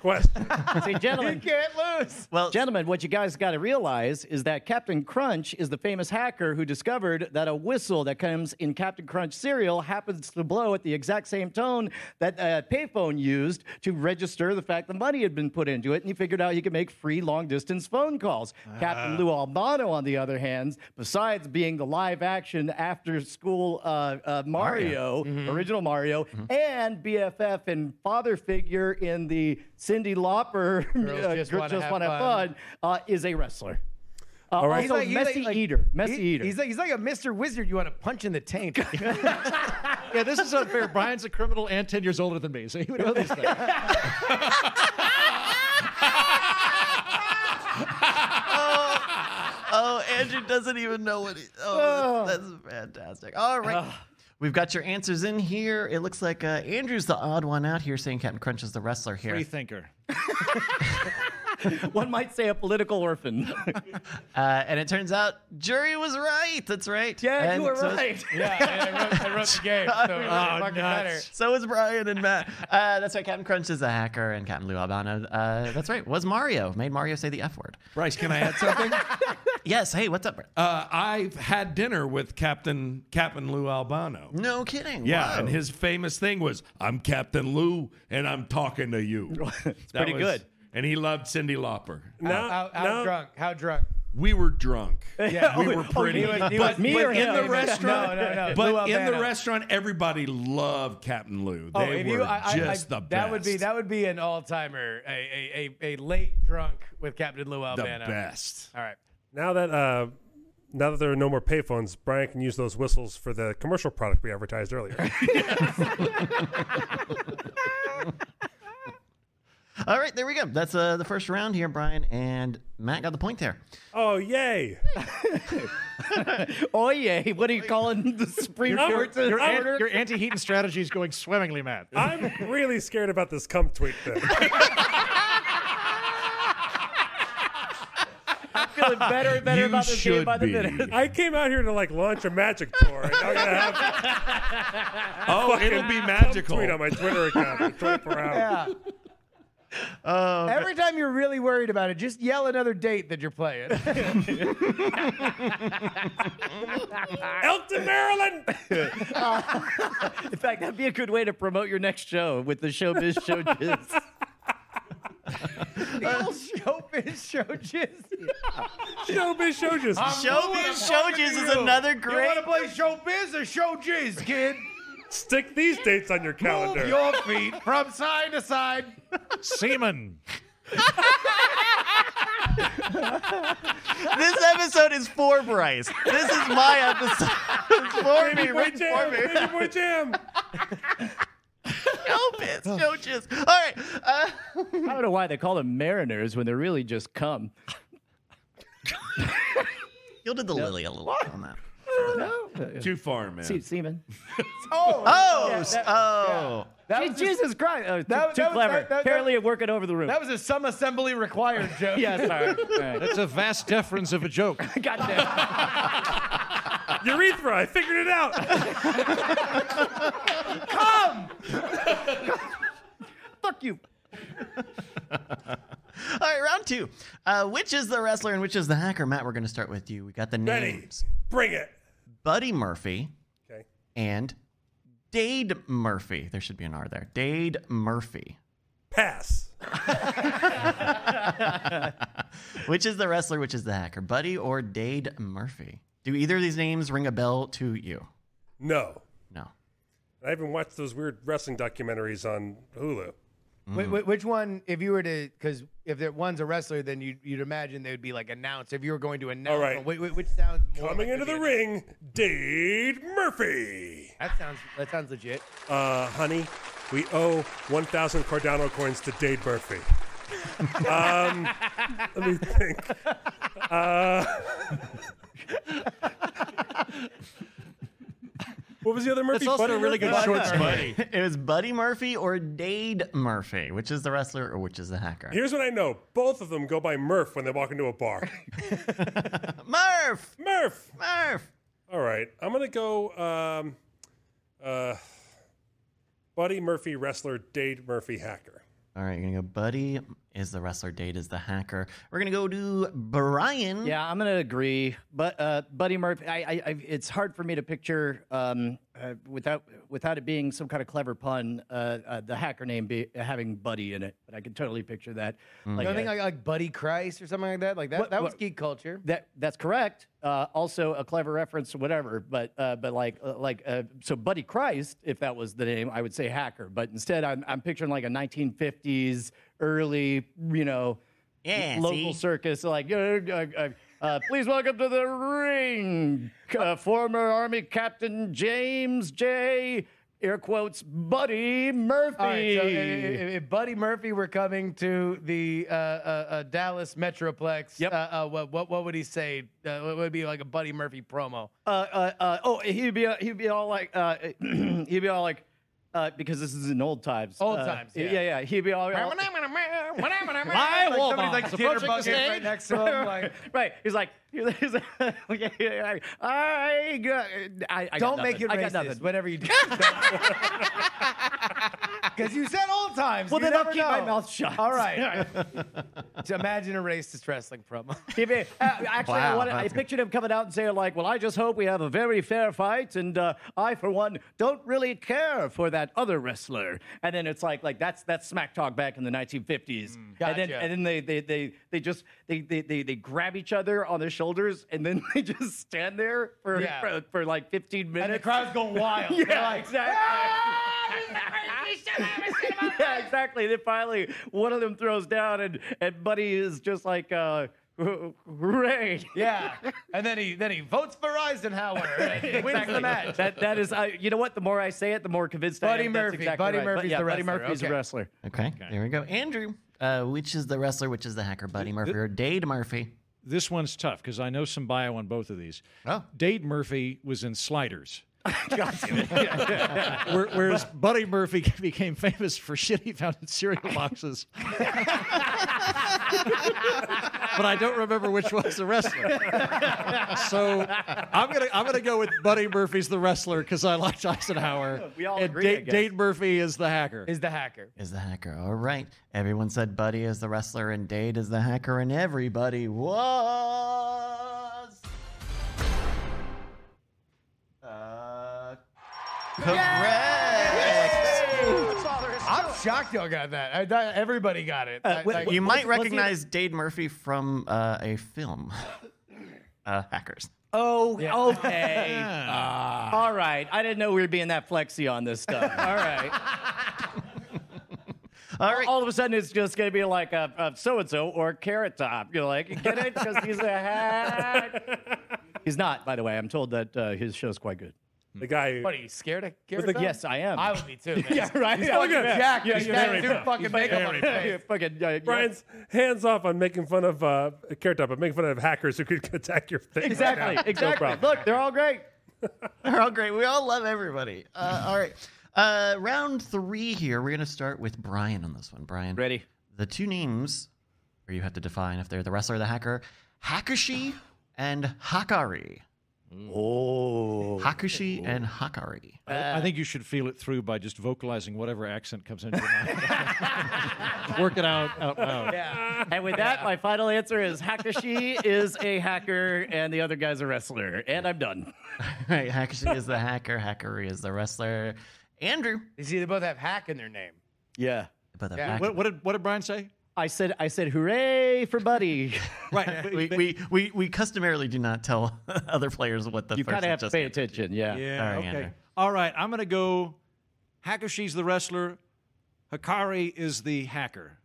Speaker 7: question.
Speaker 3: Say, gentlemen,
Speaker 2: Can't lose.
Speaker 4: Well,
Speaker 3: gentlemen, what you guys got to realize is that Captain Crunch is the famous hacker who discovered that a whistle that comes in Captain Crunch cereal happens to blow at the exact same tone that a payphone used to register the fact that money had been put into it, and he figured out he could make free long distance phone calls.
Speaker 2: Ah.
Speaker 3: Captain Lou Albano, on the other hand, besides being the live action after school uh, uh, Mario,
Speaker 2: Mm-hmm.
Speaker 3: original Mario, and BFF and father figure in the Cindy Lauper
Speaker 2: Girls Just
Speaker 3: Girls
Speaker 2: Wanna Have
Speaker 3: Wanna
Speaker 2: Fun.
Speaker 3: uh, is a wrestler. Uh,
Speaker 7: right.
Speaker 3: Also,
Speaker 2: he's
Speaker 3: messy eater, messy
Speaker 2: he-
Speaker 3: eater.
Speaker 2: He's like he's like a Mr. Wizard. You want to punch in the taint?
Speaker 9: yeah, this is unfair. Brian's a criminal and ten years older than me, so he would know this thing.
Speaker 4: oh, Andrew doesn't even know what he. Oh, that's, that's fantastic. All right. We've got your answers in here. It looks like uh, Andrew's the odd one out here, saying Captain Crunch is the wrestler here.
Speaker 9: Free thinker.
Speaker 3: One might say a political orphan.
Speaker 4: Uh, and it turns out jury was right. That's right.
Speaker 3: yeah,
Speaker 4: And
Speaker 3: you were
Speaker 4: so-
Speaker 3: right.
Speaker 2: yeah, I wrote, I wrote the game. So it
Speaker 9: Oh,
Speaker 2: fucking
Speaker 9: nuts.
Speaker 2: better.
Speaker 4: So is Brian and Matt. Uh, that's right. Captain Crunch is a hacker, and Captain Lou Albano. Uh, that's right. Was Mario made Mario say the F word?
Speaker 1: Bryce, can I add something?
Speaker 4: Yes. Hey, what's up? Brian?
Speaker 1: Uh, I've had dinner with Captain Captain Lou Albano.
Speaker 4: no kidding.
Speaker 1: Yeah,
Speaker 4: Wow.
Speaker 1: and his famous thing was, "I'm Captain Lou, and I'm talking to you." it's
Speaker 3: pretty good.
Speaker 1: And he loved Cindy Lauper.
Speaker 7: Now,
Speaker 2: How, how
Speaker 7: now-
Speaker 2: drunk? How drunk?
Speaker 1: We were drunk.
Speaker 2: Yeah.
Speaker 1: we were pretty.
Speaker 3: Oh, he was- he
Speaker 1: but
Speaker 3: was me
Speaker 1: but
Speaker 3: or
Speaker 1: in
Speaker 3: him?
Speaker 1: the
Speaker 3: No,
Speaker 1: restaurant,
Speaker 2: no, no, Lou
Speaker 1: but in the
Speaker 2: Albano.
Speaker 1: restaurant, everybody loved Captain Lou.
Speaker 3: Oh,
Speaker 1: They were just the best.
Speaker 2: That would be that would be an all timer, a, a a a late drunk with Captain Lou
Speaker 1: the
Speaker 2: Albano.
Speaker 1: best.
Speaker 2: All right.
Speaker 7: now that uh, now that there are no more payphones, Brian can use those whistles for the commercial product we advertised earlier.
Speaker 4: All right, there we go. That's uh, the first round here, Brian and Matt got the point there.
Speaker 7: oh yay!
Speaker 3: Oh yeah, what are you calling the Supreme
Speaker 7: You're-
Speaker 3: Court?
Speaker 7: you're-
Speaker 9: Your, an-
Speaker 7: Order.
Speaker 9: your anti-heating strategy is going swimmingly, Matt.
Speaker 7: I'm really scared about this cum tweet thing.
Speaker 3: I'm feeling better and better
Speaker 1: You
Speaker 3: about this game
Speaker 1: should
Speaker 3: by the
Speaker 1: be.
Speaker 3: minute.
Speaker 7: I came out here to like launch a magic tour, and now I'm gonna have
Speaker 1: Oh, it'll be
Speaker 7: a
Speaker 1: magical.
Speaker 7: tweet on my Twitter account for 24 hours.
Speaker 2: Yeah. Every time you're really worried about it, just yell another date that you're playing.
Speaker 7: Elton, Maryland.
Speaker 3: In fact, that'd be a good way to promote your next show with the showbiz show jizz.
Speaker 8: Neil Showbiz Show Jizz.
Speaker 7: Showbiz Shojas.
Speaker 4: Um, Showbiz Shojas is another
Speaker 2: You want
Speaker 4: great.
Speaker 2: to play showbiz or show jizz, kid?
Speaker 7: Stick these dates on your
Speaker 2: Move
Speaker 7: calendar.
Speaker 2: your feet from side to side.
Speaker 9: Seaman.
Speaker 4: This episode is for Bryce. This is my episode. It's for me.
Speaker 7: Baby boy
Speaker 4: written for
Speaker 7: jam.
Speaker 4: me.
Speaker 7: Baby boy jam.
Speaker 4: Showbiz Shojas. All right. Uh,
Speaker 3: I don't know why they call them mariners when they're really just cum.
Speaker 4: Gilded the Lily a little bit on that.
Speaker 1: Too far, man.
Speaker 3: Se- semen.
Speaker 4: Oh, s- oh.
Speaker 3: Je- Jesus Christ. Oh, too,
Speaker 8: that was-
Speaker 3: too
Speaker 8: that was-
Speaker 3: clever.
Speaker 8: that- that-
Speaker 3: Apparently, it working over the room.
Speaker 8: That was a some assembly required joke.
Speaker 3: yeah, sorry. All right.
Speaker 9: That's a vast deference of a joke.
Speaker 3: God damn.
Speaker 7: Urethra. I figured it out.
Speaker 3: Fuck you.
Speaker 4: All right, round two. Uh, which is the wrestler and which is the hacker? Matt, we're going to start with you. We got the
Speaker 7: Ready.
Speaker 4: names
Speaker 7: Bring it.
Speaker 4: Buddy Murphy
Speaker 7: Okay.
Speaker 4: and Dade Murphy. There should be an R there. Dade Murphy.
Speaker 7: Pass.
Speaker 4: Which is the wrestler, which is the hacker? Buddy or Dade Murphy? Do either of these names ring a bell to you?
Speaker 7: No.
Speaker 4: No.
Speaker 7: I even watched those weird wrestling documentaries on Hulu.
Speaker 6: Wh- wh- which one, if you were to, because if there, one's a wrestler, then you'd, you'd imagine they would be like announced. If you were going to announce,
Speaker 7: All right.
Speaker 6: wh- wh- which sounds more
Speaker 7: Coming
Speaker 6: like
Speaker 7: into the
Speaker 6: legit.
Speaker 7: ring, Dade Murphy.
Speaker 6: That sounds that sounds legit.
Speaker 7: Uh, honey, we owe 1,000 Cardano coins to Dade Murphy. um, let me think. Uh, what was the other Murphy?
Speaker 9: It's also a
Speaker 7: Butter
Speaker 9: really good
Speaker 7: Murphy?
Speaker 9: short story.
Speaker 4: It was Buddy Murphy or Dade Murphy. Which is the wrestler or which is the hacker?
Speaker 7: Here's what I know. Both of them go by Murph when they walk into a bar.
Speaker 4: Murph!
Speaker 7: Murph!
Speaker 4: Murph!
Speaker 7: All right. I'm going to go um, uh, Buddy Murphy wrestler, Dade Murphy hacker.
Speaker 4: All right, you're going to go Buddy is the wrestler, Dade is the hacker. We're going to go to Brian.
Speaker 3: Yeah, I'm gonna agree, but uh, Buddy Murphy, I, I, I, it's hard for me to picture um, uh, without without it being some kind of clever pun. Uh, uh, the hacker name be, having Buddy in it, but I can totally picture that.
Speaker 2: Mm.
Speaker 3: Like,
Speaker 6: I think
Speaker 3: uh,
Speaker 6: like, like Buddy Christ or something like that. Like that.
Speaker 3: What-
Speaker 6: that was
Speaker 3: what-
Speaker 6: geek culture.
Speaker 3: that that's correct. Uh, also, a clever reference to whatever, but uh, but like uh, like uh, so, Buddy Christ, if that was the name, I would say hacker. But instead, I'm I'm picturing like a 1950s early, you know,
Speaker 4: Yeah,
Speaker 3: local
Speaker 4: see?
Speaker 3: circus. Like, uh, uh, uh, uh, please welcome to the ring, uh, former Army Captain James J. Air quotes, Buddy Murphy.
Speaker 6: All right, so i- i- i- if, Buddy Murphy were coming to the uh, uh, uh, Dallas Metroplex,
Speaker 3: Yep.
Speaker 6: uh, uh, what, what what would he say? Uh, what would be like a Buddy Murphy promo?
Speaker 3: uh, uh, uh, oh, he'd be uh, he'd be all like uh, he'd be all like uh, because this is in old times.
Speaker 6: Old
Speaker 3: uh,
Speaker 6: times, yeah.
Speaker 3: yeah, yeah. He'd be all, all
Speaker 6: My
Speaker 9: wall
Speaker 6: Somebody's like
Speaker 9: bombs
Speaker 6: jitterbugging
Speaker 9: approaching the stage.
Speaker 6: right next to him. Like,
Speaker 3: right. He's like, he's like okay, yeah, yeah, I, got, I, I got
Speaker 6: don't make
Speaker 3: nothing.
Speaker 6: it
Speaker 3: I got
Speaker 6: racist.
Speaker 3: nothing.
Speaker 6: Whatever you do, because you said old times.
Speaker 3: Well,
Speaker 6: you
Speaker 3: then I'll
Speaker 6: never
Speaker 3: keep my
Speaker 6: know.
Speaker 3: mouth shut.
Speaker 6: All right. So Imagine a racist wrestling promo.
Speaker 3: Give me- uh, actually, I,
Speaker 4: Wow,
Speaker 3: wanted, I
Speaker 4: that's-
Speaker 3: pictured him coming out and saying, like, well, I just hope we have a very fair fight, and uh, I, for one, don't really care for that other wrestler. And then it's like, like that's that's smack talk back in the 1950s. And then
Speaker 6: Mm, Gotcha.
Speaker 3: and then they they they, they just they, they they they grab each other on their shoulders, and then they just stand there for
Speaker 6: Yeah.
Speaker 3: for, for, like 15 minutes.
Speaker 6: And the crowd's going wild.
Speaker 3: yeah,
Speaker 6: They're like, "Ah!"
Speaker 3: exactly. yeah, exactly. And then finally, one of them throws down, and and Buddy is just like, uh, great.
Speaker 6: Yeah, and then he then he votes for Eisenhower and he wins the match.
Speaker 3: That that is, I, you know what? The more I say it, the more convinced I
Speaker 6: Buddy
Speaker 3: am.
Speaker 6: Murphy.
Speaker 3: That's exactly
Speaker 6: Buddy
Speaker 3: right. But
Speaker 6: Murphy's
Speaker 3: yeah,
Speaker 6: the
Speaker 3: Buddy
Speaker 6: wrestler.
Speaker 3: Murphy's
Speaker 6: Okay.
Speaker 3: a wrestler.
Speaker 4: Okay, there we go. Andrew, uh, which is the wrestler, which is the hacker? Buddy Murphy or Dade Murphy?
Speaker 9: This one's tough because I know some bio on both of these.
Speaker 4: Oh.
Speaker 9: Dade Murphy was in Sliders. Where- Whereas Buddy Murphy became famous for shit he found in cereal boxes. but I don't remember which was the wrestler. So I'm gonna I'm gonna go with Buddy Murphy's the wrestler because I liked Eisenhower.
Speaker 3: We all
Speaker 9: and
Speaker 3: agree, I
Speaker 9: Dade,
Speaker 3: guess.
Speaker 9: Dade Murphy is the hacker.
Speaker 6: Is the hacker.
Speaker 4: Is the hacker. All right. Everyone said Buddy is the wrestler and Dade is the hacker, and everybody was. Uh, correct.
Speaker 6: I'm
Speaker 2: shocked y'all got that. I thought everybody got it. I-
Speaker 3: wait,
Speaker 2: like-
Speaker 4: Uh, You
Speaker 3: Was-
Speaker 4: might
Speaker 3: was he-
Speaker 4: recognize Dade Murphy from uh, a film, uh, Hackers.
Speaker 3: Oh, okay.
Speaker 6: Ah.
Speaker 3: All right. I didn't know we were being that flexy on this stuff. All right.
Speaker 4: All right.
Speaker 3: All of a sudden, it's just going to be like a, a so-and-so or Carrot Top. You're like, get it? Because he's a hat. He's not, by the way. I'm told that uh, his show's quite good.
Speaker 7: The guy.
Speaker 2: what are you scared of? Garrett Bell?
Speaker 3: Yes, I am.
Speaker 2: I would be too. Man.
Speaker 3: yeah, right.
Speaker 2: He's fucking Jack.
Speaker 3: Yeah,
Speaker 2: He's
Speaker 3: you're
Speaker 2: got
Speaker 7: very
Speaker 2: too
Speaker 7: proud.
Speaker 2: fucking makeup on his
Speaker 3: Yeah,
Speaker 2: face.
Speaker 3: fucking, yeah, yeah.
Speaker 7: Brian's hands off on making fun of uh, Carrot Top, but making fun of hackers who could attack your thing. right
Speaker 3: Exactly.
Speaker 7: now. No
Speaker 3: Exactly.
Speaker 7: problem.
Speaker 3: Look, they're all great.
Speaker 4: They're all Oh, great. We all love everybody. Uh, all right. Uh, round three here. We're going to start with Brian on this one. Brian.
Speaker 3: Ready.
Speaker 4: The two names where you have to define if they're the wrestler or the hacker Hakushi and Hakari.
Speaker 3: Oh.
Speaker 4: Hakushi and Hakari.
Speaker 9: I think you should feel it through by just vocalizing whatever accent comes into your mouth. Work it out out loud.
Speaker 3: And with that, my final answer is Hakashi is a hacker and the other guy's a wrestler. And I'm done.
Speaker 4: Right. Hakushi is the hacker. Hakari is the wrestler. Andrew.
Speaker 2: You see, they both have hack in their name.
Speaker 3: Yeah.
Speaker 4: But the
Speaker 2: Yeah.
Speaker 4: hacker-
Speaker 9: What, what, did, what did Brian say?
Speaker 3: I said I said hooray for Buddy.
Speaker 9: Right. but-
Speaker 4: we,
Speaker 9: but-
Speaker 4: we, we, we customarily do not tell other players what the
Speaker 3: You
Speaker 4: first
Speaker 3: kind of have to
Speaker 4: just
Speaker 3: pay
Speaker 4: happened.
Speaker 3: attention. Yeah.
Speaker 9: yeah.
Speaker 4: All right,
Speaker 9: okay.
Speaker 4: Andrew.
Speaker 9: All right. I'm going to go. Hakushi's the wrestler. Hikari is the hacker.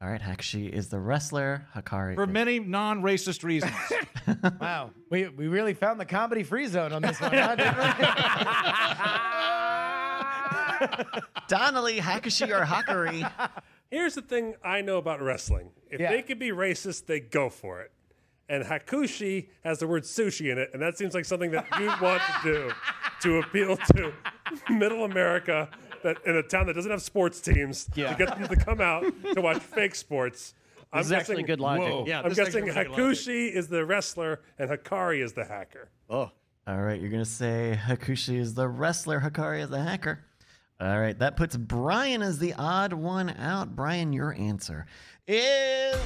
Speaker 4: All right. Hakushi is the wrestler. Hakari.
Speaker 9: For
Speaker 4: is-
Speaker 9: many non racist reasons.
Speaker 2: Wow. We, we really found the comedy free zone on this one. huh, didn't we?
Speaker 4: Donnelly, Hakushi, or Hakari.
Speaker 7: Here's the thing I know about wrestling. If
Speaker 2: Yeah.
Speaker 7: they could be racist, they go for it. And hakushi has the word sushi in it, and that seems like something that you want to do to appeal to middle America that in a town that doesn't have sports teams
Speaker 3: Yeah.
Speaker 7: to get them to come out to watch fake sports. I'm
Speaker 3: This is actually
Speaker 7: guessing-
Speaker 3: good logic.
Speaker 1: Whoa.
Speaker 9: Yeah,
Speaker 7: I'm
Speaker 9: this makes
Speaker 7: guessing
Speaker 9: perfect logic.
Speaker 7: Hakushi is the wrestler and Hakari is the hacker.
Speaker 4: All right, you're gonna say Hakushi is the wrestler, Hakari is the hacker. All right, that puts Brian as the odd one out. Brian, your answer is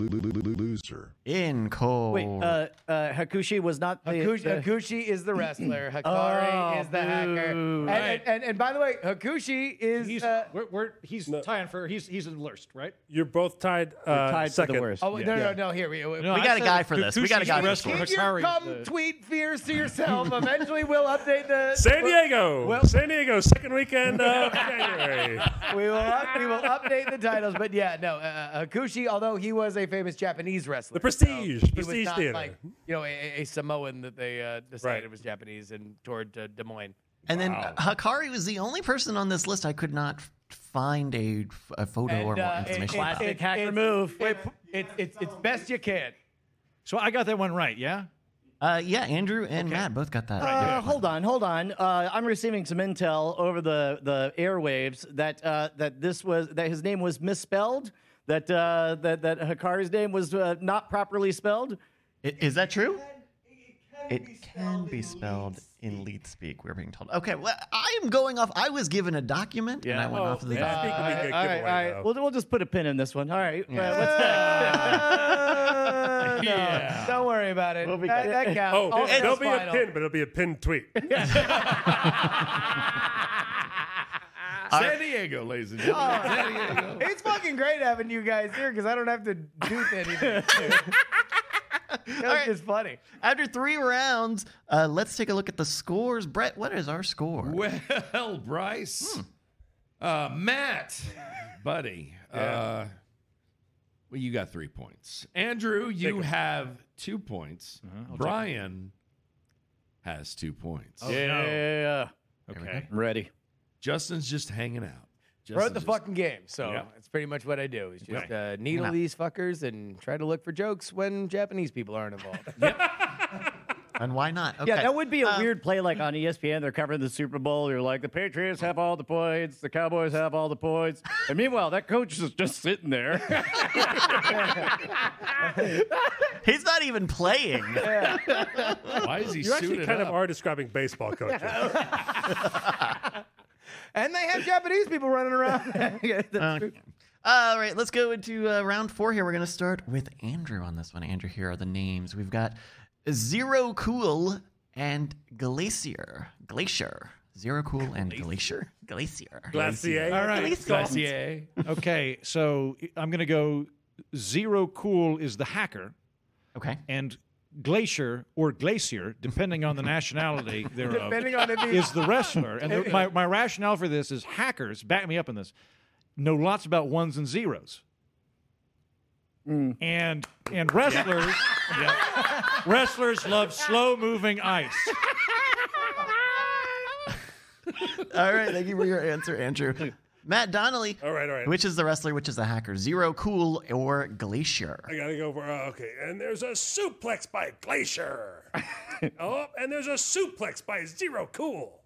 Speaker 10: Loser.
Speaker 4: incorrect.
Speaker 3: Wait, uh, uh, Hakushi was not the,
Speaker 2: Hakushi,
Speaker 3: the-
Speaker 2: Hakushi is the wrestler. Hakari
Speaker 3: Oh,
Speaker 2: is the hacker.
Speaker 3: boo.
Speaker 2: And,
Speaker 9: Right.
Speaker 2: and, and, and by the way, Hakushi is.
Speaker 9: He's,
Speaker 2: uh,
Speaker 9: we're, we're, he's tying for, he's, he's in worst, right?
Speaker 7: You're both tied, uh,
Speaker 3: tied for
Speaker 7: second.
Speaker 3: the worst.
Speaker 2: oh, wait, no, no, no, no. Here we, we,
Speaker 4: We got a guy for this. We got a guy for
Speaker 9: wrestler.
Speaker 2: Keep your
Speaker 9: Hikari's
Speaker 2: cum
Speaker 9: the-
Speaker 2: tweet fears to yourself. Eventually, we'll update the.
Speaker 7: San Diego, San Diego, second weekend of January.
Speaker 2: We will up, we will update the titles, but yeah, no, uh, Hakushi. Although he was a famous Japanese wrestler,
Speaker 7: The Prestige,
Speaker 2: he was
Speaker 7: Prestige
Speaker 2: not
Speaker 7: Theater.
Speaker 2: like you know a, a Samoan that they uh, decided
Speaker 7: Right.
Speaker 2: was Japanese and toured to Des Moines.
Speaker 4: and then Hakari was the only person on this list I could not f- find a, f- a photo or more
Speaker 2: uh,
Speaker 4: information.
Speaker 2: it-
Speaker 4: about.
Speaker 3: Classic
Speaker 2: it-
Speaker 3: hacker
Speaker 2: it-
Speaker 3: move.
Speaker 2: It, it, it's it's best you can.
Speaker 9: So I got that one right, yeah?
Speaker 4: Uh, yeah, Andrew and Matt both got that.
Speaker 3: Uh, Hold on, hold on. Uh, I'm receiving some intel over the, the airwaves that uh, that this was that his name was misspelled. That uh, that that Hakari's name was uh, not properly spelled.
Speaker 4: I- Is that true? It can be spelled in lead speak. We're being told. Okay, well, I am going off. I was given a document, and I went off of the document.
Speaker 7: Speaking of a good
Speaker 2: all right,
Speaker 7: giveaway,
Speaker 2: all right.
Speaker 7: though.
Speaker 3: We'll, we'll just put a pin in this one. All right. Uh, what's
Speaker 2: Uh, no, Don't worry about it. that, that counts.
Speaker 7: Oh,
Speaker 2: All
Speaker 7: it'll
Speaker 2: counts
Speaker 7: be
Speaker 2: final.
Speaker 7: a pin, but it'll be a pinned tweet.
Speaker 1: San Diego, ladies
Speaker 3: Oh,
Speaker 1: and gentlemen. San Diego.
Speaker 2: It's fucking great having you guys here because I don't have to do anything. It's just funny.
Speaker 4: After three rounds, uh, let's take a look at the scores. Brett, what is our score?
Speaker 1: Well, Bryce, uh, Matt, buddy, uh, well, you got three points. Andrew, you have two points. Brian has two points.
Speaker 9: Oh.
Speaker 3: yeah.
Speaker 1: Okay.
Speaker 3: I'm ready.
Speaker 1: Justin's just hanging out. Justin's
Speaker 2: Wrote the
Speaker 1: just-
Speaker 2: fucking game, so
Speaker 1: Yeah.
Speaker 2: that's pretty much what I do. Is just
Speaker 1: Right.
Speaker 2: uh, needle these fuckers and try to look for jokes when Japanese people aren't involved.
Speaker 4: And why not? Okay.
Speaker 3: Yeah, that would be a weird play like on E ESPN. They're covering the Super Bowl. You're like, the Patriots have all the points, the Cowboys have all the points. And meanwhile, that coach is just sitting there.
Speaker 4: He's not even playing.
Speaker 1: Why is he
Speaker 7: You actually
Speaker 1: suited
Speaker 7: kind of
Speaker 1: up?
Speaker 7: are describing baseball coaches.
Speaker 2: and they have Japanese people running around. Yeah, that's true.
Speaker 4: All right, let's go into uh, round four here. We're going to start with Andrew on this one. Andrew, here are the names. We've got Zero Cool and Glacier. Glacier. Zero Cool and Glacier. Glacier.
Speaker 7: Glacier.
Speaker 9: All right.
Speaker 1: Glacier.
Speaker 9: Okay, so I'm going to go Zero Cool is the hacker,
Speaker 4: Okay.
Speaker 9: and Glacier or Glacier, depending on the nationality thereof,
Speaker 2: Depending on if he
Speaker 9: is the wrestler. And the, my, my rationale for this is hackers, back me up on this, know lots about ones and zeros. And and wrestlers wrestlers love slow moving ice.
Speaker 4: All right. Thank you for your answer, Andrew. Matt Donnelly.
Speaker 7: All right, all right.
Speaker 4: Which is the wrestler? Which is the hacker? Zero Cool or Glacier?
Speaker 7: I gotta go for oh, okay. And there's a suplex by Glacier. oh, and there's a suplex by Zero Cool.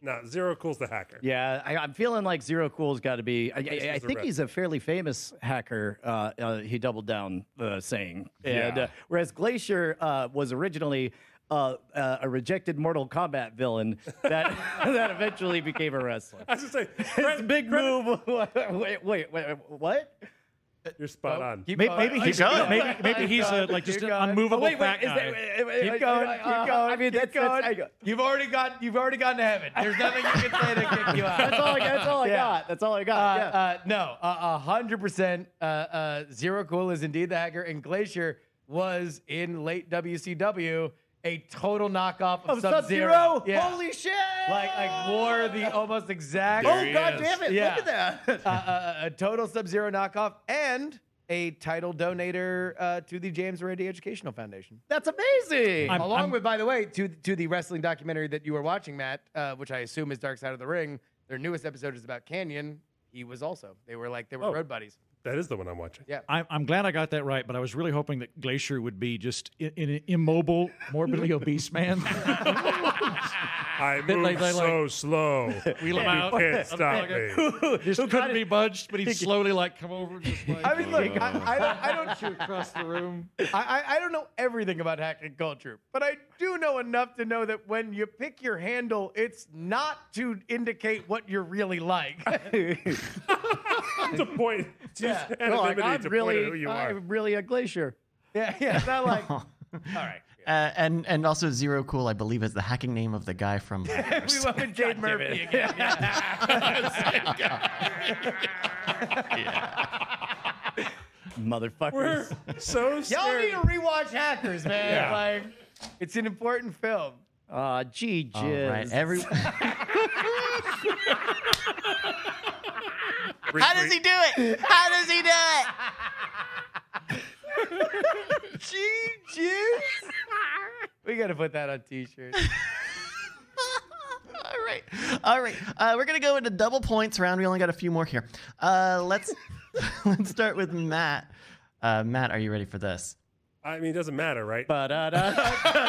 Speaker 7: No, Zero Cool's the hacker.
Speaker 3: Yeah, I, I'm feeling like Zero Cool's got to be. I, I, I
Speaker 7: Glaciers are
Speaker 3: think
Speaker 7: red.
Speaker 3: he's a fairly famous hacker. Uh, uh, he doubled down uh, saying, and uh, whereas Glacier uh, was originally uh, uh, a rejected Mortal Kombat villain that that eventually became a wrestler.
Speaker 7: I was just saying,
Speaker 3: His
Speaker 7: Brett,
Speaker 3: big move. wait, wait, wait, what?
Speaker 7: you're spot on.
Speaker 9: Maybe, maybe he's
Speaker 4: going.
Speaker 9: maybe, maybe he's a, like just an unmovable
Speaker 3: Oh, wait, wait,
Speaker 9: fat
Speaker 3: is
Speaker 9: guy.
Speaker 3: that, wait, wait,
Speaker 2: Keep
Speaker 3: wait,
Speaker 2: going,
Speaker 3: uh,
Speaker 2: keep
Speaker 3: uh,
Speaker 2: going,
Speaker 3: I mean,
Speaker 2: keep
Speaker 3: that's, that's-
Speaker 2: going.
Speaker 3: I-
Speaker 2: You've already got you've already gone to heaven. There's nothing you can say to kick you out.
Speaker 3: that's all I got. That's all I
Speaker 2: Yeah.
Speaker 3: got. That's all I
Speaker 2: Uh,
Speaker 3: got. yeah.
Speaker 2: uh, no, a hundred percent. uh, uh, Zero Cool is indeed the hacker, and Glacier was in late WCW a total knockoff of,
Speaker 3: Of
Speaker 2: Sub
Speaker 3: Sub-Zero?
Speaker 2: Zero. Yeah.
Speaker 3: Holy shit! Oh,
Speaker 2: like like wore the almost exact.
Speaker 1: There he
Speaker 3: God
Speaker 1: is.
Speaker 3: damn it!
Speaker 2: Yeah.
Speaker 3: Look at that.
Speaker 2: uh, uh, a total Sub Zero knockoff and a title donator uh, to the James Randi Educational Foundation.
Speaker 3: That's amazing.
Speaker 9: I'm-
Speaker 2: Along
Speaker 9: I'm-
Speaker 2: with, by the way, to to the wrestling documentary that you were watching, Matt, uh, which I assume is Dark Side of the Ring. Their newest episode is about Canyon. He was also. They were like they
Speaker 9: Oh.
Speaker 2: were road buddies.
Speaker 7: That is the one I'm watching.
Speaker 2: Yeah.
Speaker 9: I'm, I'm glad I got that right, but I was really hoping that Glacier would be just in, in an immobile, morbidly obese man.
Speaker 7: I
Speaker 9: Bit
Speaker 7: move
Speaker 9: like- like-
Speaker 7: so slow.
Speaker 9: Wheel him out.
Speaker 7: Can't stop me.
Speaker 9: Just couldn't be budged, but he'd slowly like come over. and Just like,
Speaker 2: I mean, look, I, I, don't- I don't
Speaker 9: shoot across the room.
Speaker 2: I, I I don't know everything about hacking culture, but I do know enough to know that when you pick your handle, it's not to indicate what you're really like.
Speaker 7: the point. It's
Speaker 2: Yeah.
Speaker 7: just
Speaker 3: Well,
Speaker 7: anonymity
Speaker 3: I'm
Speaker 7: to point
Speaker 3: really,
Speaker 7: at who you are.
Speaker 3: I'm really a glacier.
Speaker 2: yeah, yeah. It's not like
Speaker 4: Uh, and and also Zero Cool, I believe, is the hacking name of the guy from.
Speaker 2: we went with Jade Murphy again.
Speaker 7: We're
Speaker 3: Motherfuckers.
Speaker 7: so
Speaker 2: Y'all need
Speaker 7: scared.
Speaker 2: to rewatch Hackers, man.
Speaker 7: Yeah.
Speaker 2: Like, it's an important film.
Speaker 3: Uh, gee,
Speaker 4: All right,
Speaker 3: jizz.
Speaker 4: every.
Speaker 7: How does he do?
Speaker 2: We gotta put that on T-shirts.
Speaker 4: All right, all right. Uh, we're gonna go into double points round. We only got a few more here. Uh, let's let's start with Matt. Uh, Matt, are you ready for this?
Speaker 7: I mean, it doesn't matter, right?
Speaker 1: That's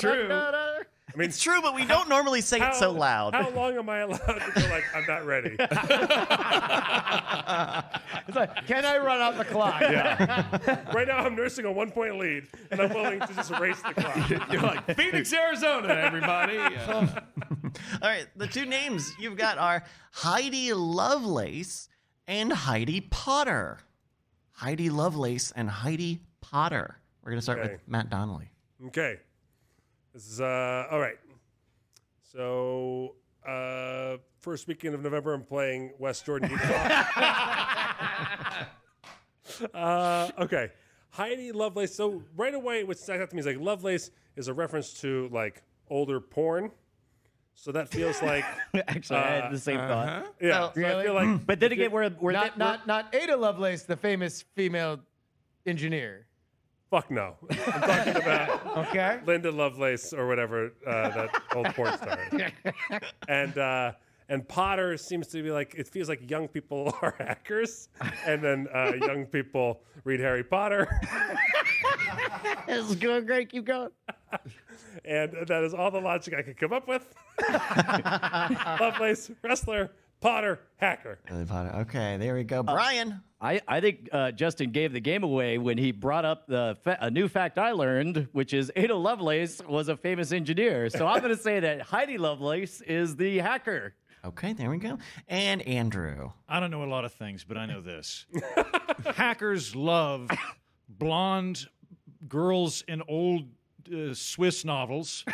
Speaker 1: true.
Speaker 4: It's true, but we don't normally say it so loud.
Speaker 7: How long am I allowed to go? Like, I'm not ready.
Speaker 2: It's like, can I run out the clock?
Speaker 7: right now, I'm nursing a one point lead, and I'm willing to just erase the clock.
Speaker 1: You're like Phoenix, Arizona, everybody. Yeah.
Speaker 4: All right, the two names you've got are Heidi Lovelace and Heidi Potter. Heidi Lovelace and Heidi Potter. We're gonna start
Speaker 7: Okay.
Speaker 4: with Matt Donnelly.
Speaker 7: Okay. This is, uh, all right. So, uh, first weekend of November, I'm playing West Jordan. Utah. uh, okay. Heidi Lovelace. So, right away, what stuck out to me is like Lovelace is a reference to like older porn. So, that feels like,
Speaker 3: Actually, I had the
Speaker 7: Uh,
Speaker 3: same thought.
Speaker 7: yeah.
Speaker 4: Oh,
Speaker 7: so I feel like
Speaker 3: But then again, we're we're
Speaker 2: Not, not, not Ada Lovelace, the famous female engineer.
Speaker 7: Fuck no. I'm talking about
Speaker 2: Okay.
Speaker 7: Linda Lovelace or whatever uh, that old porn star. is. And uh, and Potter seems to be like it feels like young people are hackers, and then uh, young people read Harry Potter,
Speaker 3: This is going great. Keep going.
Speaker 7: and that is all the logic I could come up with. Lovelace wrestler, Potter hacker.
Speaker 4: Heidi Potter. Okay, there we go. Brian.
Speaker 3: I, I think uh, Justin gave the game away when he brought up the fa- a new fact I learned, which is Ada Lovelace was a famous engineer. So I'm going to say that Heidi Lovelace is the hacker.
Speaker 4: Okay, there we go. And Andrew.
Speaker 9: I don't know a lot of things, but I know this: hackers love blonde girls in old uh, Swiss novels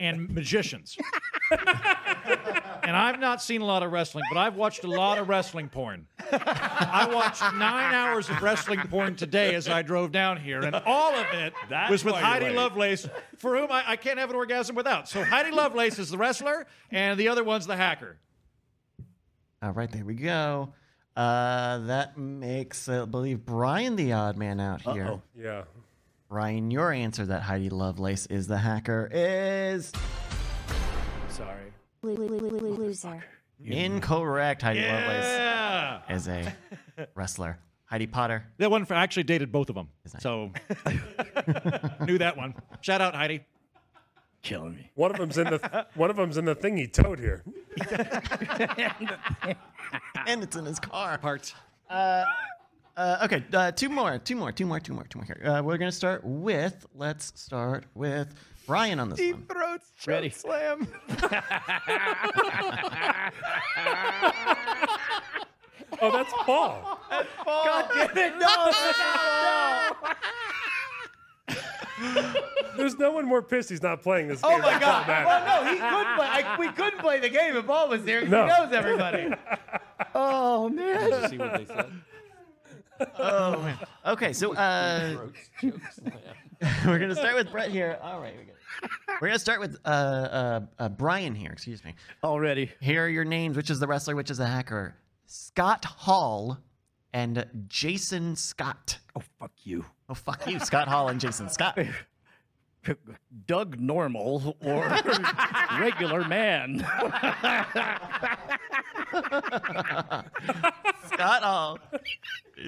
Speaker 9: and magicians. and I've not seen a lot of wrestling, but I've watched a lot of wrestling porn. I watched nine hours of wrestling porn today as I drove down here, and all of it
Speaker 1: That's
Speaker 9: was with
Speaker 1: why you're
Speaker 9: Heidi
Speaker 1: late.
Speaker 9: Lovelace, for whom I, I can't have an orgasm without. So Heidi Lovelace is the wrestler, and the other one's the hacker.
Speaker 4: All right, there we go. Uh, that makes, I believe, Brian the odd man out here.
Speaker 7: Yeah.
Speaker 4: Brian, your answer that Heidi Lovelace is the hacker is
Speaker 3: Sorry.
Speaker 10: Lo- lo- lo- lo- Loser.
Speaker 4: incorrect. Heidi Lovelace
Speaker 9: Yeah.
Speaker 4: is a wrestler. Heidi Potter.
Speaker 9: That one for, I actually dated both of them. So knew that one. Shout out, Heidi.
Speaker 3: Killing me.
Speaker 7: One of them's in the one of them's in the thing he towed here.
Speaker 4: And it's in his car.
Speaker 9: Parts.
Speaker 4: Uh, okay, uh, two more, two more, two more, two more, two more here. Uh, we're going to start with, let's start with Brian on this one.
Speaker 8: Throats choke
Speaker 3: Ready.
Speaker 8: slam.
Speaker 7: Oh, that's Paul.
Speaker 8: God damn it! No, no.
Speaker 7: There's no one more pissed he's not playing this game.
Speaker 8: Oh my
Speaker 7: than
Speaker 8: God!
Speaker 7: Paul Matt.
Speaker 8: Well, no, he couldn't play. I, we couldn't play the game if Paul was there. 'cause
Speaker 7: No.
Speaker 8: He knows everybody.
Speaker 3: Oh man.
Speaker 11: see what they said.
Speaker 4: Oh, Okay, so uh, we're going to start with Brett here. All right, we go. We're going to start with uh, uh, uh, Brian here, excuse me.
Speaker 3: Already.
Speaker 4: Here are your names. Which is the wrestler? Which is the hacker? Scott Hall and Jason Scott.
Speaker 3: Oh fuck you.
Speaker 4: Oh fuck you, Scott Hall and Jason Scott.
Speaker 3: Doug Normal or regular man.
Speaker 4: Scott Hall.
Speaker 8: Well,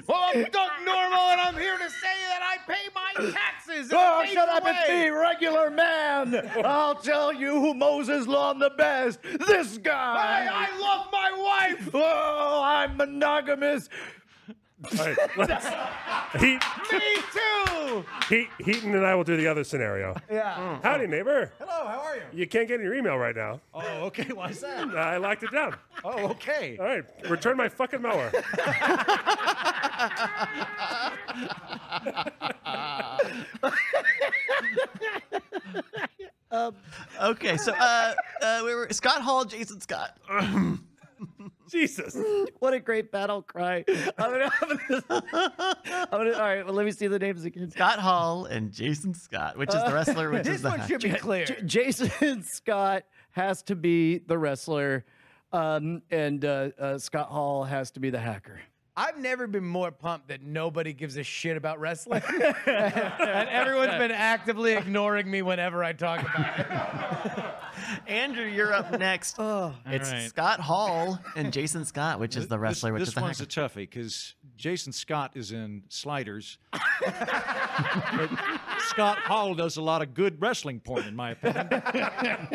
Speaker 8: Oh, I'm Doug Normal, and I'm here to say that I pay my taxes. in a
Speaker 3: Oh, shut
Speaker 8: faithful
Speaker 3: up and
Speaker 8: way.
Speaker 3: be regular man. I'll tell you who Moses Lawn the best. This guy.
Speaker 8: I, I love my wife.
Speaker 3: Oh, I'm monogamous.
Speaker 7: All right, let's- Heat,
Speaker 8: Me too.
Speaker 7: Heat, Heaton and I will do the other scenario. Yeah. Howdy, neighbor.
Speaker 2: Hello, how are you?
Speaker 7: You can't get in your email right now.
Speaker 9: Oh, okay. Why is that?
Speaker 7: I locked it down.
Speaker 9: Oh, okay.
Speaker 7: All right, return my fucking mower.
Speaker 4: Okay, so uh, uh, we were Scott Hall, Jason Scott.
Speaker 7: Jesus.
Speaker 3: What a great battle cry. I'm gonna, I'm gonna, I'm gonna- all right, well, let me see the names again.
Speaker 4: Scott Hall and Jason Scott. Which is the wrestler? Which
Speaker 8: This
Speaker 4: is the
Speaker 8: one
Speaker 4: hacker?
Speaker 8: should be clear.
Speaker 3: J- Jason Scott has to be the wrestler, um, and uh, uh, Scott Hall has to be the hacker.
Speaker 8: I've never been more pumped that nobody gives a shit about wrestling, and everyone's been actively ignoring me whenever I talk about it.
Speaker 4: Andrew, you're up next. it's
Speaker 9: Oh. All right.
Speaker 4: Scott Hall and Jason Scott, which is the wrestler, which
Speaker 9: This,
Speaker 4: is
Speaker 9: this
Speaker 4: the
Speaker 9: one's
Speaker 4: hacker.
Speaker 9: a toughie because Jason Scott is in Sliders. But Scott Hall does a lot of good wrestling porn, in my opinion.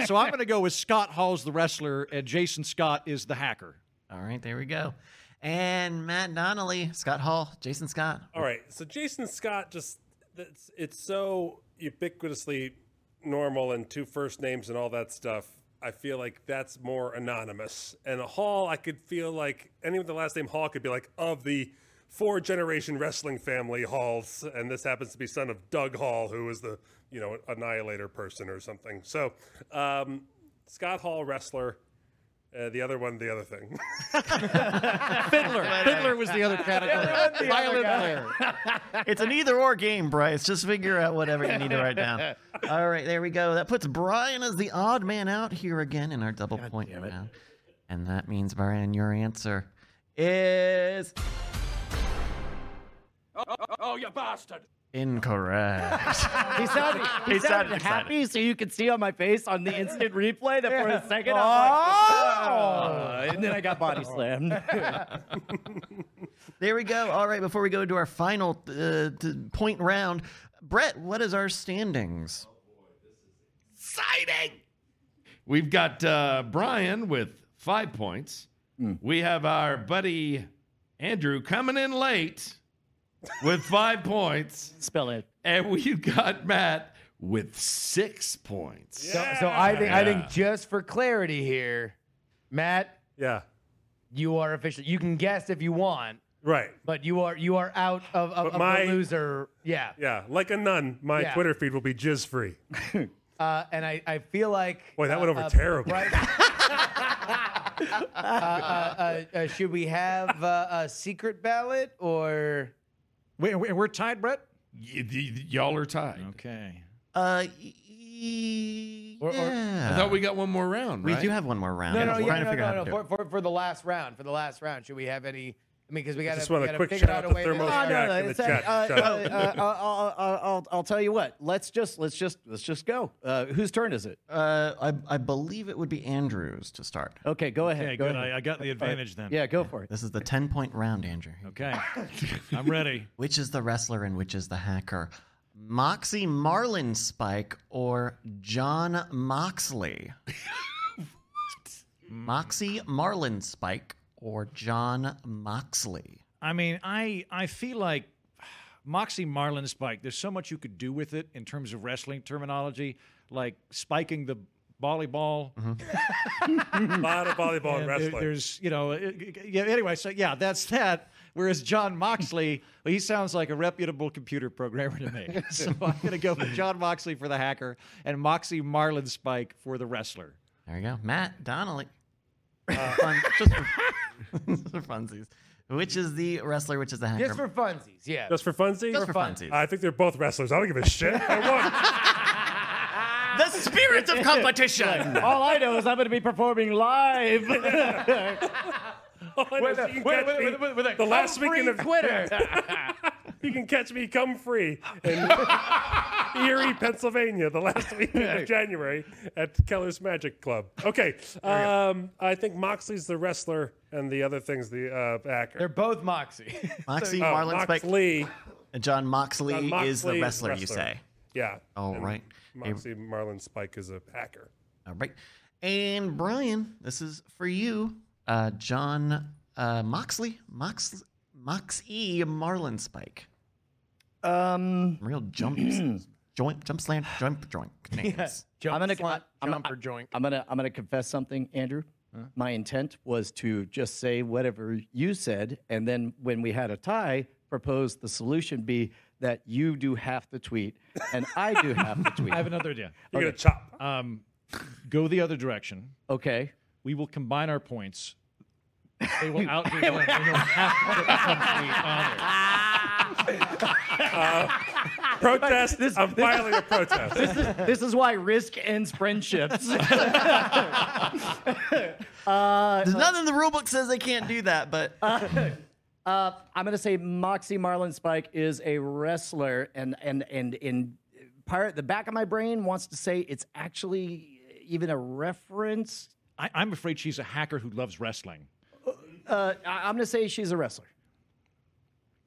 Speaker 9: so I'm going to go with Scott Hall's the wrestler and Jason Scott is the hacker.
Speaker 4: All right, there we go. And Matt Donnelly, Scott Hall, Jason Scott.
Speaker 7: All right. So Jason Scott just it's, it's so ubiquitously normal and two first names and all that stuff. I feel like that's more anonymous. And Hall, I could feel like anyone with the last name Hall could be like of the four generation wrestling family Halls, and this happens to be son of Doug Hall, who is the you know annihilator person or something. So um, Scott Hall wrestler. Uh, the other one, the other thing.
Speaker 9: Fiddler. Fiddler was the other category. Violin player.
Speaker 4: It's an either or game, Bryce. Just figure out whatever you need to write down. All right, there we go. That puts Brian as the odd man out here again in our double point round. And that means, Brian, your answer is
Speaker 11: Oh, you bastard!
Speaker 4: incorrect.
Speaker 3: He sounded, he
Speaker 4: He
Speaker 3: sounded,
Speaker 4: sounded
Speaker 3: happy, so you could see on my face on the instant replay that for a second I'm like, "Ugh," and then I got body slammed.
Speaker 4: there we go. All right, before we go into our final uh, t- point round, Brett, what is our standings?
Speaker 1: We've got uh, Brian with five points. We have our buddy Andrew coming in late with five points.
Speaker 3: Spell it.
Speaker 1: And we got Matt with six points.
Speaker 7: Yeah.
Speaker 8: So I think I
Speaker 1: Yeah.
Speaker 8: think just for clarity here, Matt,
Speaker 7: yeah.
Speaker 8: you are officially you can guess if you want,
Speaker 7: Right.
Speaker 8: but you are you are out of, of,
Speaker 7: But
Speaker 8: of
Speaker 7: my-
Speaker 8: the loser. Yeah.
Speaker 7: Yeah. Like a nun, my
Speaker 8: Yeah.
Speaker 7: Twitter feed will be jizz free.
Speaker 2: Uh, and I, I feel like
Speaker 7: Boy, that
Speaker 2: uh,
Speaker 7: went over
Speaker 2: uh,
Speaker 7: terrible.
Speaker 2: Right. Uh, uh, uh, uh, should we have uh, a secret ballot or?
Speaker 9: Wait, and we're tied, Brett?
Speaker 1: Y- y- y'all are tied.
Speaker 9: Okay.
Speaker 4: Uh, y- y-
Speaker 2: Or- or-
Speaker 1: I
Speaker 4: yeah.
Speaker 1: thought we got one more round.
Speaker 4: we
Speaker 1: right?
Speaker 4: do have one more round.
Speaker 2: No, no,
Speaker 4: I'm
Speaker 2: yeah,
Speaker 4: trying to
Speaker 2: no,
Speaker 4: figure out
Speaker 2: no, no.
Speaker 4: how to do
Speaker 2: For,
Speaker 4: it.
Speaker 2: for for the last round, for the last round, should we have any? I mean, because we got
Speaker 7: just
Speaker 2: to
Speaker 7: want a
Speaker 2: gotta
Speaker 7: quick
Speaker 2: figure
Speaker 7: shout
Speaker 2: out
Speaker 7: out
Speaker 2: a
Speaker 7: to
Speaker 2: way. to-
Speaker 7: Thermo-
Speaker 2: Ah,
Speaker 3: Oh, no,
Speaker 7: Jack
Speaker 3: no,
Speaker 7: in the
Speaker 3: it's any-
Speaker 7: chat,
Speaker 3: uh, uh,
Speaker 7: shut
Speaker 3: uh, I'll, I'll, I'll, I'll tell you what. Let's just let's just let's just go. Uh, whose turn is it?
Speaker 4: Uh, I, I believe it would be Andrews to start.
Speaker 2: Oh.
Speaker 3: Okay, go ahead.
Speaker 9: Okay,
Speaker 3: go
Speaker 9: good.
Speaker 3: ahead.
Speaker 9: I, I got the advantage then.
Speaker 3: yeah, go for it.
Speaker 4: This is the 10 point round, Andrew.
Speaker 9: Okay. I'm ready.
Speaker 4: Which is the wrestler and which is the hacker? Moxie Marlin Spike or John Moxley? Moxie Marlin Spike or John Moxley?
Speaker 9: I mean, I I feel like Moxie Marlin Spike. There's so much you could do with it in terms of wrestling terminology, like spiking the volleyball.
Speaker 2: Mm-hmm.
Speaker 4: Hmm.
Speaker 7: A lot of volleyball and
Speaker 9: And there-
Speaker 7: Oh, wrestling.
Speaker 9: there's you know it- it- yeah. Anyway, so yeah, that's that. Whereas John Moxley, well, he sounds like a reputable computer programmer to me. so I'm gonna go with John Moxley for the hacker and Moxie Marlin Spike for the wrestler.
Speaker 4: There you go. Matt Donnelly. Fun- just for, just for funsies. Which is the wrestler, which is the hacker?
Speaker 2: Just for funsies, yeah.
Speaker 7: Just for funsies?
Speaker 4: Just for funsies.
Speaker 7: I think they're both wrestlers. I don't give a shit. I
Speaker 4: the spirit of competition!
Speaker 3: All I know is I'm going to be performing live.
Speaker 7: won. All I know is you can catch me the last weekend of
Speaker 2: Twitter.
Speaker 7: You can catch me come free in Erie, Pennsylvania, the last week of January at Keller's Magic Club. Okay, um, I think Moxley's the wrestler, and the other thing's the uh, hacker.
Speaker 2: They're both Moxie.
Speaker 4: Moxie
Speaker 7: Oh,
Speaker 4: Marlin Spike.
Speaker 7: Moxley,
Speaker 4: John Moxley,
Speaker 7: John
Speaker 4: is the
Speaker 7: Moxley
Speaker 4: wrestler, you
Speaker 7: wrestler.
Speaker 4: say.
Speaker 7: yeah.
Speaker 4: All
Speaker 7: And
Speaker 4: right. Hey,
Speaker 7: Moxley Marlin Spike is a hacker.
Speaker 4: All right. And Brian, this is for you. Uh, John uh, Moxley, Mox, Mox E Marlin Spike.
Speaker 3: um,
Speaker 4: Real jump, joint, jump slam, jump joint names.
Speaker 3: I'm gonna- I'm-
Speaker 2: jumper joint.
Speaker 3: I'm gonna I'm gonna confess something, Andrew. My intent was to just say whatever you said, and then when we had a tie, propose the solution be that you do half the tweet and I do half the tweet.
Speaker 9: I have another idea.
Speaker 7: You're gonna chop.
Speaker 9: Um, go the other direction.
Speaker 3: Okay.
Speaker 9: we will combine our points. They will outdo them. and you'll have to put some tweet on there.
Speaker 7: protest. I'm filing a protest.
Speaker 3: This is why risk ends friendships.
Speaker 4: There's nothing in the rule book says they can't do that, but
Speaker 3: Uh, I'm gonna say Moxie Marlin Spike is a wrestler, and and and in part the back of my brain wants to say it's actually even a reference.
Speaker 9: I, I'm afraid she's a hacker who loves wrestling.
Speaker 3: Uh, I- I'm gonna say she's a wrestler.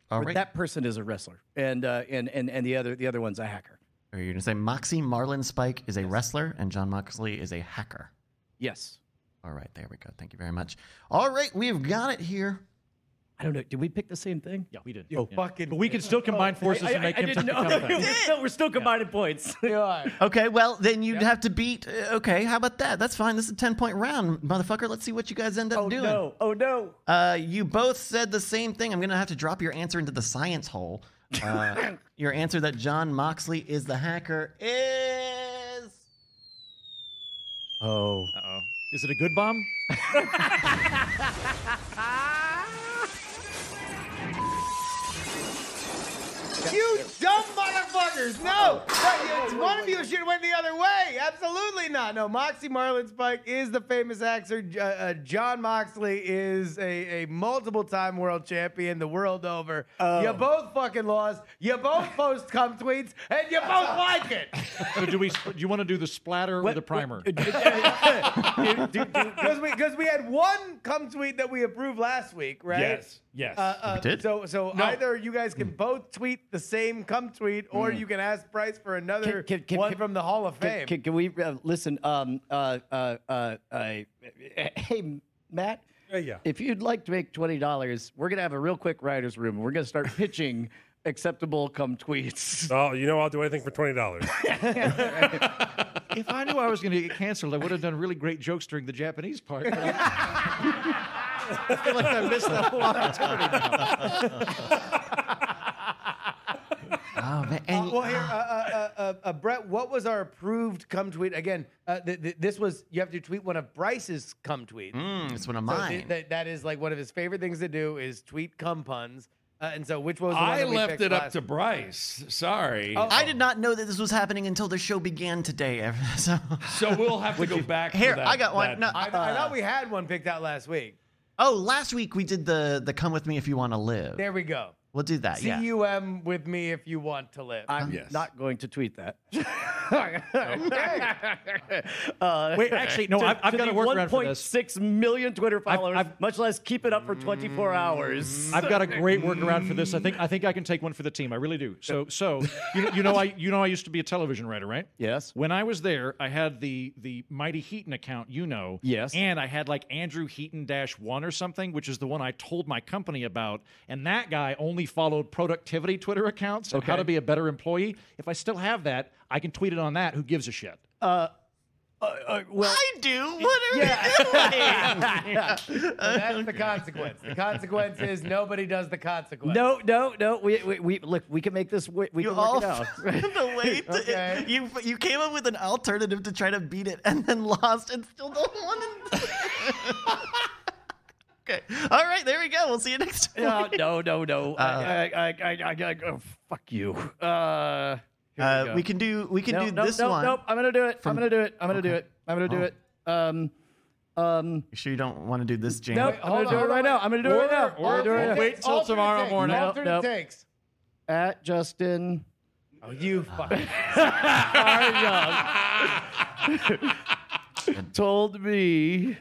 Speaker 4: all
Speaker 3: But
Speaker 4: right.
Speaker 3: that person is a wrestler, and uh, and and and the other the other one's a hacker.
Speaker 4: Are you gonna say Moxie Marlin Spike is a wrestler and John Moxley is a hacker?
Speaker 3: Yes.
Speaker 4: All right, there we go. Thank you very much. All right, we've got it here.
Speaker 3: I don't know. Did we pick the same thing?
Speaker 9: Yeah, we did.
Speaker 2: You
Speaker 9: yeah.
Speaker 2: fucking-
Speaker 9: But we can Oh, still combine forces and make him take the
Speaker 3: we're,
Speaker 9: company.
Speaker 3: still, we're still combining points.
Speaker 2: You are.
Speaker 4: Okay, well then you'd have to beat. uh, Okay, how about that? That's fine. This is a ten point round, motherfucker. Let's see what you guys end up
Speaker 3: Oh
Speaker 4: doing.
Speaker 3: no! Oh no!
Speaker 4: Uh, you both said the same thing. I'm gonna have to drop your answer into the science hole. Uh, your answer that John Moxley is the hacker is
Speaker 3: Oh.
Speaker 9: Uh-oh. Is it a good bomb?
Speaker 2: You dumb motherfuckers! No! No, you- One of you should went the other way. Absolutely not. No, Moxie Marlin Spike is the famous actor. J- Uh, uh, John Moxley is a, a multiple time world champion the world over. You both fucking lost. You both post cum tweets, and you both like it.
Speaker 9: So do we? Do you want to do the splatter or the primer?
Speaker 2: Because we, 'cause we had one cum tweet that we approved last week, right?
Speaker 1: Yes. Yes.
Speaker 2: Uh, uh,
Speaker 4: did?
Speaker 2: So, so
Speaker 1: No.
Speaker 2: either you guys can both tweet the same cum tweet, or you can ask Bryce for another
Speaker 3: Can- can- can-
Speaker 2: one
Speaker 3: can-
Speaker 2: from the Hall of Fame.
Speaker 3: Can, can, can we uh, listen? Um. Uh. Uh. Uh. uh hey, Matt.
Speaker 7: Uh, yeah.
Speaker 3: If you'd like to make twenty dollars, we're gonna have a real quick writers' room. We're gonna start pitching acceptable come tweets.
Speaker 7: Oh, you know I'll do anything for twenty dollars.
Speaker 9: if I knew I was going to get canceled, I would have done really great jokes during the Japanese part. but I I feel like I missed that whole opportunity. now.
Speaker 4: oh man. and
Speaker 2: well, here, uh, uh, uh, uh, uh, Brett, what was our approved come tweet? Again, uh, th- th- this was, you have to tweet one of Bryce's come tweets.
Speaker 4: Mm, it's one of
Speaker 2: So
Speaker 4: mine.
Speaker 2: th- th- that is like one of his favorite things to do is tweet cum puns. Uh, and so which was the one
Speaker 1: I
Speaker 2: that we
Speaker 1: left
Speaker 2: picked
Speaker 1: it up
Speaker 2: last-
Speaker 1: to Bryce. Sorry.
Speaker 4: I did not know that this was happening until the show began today. ev- So
Speaker 1: So we'll have to go back. to
Speaker 4: here,
Speaker 1: that-
Speaker 4: I got
Speaker 1: that-
Speaker 4: one. No,
Speaker 2: I, th- I thought
Speaker 4: Uh.
Speaker 2: we had one picked out last week.
Speaker 4: oh, last week we did the the "Come with me if you want to live."
Speaker 2: There we go.
Speaker 4: We'll do that. Yeah.
Speaker 2: C-U-M with me if you want to live.
Speaker 3: I'm
Speaker 1: Yes.
Speaker 3: not going to tweet that.
Speaker 2: uh,
Speaker 9: Wait, actually, no, I've, I've got
Speaker 3: the
Speaker 9: to work around for this.
Speaker 3: 1.6 million Twitter followers,
Speaker 9: I've-
Speaker 3: much less keep it up for 24 hours.
Speaker 9: I've got a great workaround for this. I think I think I can take one for the team. I really do. So so you, you know I you know I used to be a television writer, right?
Speaker 3: Yes.
Speaker 9: When I was there, I had the the Mighty Heaton account, you know.
Speaker 3: Yes.
Speaker 9: And I had like Andrew Heaton dash one or something, which is the one I told my company about. And that guy only followed productivity Twitter accounts and how to be a better employee. If I still have that, I can tweet it on that. Who gives a shit?
Speaker 3: Uh,
Speaker 4: I do. What are
Speaker 2: that's the consequence. The consequence is nobody does the consequence.
Speaker 3: No, no, no. We, we, we look. We can make this. We, we
Speaker 4: you
Speaker 3: can work
Speaker 4: all
Speaker 3: it out.
Speaker 4: the way to
Speaker 2: Okay.
Speaker 4: you you came up with an alternative to try to beat it and then lost and still don't want to. okay. All right. There we go. We'll see you next time. Uh,
Speaker 3: no, no, no, no. I, I, I, I, I, oh, fuck you. Uh,
Speaker 4: Uh, we can do we can
Speaker 3: no,
Speaker 4: do
Speaker 3: no,
Speaker 4: this
Speaker 3: no,
Speaker 4: one.
Speaker 3: Nope. I'm gonna do it.
Speaker 4: from-
Speaker 3: I'm gonna do it. I'm gonna do it. I'm gonna do
Speaker 4: Oh.
Speaker 3: it. Um, um.
Speaker 4: You sure you don't want to do this, James?
Speaker 3: Nope. I'm
Speaker 2: hold
Speaker 3: gonna do
Speaker 2: on,
Speaker 3: it right
Speaker 2: hold
Speaker 3: now.
Speaker 2: on.
Speaker 3: I'm gonna do it right now. I'm gonna do it right now.
Speaker 9: wait till tomorrow morning.
Speaker 2: All three
Speaker 3: Nope, nope.
Speaker 2: takes.
Speaker 3: At Justin.
Speaker 2: Oh, you fucking.
Speaker 3: told me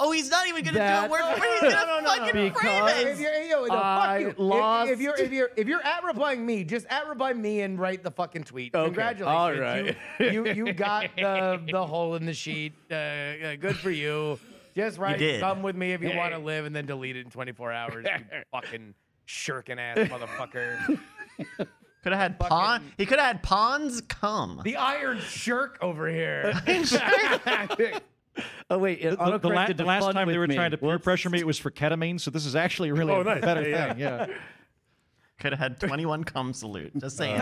Speaker 4: Oh, he's not even gonna
Speaker 3: That-
Speaker 4: do a word for it. He's gonna
Speaker 3: No, no, no, no,
Speaker 4: fucking
Speaker 3: because-
Speaker 4: frame
Speaker 2: if
Speaker 4: it.
Speaker 2: you're, yo, no,
Speaker 3: I
Speaker 2: fuck you. If-
Speaker 3: lost.
Speaker 2: If, you're if you're if you're at replying me, just at reply me and write the fucking tweet.
Speaker 3: Okay.
Speaker 2: Congratulations.
Speaker 3: All right.
Speaker 2: You, you you got the the hole in the sheet. Uh, uh, good for you. Just write
Speaker 4: did.
Speaker 2: come with me if you want to live and then delete it in 24 hours. You fucking shirking ass motherfucker.
Speaker 4: Could have had pawn. He could have had pawns come.
Speaker 2: the iron shirk over here.
Speaker 3: Oh wait, it
Speaker 9: The, the
Speaker 3: autocorrected
Speaker 9: la- the
Speaker 3: to
Speaker 9: last
Speaker 3: fun
Speaker 9: time they
Speaker 3: with
Speaker 9: were
Speaker 3: me.
Speaker 9: trying to peer
Speaker 3: Whoops.
Speaker 9: pressure me, it was for ketamine. So this is actually really
Speaker 7: Oh,
Speaker 9: a
Speaker 7: nice.
Speaker 9: better
Speaker 7: Yeah,
Speaker 9: thing. Yeah.
Speaker 4: Could have had twenty-one come salute. Just saying.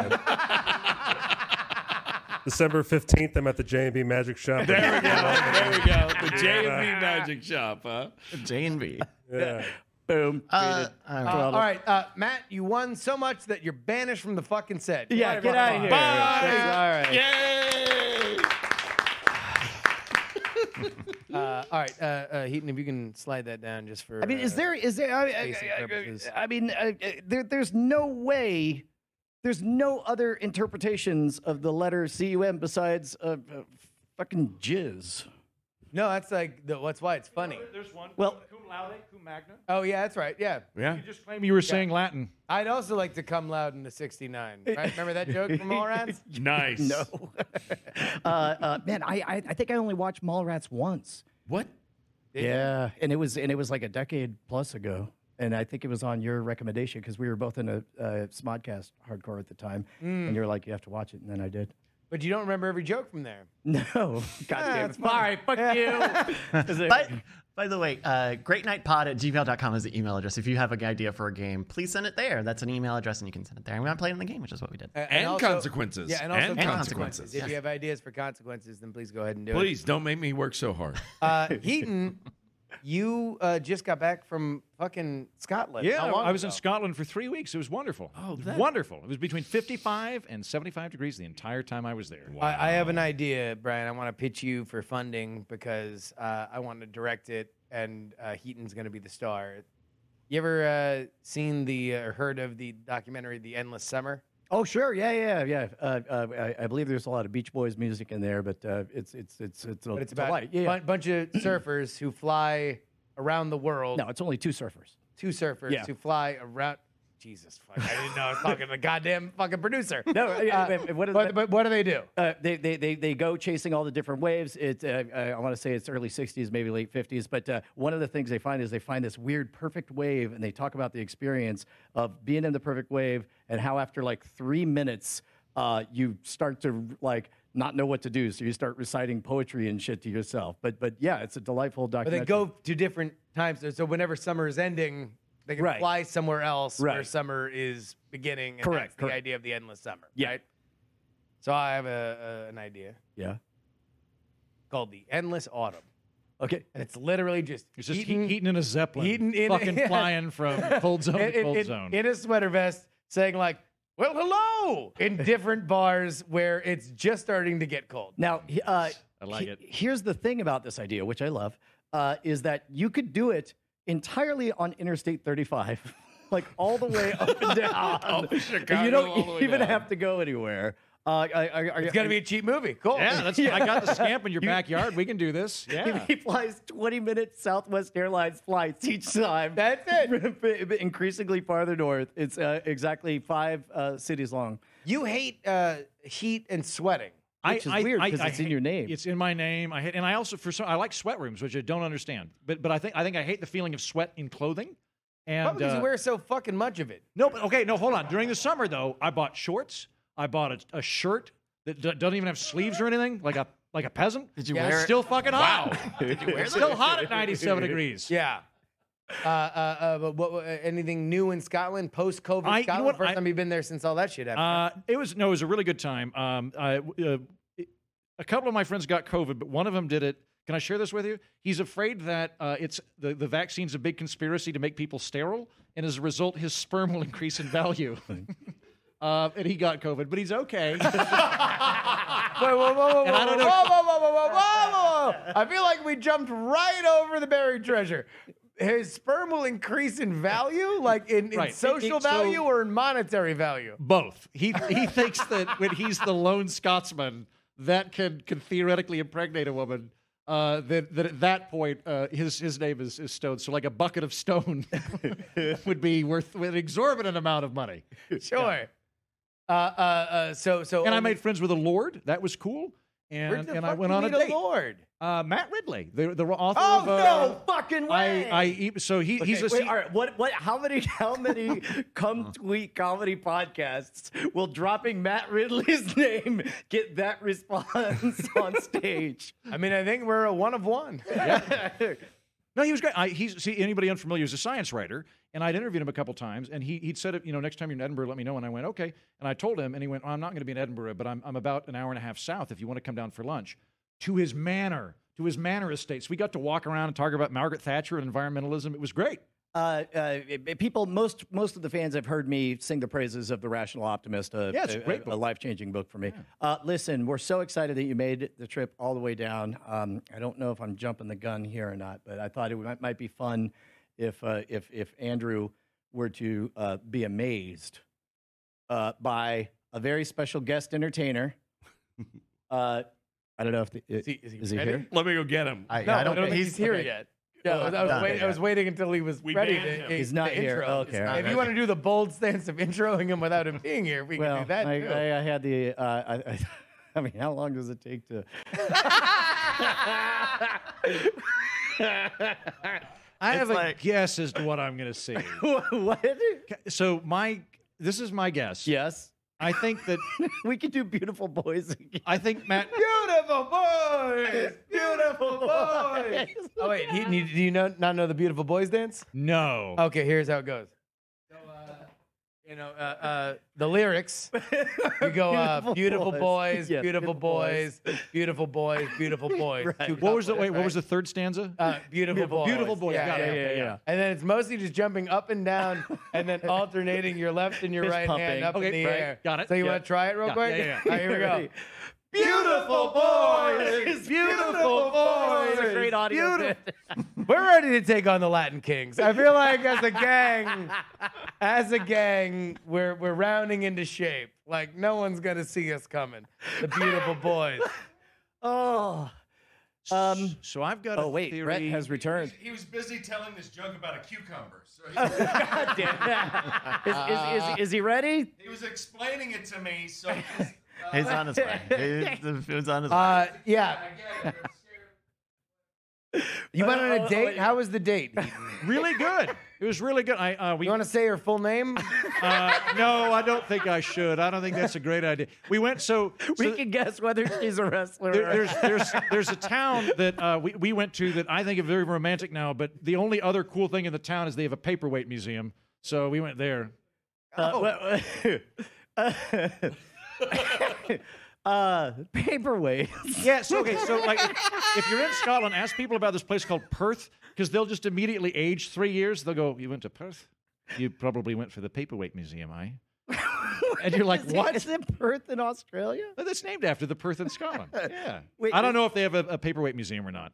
Speaker 7: December 15th, I'm at the J&B Magic Shop.
Speaker 1: There we go. There we go. The J and B Magic Shop, huh?
Speaker 4: J and B.
Speaker 7: Yeah.
Speaker 3: Boom.
Speaker 4: Uh, all right.
Speaker 2: All right, uh, Matt, you won so much that you're banished from the fucking set.
Speaker 3: Yeah, get out of here. Thanks, All right.
Speaker 1: Yay!
Speaker 2: Uh, all right, uh, uh, Heaton, if you can slide that down just for.
Speaker 3: I mean, is
Speaker 2: uh,
Speaker 3: there is there? I, I-
Speaker 2: Basic
Speaker 3: I- I-
Speaker 2: purposes.
Speaker 3: I mean, I, I- there, there's no way. There's no other interpretations of the letter cum besides uh, uh, fucking jizz.
Speaker 2: No, that's like the, that's why it's funny.
Speaker 9: There's one.
Speaker 3: Well-
Speaker 9: cum laude, cum magna.
Speaker 2: Oh yeah, that's right. Yeah,
Speaker 1: Yeah.
Speaker 9: just claim you were saying Latin.
Speaker 2: I'd also like to come loud in the '69. Right? Remember that joke from Mallrats?
Speaker 1: Nice.
Speaker 3: No. uh, uh, man, I, I I think I only watched Mallrats once.
Speaker 1: What?
Speaker 3: Yeah, and it was and it was like a decade plus ago, and I think it was on your recommendation because we were both in a uh, Smodcast hardcore at the time,
Speaker 2: Mm.
Speaker 3: and you were like, you have to watch it, and then I did.
Speaker 2: But you don't remember every joke from there.
Speaker 3: No, God
Speaker 2: Ah,
Speaker 3: damn it! Sorry, fuck you. Is it-
Speaker 4: But by the way, uh, greatnightpod at gmail.com is the email address. If you have an idea for a game, please send it there. That's an email address, and you can send it there. And we're not playing the game, which is what we did.
Speaker 2: Uh,
Speaker 1: And
Speaker 2: also-
Speaker 1: consequences.
Speaker 2: Yeah, and also
Speaker 1: And consequences.
Speaker 2: If you have ideas for consequences, then please go ahead and do it.
Speaker 1: Please don't make me work so hard.
Speaker 2: Uh, Heaton, you uh, just got back from fucking Scotland. How long
Speaker 9: I was in
Speaker 2: ago?
Speaker 9: Scotland for three weeks. It was wonderful. Oh, wonderful! It was between 55 and 75 degrees the entire time I was there.
Speaker 2: I, I have an idea, Brian. I want to pitch you for funding because uh, I want to direct it, and uh, Heaton's going to be the star. You ever uh, seen the or heard of the documentary "The Endless Summer"?
Speaker 3: oh, sure, yeah, yeah, yeah. Uh, uh, I, I believe there's a lot of Beach Boys music in there, but uh, it's it's it's it's a,
Speaker 2: But it's
Speaker 3: a
Speaker 2: about
Speaker 3: light. Yeah,
Speaker 2: a
Speaker 3: yeah.
Speaker 2: bun- bunch of surfers who fly around the world.
Speaker 3: no, it's only two surfers.
Speaker 2: two surfers
Speaker 3: Yeah.
Speaker 2: who fly around. Jesus, fuck! I didn't know I was talking to the goddamn fucking producer.
Speaker 3: No, uh, what is
Speaker 2: but,
Speaker 3: that?
Speaker 2: but what do they do?
Speaker 3: Uh, they, they, they, they go chasing all the different waves. It, uh, uh, I want to say it's early 60s, maybe late 50s. But uh, one of the things they find is they find this weird perfect wave, and they talk about the experience of being in the perfect wave and how after like three minutes, uh, you start to like not know what to do. So you start reciting poetry and shit to yourself. But but yeah, it's a delightful
Speaker 2: Or they
Speaker 3: documentary.
Speaker 2: go to different times. So whenever summer is ending, They can
Speaker 3: Right.
Speaker 2: fly somewhere else where
Speaker 3: Right.
Speaker 2: summer is beginning. And
Speaker 3: Correct,
Speaker 2: That's
Speaker 3: correct.
Speaker 2: The idea of the endless summer.
Speaker 3: Yeah.
Speaker 2: Right? So I have a, a an idea
Speaker 3: Yeah.
Speaker 2: called the endless autumn,
Speaker 3: Okay.
Speaker 2: and it's literally just
Speaker 9: It's just
Speaker 2: eating-
Speaker 9: eaten, eaten in a zeppelin,
Speaker 2: eaten in-
Speaker 9: fucking flying from cold zone
Speaker 2: in,
Speaker 9: to
Speaker 2: in-
Speaker 9: cold
Speaker 2: in-
Speaker 9: zone.
Speaker 2: in a sweater vest, saying like, "Well, hello," in different bars where it's just starting to get cold.
Speaker 3: Now, he- uh,
Speaker 9: I like it.
Speaker 3: Here's the thing about this idea, which I love, uh, is that you could do it entirely on Interstate 35, like all the way up
Speaker 2: Oh,
Speaker 3: and down.
Speaker 1: Up Chicago,
Speaker 3: you
Speaker 1: all the
Speaker 3: don't
Speaker 1: way
Speaker 3: even
Speaker 1: down.
Speaker 3: have to go anywhere. Uh, I, I, I,
Speaker 2: It's gonna be a cheap movie. Cool.
Speaker 9: yeah, that's. I got the scamp in your backyard. We can do this.
Speaker 3: He,
Speaker 9: Yeah.
Speaker 3: he flies 20 minute Southwest Airlines flights each time.
Speaker 2: That's
Speaker 3: it. Increasingly farther north. It's uh, exactly five uh, cities long.
Speaker 2: You hate uh, heat and sweating.
Speaker 3: Which is weird 'cause it's in
Speaker 9: hate-
Speaker 3: your name.
Speaker 9: It's in my name. I hate, and I also for some I like sweat rooms, which I don't understand. But but I think I think I hate the feeling of sweat in clothing. And
Speaker 2: Probably because
Speaker 9: uh,
Speaker 2: you wear so fucking much of it.
Speaker 9: no, but okay, no, hold on. During the summer though, I bought shorts. I bought a, a shirt that d- doesn't even have sleeves or anything, like a like a peasant.
Speaker 4: Did you
Speaker 2: Yeah,
Speaker 4: wear
Speaker 9: It's
Speaker 4: it?
Speaker 9: still fucking hot. It's still hot at 97 degrees.
Speaker 2: Yeah. Uh, uh, uh, but what, uh, anything new in Scotland post COVID?
Speaker 9: I- you know
Speaker 2: Scotland,
Speaker 9: what,
Speaker 2: first
Speaker 9: I-
Speaker 2: time you've been there since all that shit happened.
Speaker 9: Uh, it was no, it was a really good time. Um, I, uh, it- a couple of my friends got COVID, but one of them did it. Can I share this with you? He's afraid that uh, it's the, the vaccine's a big conspiracy to make people sterile, and as a result, his sperm will increase in value. uh, and he got COVID, but he's okay.
Speaker 2: Wait, whoa, whoa, whoa,
Speaker 9: and
Speaker 2: whoa,
Speaker 9: I don't
Speaker 2: whoa,
Speaker 9: know-
Speaker 2: whoa, whoa, whoa, whoa, whoa, whoa, whoa. I feel like we jumped right over the buried treasure. His sperm will increase in value, like in, in
Speaker 9: Right. It-
Speaker 2: social
Speaker 9: it- so-
Speaker 2: value or in monetary value.
Speaker 9: Both. He he thinks that when he's the lone Scotsman that can can theoretically impregnate a woman. Uh, that, that at that point uh, his his name is, is Stone. So like a bucket of stone would be worth an exorbitant amount of money.
Speaker 2: Sure. Uh, uh, uh, so, so.
Speaker 9: And I
Speaker 2: only-
Speaker 9: made friends with a lord. That was cool.
Speaker 2: Where
Speaker 9: And
Speaker 2: the
Speaker 9: and I
Speaker 2: fuck
Speaker 9: went
Speaker 2: you
Speaker 9: on a
Speaker 2: meet
Speaker 9: date.
Speaker 2: Lord.
Speaker 9: Uh, Matt Ridley, the the author
Speaker 3: Oh,
Speaker 9: of. uh,
Speaker 3: no fucking way.
Speaker 9: I I so he he's a
Speaker 3: wait,
Speaker 9: se-
Speaker 3: all right. What what? How many how many
Speaker 9: Uh-huh.
Speaker 3: come tweet comedy podcasts will dropping Matt Ridley's name get that response on stage?
Speaker 2: I mean, I think we're a one of one.
Speaker 9: No, he was great. I, he's see anybody unfamiliar is a science writer, and I'd interviewed him a couple times, and he he'd said, you know, next time you're in Edinburgh, let me know. And I went, okay. And I told him, and he went, oh, I'm not going to be in Edinburgh, but I'm I'm about an hour and a half south. If you want to come down for lunch, to his manor, to his manor estate. So we got to walk around and talk about Margaret Thatcher and environmentalism. It was great.
Speaker 3: Uh, uh, people, most most of the fans have heard me sing the praises of the Rational Optimist. A,
Speaker 9: Yeah, it's a
Speaker 3: a,
Speaker 9: great book.
Speaker 3: life changing book for me. Uh, listen, we're so excited that you made the trip all the way down. Um, I don't know if I'm jumping the gun here or not, but I thought it might, might be fun if uh, if if Andrew were to uh, be amazed uh, by a very special guest entertainer. uh, I don't know if the, is,
Speaker 2: he- is he
Speaker 3: he
Speaker 2: ready?
Speaker 3: here.
Speaker 1: Let me go get him.
Speaker 4: I,
Speaker 2: No,
Speaker 4: I don't,
Speaker 2: think
Speaker 4: think
Speaker 2: he's, here
Speaker 4: okay.
Speaker 2: yet.
Speaker 3: Yeah,
Speaker 2: I was, I was
Speaker 4: done.
Speaker 2: wait- I was waiting until he was
Speaker 1: We
Speaker 2: ready.
Speaker 1: banned
Speaker 2: To,
Speaker 1: him.
Speaker 2: to
Speaker 3: He's not here.
Speaker 2: Intro.
Speaker 3: Okay, all
Speaker 2: If
Speaker 3: right.
Speaker 2: you want to do the bold stance of introing him without him being here, we
Speaker 3: Well,
Speaker 2: can do that
Speaker 3: I,
Speaker 2: too.
Speaker 3: I, I had the. Uh, I, I, I mean, how long does it take to?
Speaker 9: I have
Speaker 4: like-
Speaker 9: a guess as to what I'm going to see.
Speaker 3: what?
Speaker 9: so my this is my guess.
Speaker 3: Yes,
Speaker 9: I think that
Speaker 3: we could do beautiful boys again.
Speaker 9: I think Matt.
Speaker 2: Beautiful boys, beautiful boys. oh wait, he, do you know, not know the beautiful boys dance?
Speaker 9: No.
Speaker 2: Okay, here's how it goes. So, uh, you know, uh, uh, the lyrics. You go, uh, beautiful boys,
Speaker 3: Yes,
Speaker 2: beautiful boys, beautiful boys, beautiful boys.
Speaker 3: Right.
Speaker 2: Two
Speaker 9: What was the
Speaker 2: couplets,
Speaker 9: wait? What was
Speaker 2: right?
Speaker 9: the third stanza?
Speaker 2: Uh, beautiful, boys.
Speaker 9: Beautiful boys.
Speaker 2: Yeah,
Speaker 9: Got it.
Speaker 2: yeah,
Speaker 9: Okay,
Speaker 2: yeah,
Speaker 9: yeah.
Speaker 2: And then it's mostly just jumping up and down, and then alternating your left and your
Speaker 3: Fist
Speaker 2: right
Speaker 3: pumping.
Speaker 2: hand up
Speaker 9: Okay,
Speaker 2: in the
Speaker 9: right.
Speaker 2: air.
Speaker 9: Got it.
Speaker 2: So you
Speaker 9: Yeah.
Speaker 2: want to try it real
Speaker 9: Yeah,
Speaker 2: quick?
Speaker 9: yeah, yeah.
Speaker 2: All right, here we go.
Speaker 3: Ready?
Speaker 2: Beautiful boys, beautiful boys.
Speaker 3: That was a great audio.
Speaker 2: Beautiful. We're ready to take on the Latin Kings. I feel like as a gang, as a gang, we're we're rounding into shape. Like no one's gonna see us coming. The beautiful boys.
Speaker 3: Oh,
Speaker 9: Uh,
Speaker 3: um.
Speaker 9: So I've got.
Speaker 3: Oh
Speaker 9: a
Speaker 3: wait,
Speaker 9: theory.
Speaker 3: Brett has returned.
Speaker 1: He was busy telling this joke about a cucumber, so
Speaker 3: God damn. Is, is, is, is he ready?
Speaker 1: he was explaining it to me. So
Speaker 3: Uh,
Speaker 4: He's on his way. He's, he's on his way.
Speaker 2: Uh, yeah. You went on
Speaker 3: I'll-
Speaker 2: a
Speaker 3: I'll let
Speaker 2: date?
Speaker 3: you-
Speaker 2: How was the date? Eden?
Speaker 9: Really good. It was really good. I uh, we
Speaker 2: You want to say her full name?
Speaker 9: uh, no, I don't think I should. I don't think that's a great idea. We went so,
Speaker 3: We
Speaker 9: so
Speaker 3: can guess whether she's a wrestler
Speaker 9: there-
Speaker 3: or
Speaker 9: there's there's there's a town that uh, we we went to that I think is very romantic now. But the only other cool thing in the town is they have a paperweight museum. So we went there.
Speaker 3: Uh,
Speaker 12: Oh.
Speaker 3: well, uh, uh, paperweights.
Speaker 9: Yeah, so okay, so like if, if you're in Scotland, ask people about this place called Perth because they'll just immediately age three years. They'll go, "You went to Perth? You probably went for the paperweight museum, I." and you're like,
Speaker 3: Is it-
Speaker 9: "What?"
Speaker 3: Is it Perth in Australia?
Speaker 9: Well, That's named after the Perth in Scotland. Yeah,
Speaker 3: Wait,
Speaker 9: I don't know if they have a, a paperweight museum or not.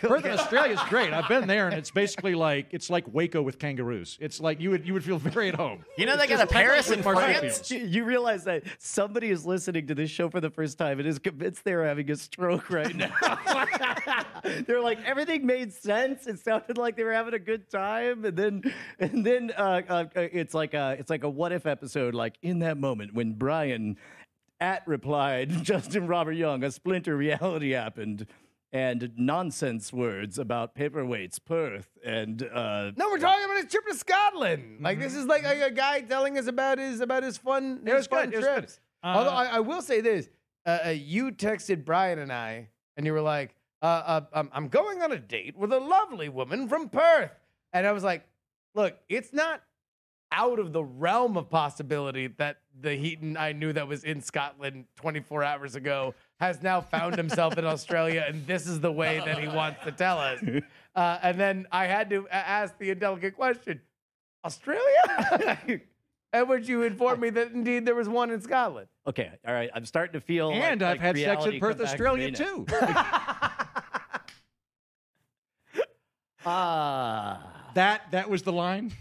Speaker 9: Perth in Australia is great. I've been there, and it's basically like it's like Waco with kangaroos. It's like you would you would feel very at home.
Speaker 12: You know they got a Paris in France.
Speaker 9: marsupials.
Speaker 3: You- You realize that somebody is listening to this show for the first time and is convinced they're having a stroke right now. they're like, everything made sense. It sounded like they were having a good time, and then, and then uh, uh, it's like a it's like a what if episode. Like in that moment when Brian at replied Justin Robert Young, a splinter reality happened. And nonsense words about paperweights, Perth, and uh,
Speaker 2: No, we're talking about his trip to Scotland. Like this is like, like a guy telling us about his about his fun, his
Speaker 9: was
Speaker 2: fun
Speaker 9: good, mm-hmm, it was good.
Speaker 2: trips. Although I, I will say this, uh, uh, you texted Brian and I, and you were like, uh, uh, um, "I'm going on a date with a lovely woman from Perth," and I was like, "Look, it's not out of the realm of possibility that the Heaton I knew that was in Scotland 24 hours ago has now found himself in Australia, and this is the way that he wants to tell us. Uh, and then I had to a- ask the indelicate question Australia? and would you inform me that indeed there was one in Scotland?
Speaker 3: okay, all right, I'm starting to feel. like-
Speaker 9: and I've
Speaker 3: like
Speaker 9: had sex
Speaker 3: reality
Speaker 9: in Perth,
Speaker 3: come back to me
Speaker 9: Australia
Speaker 3: now.
Speaker 9: too.
Speaker 3: Ah,
Speaker 9: that that was the line.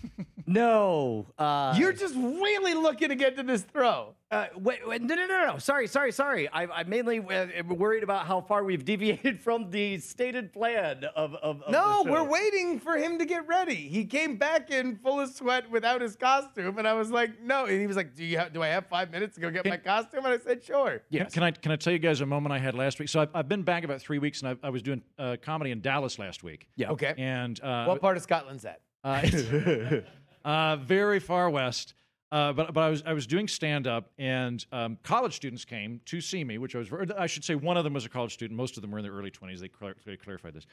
Speaker 3: no. Uh,
Speaker 2: You're just really looking to get to this throw.
Speaker 3: uh, wait, wait, no, no, no, no. Sorry, sorry, sorry. I, I mainly uh, am worried about how far we've deviated from the stated plan of of. of the
Speaker 2: No,
Speaker 3: show.
Speaker 2: we're waiting for him to get ready. He came back in full of sweat without his costume, and I was like, "No." And he was like, "Do you have, do I have five minutes to go get my costume?" And I said, "Sure."
Speaker 9: Yes. Can I can I tell you guys a moment I had last week? So I've, I've been back about three weeks, and I, I was doing uh, comedy in Dallas last week.
Speaker 3: Yeah.
Speaker 2: Okay.
Speaker 9: And uh,
Speaker 2: what part of Scotland's that?
Speaker 9: Uh, it's- uh, very far west. Uh, but but I was I was doing stand up and um, college students came to see me, which I was or I should say one of them was a college student. Most of them were in their early twenties. They, clar- they clarified this,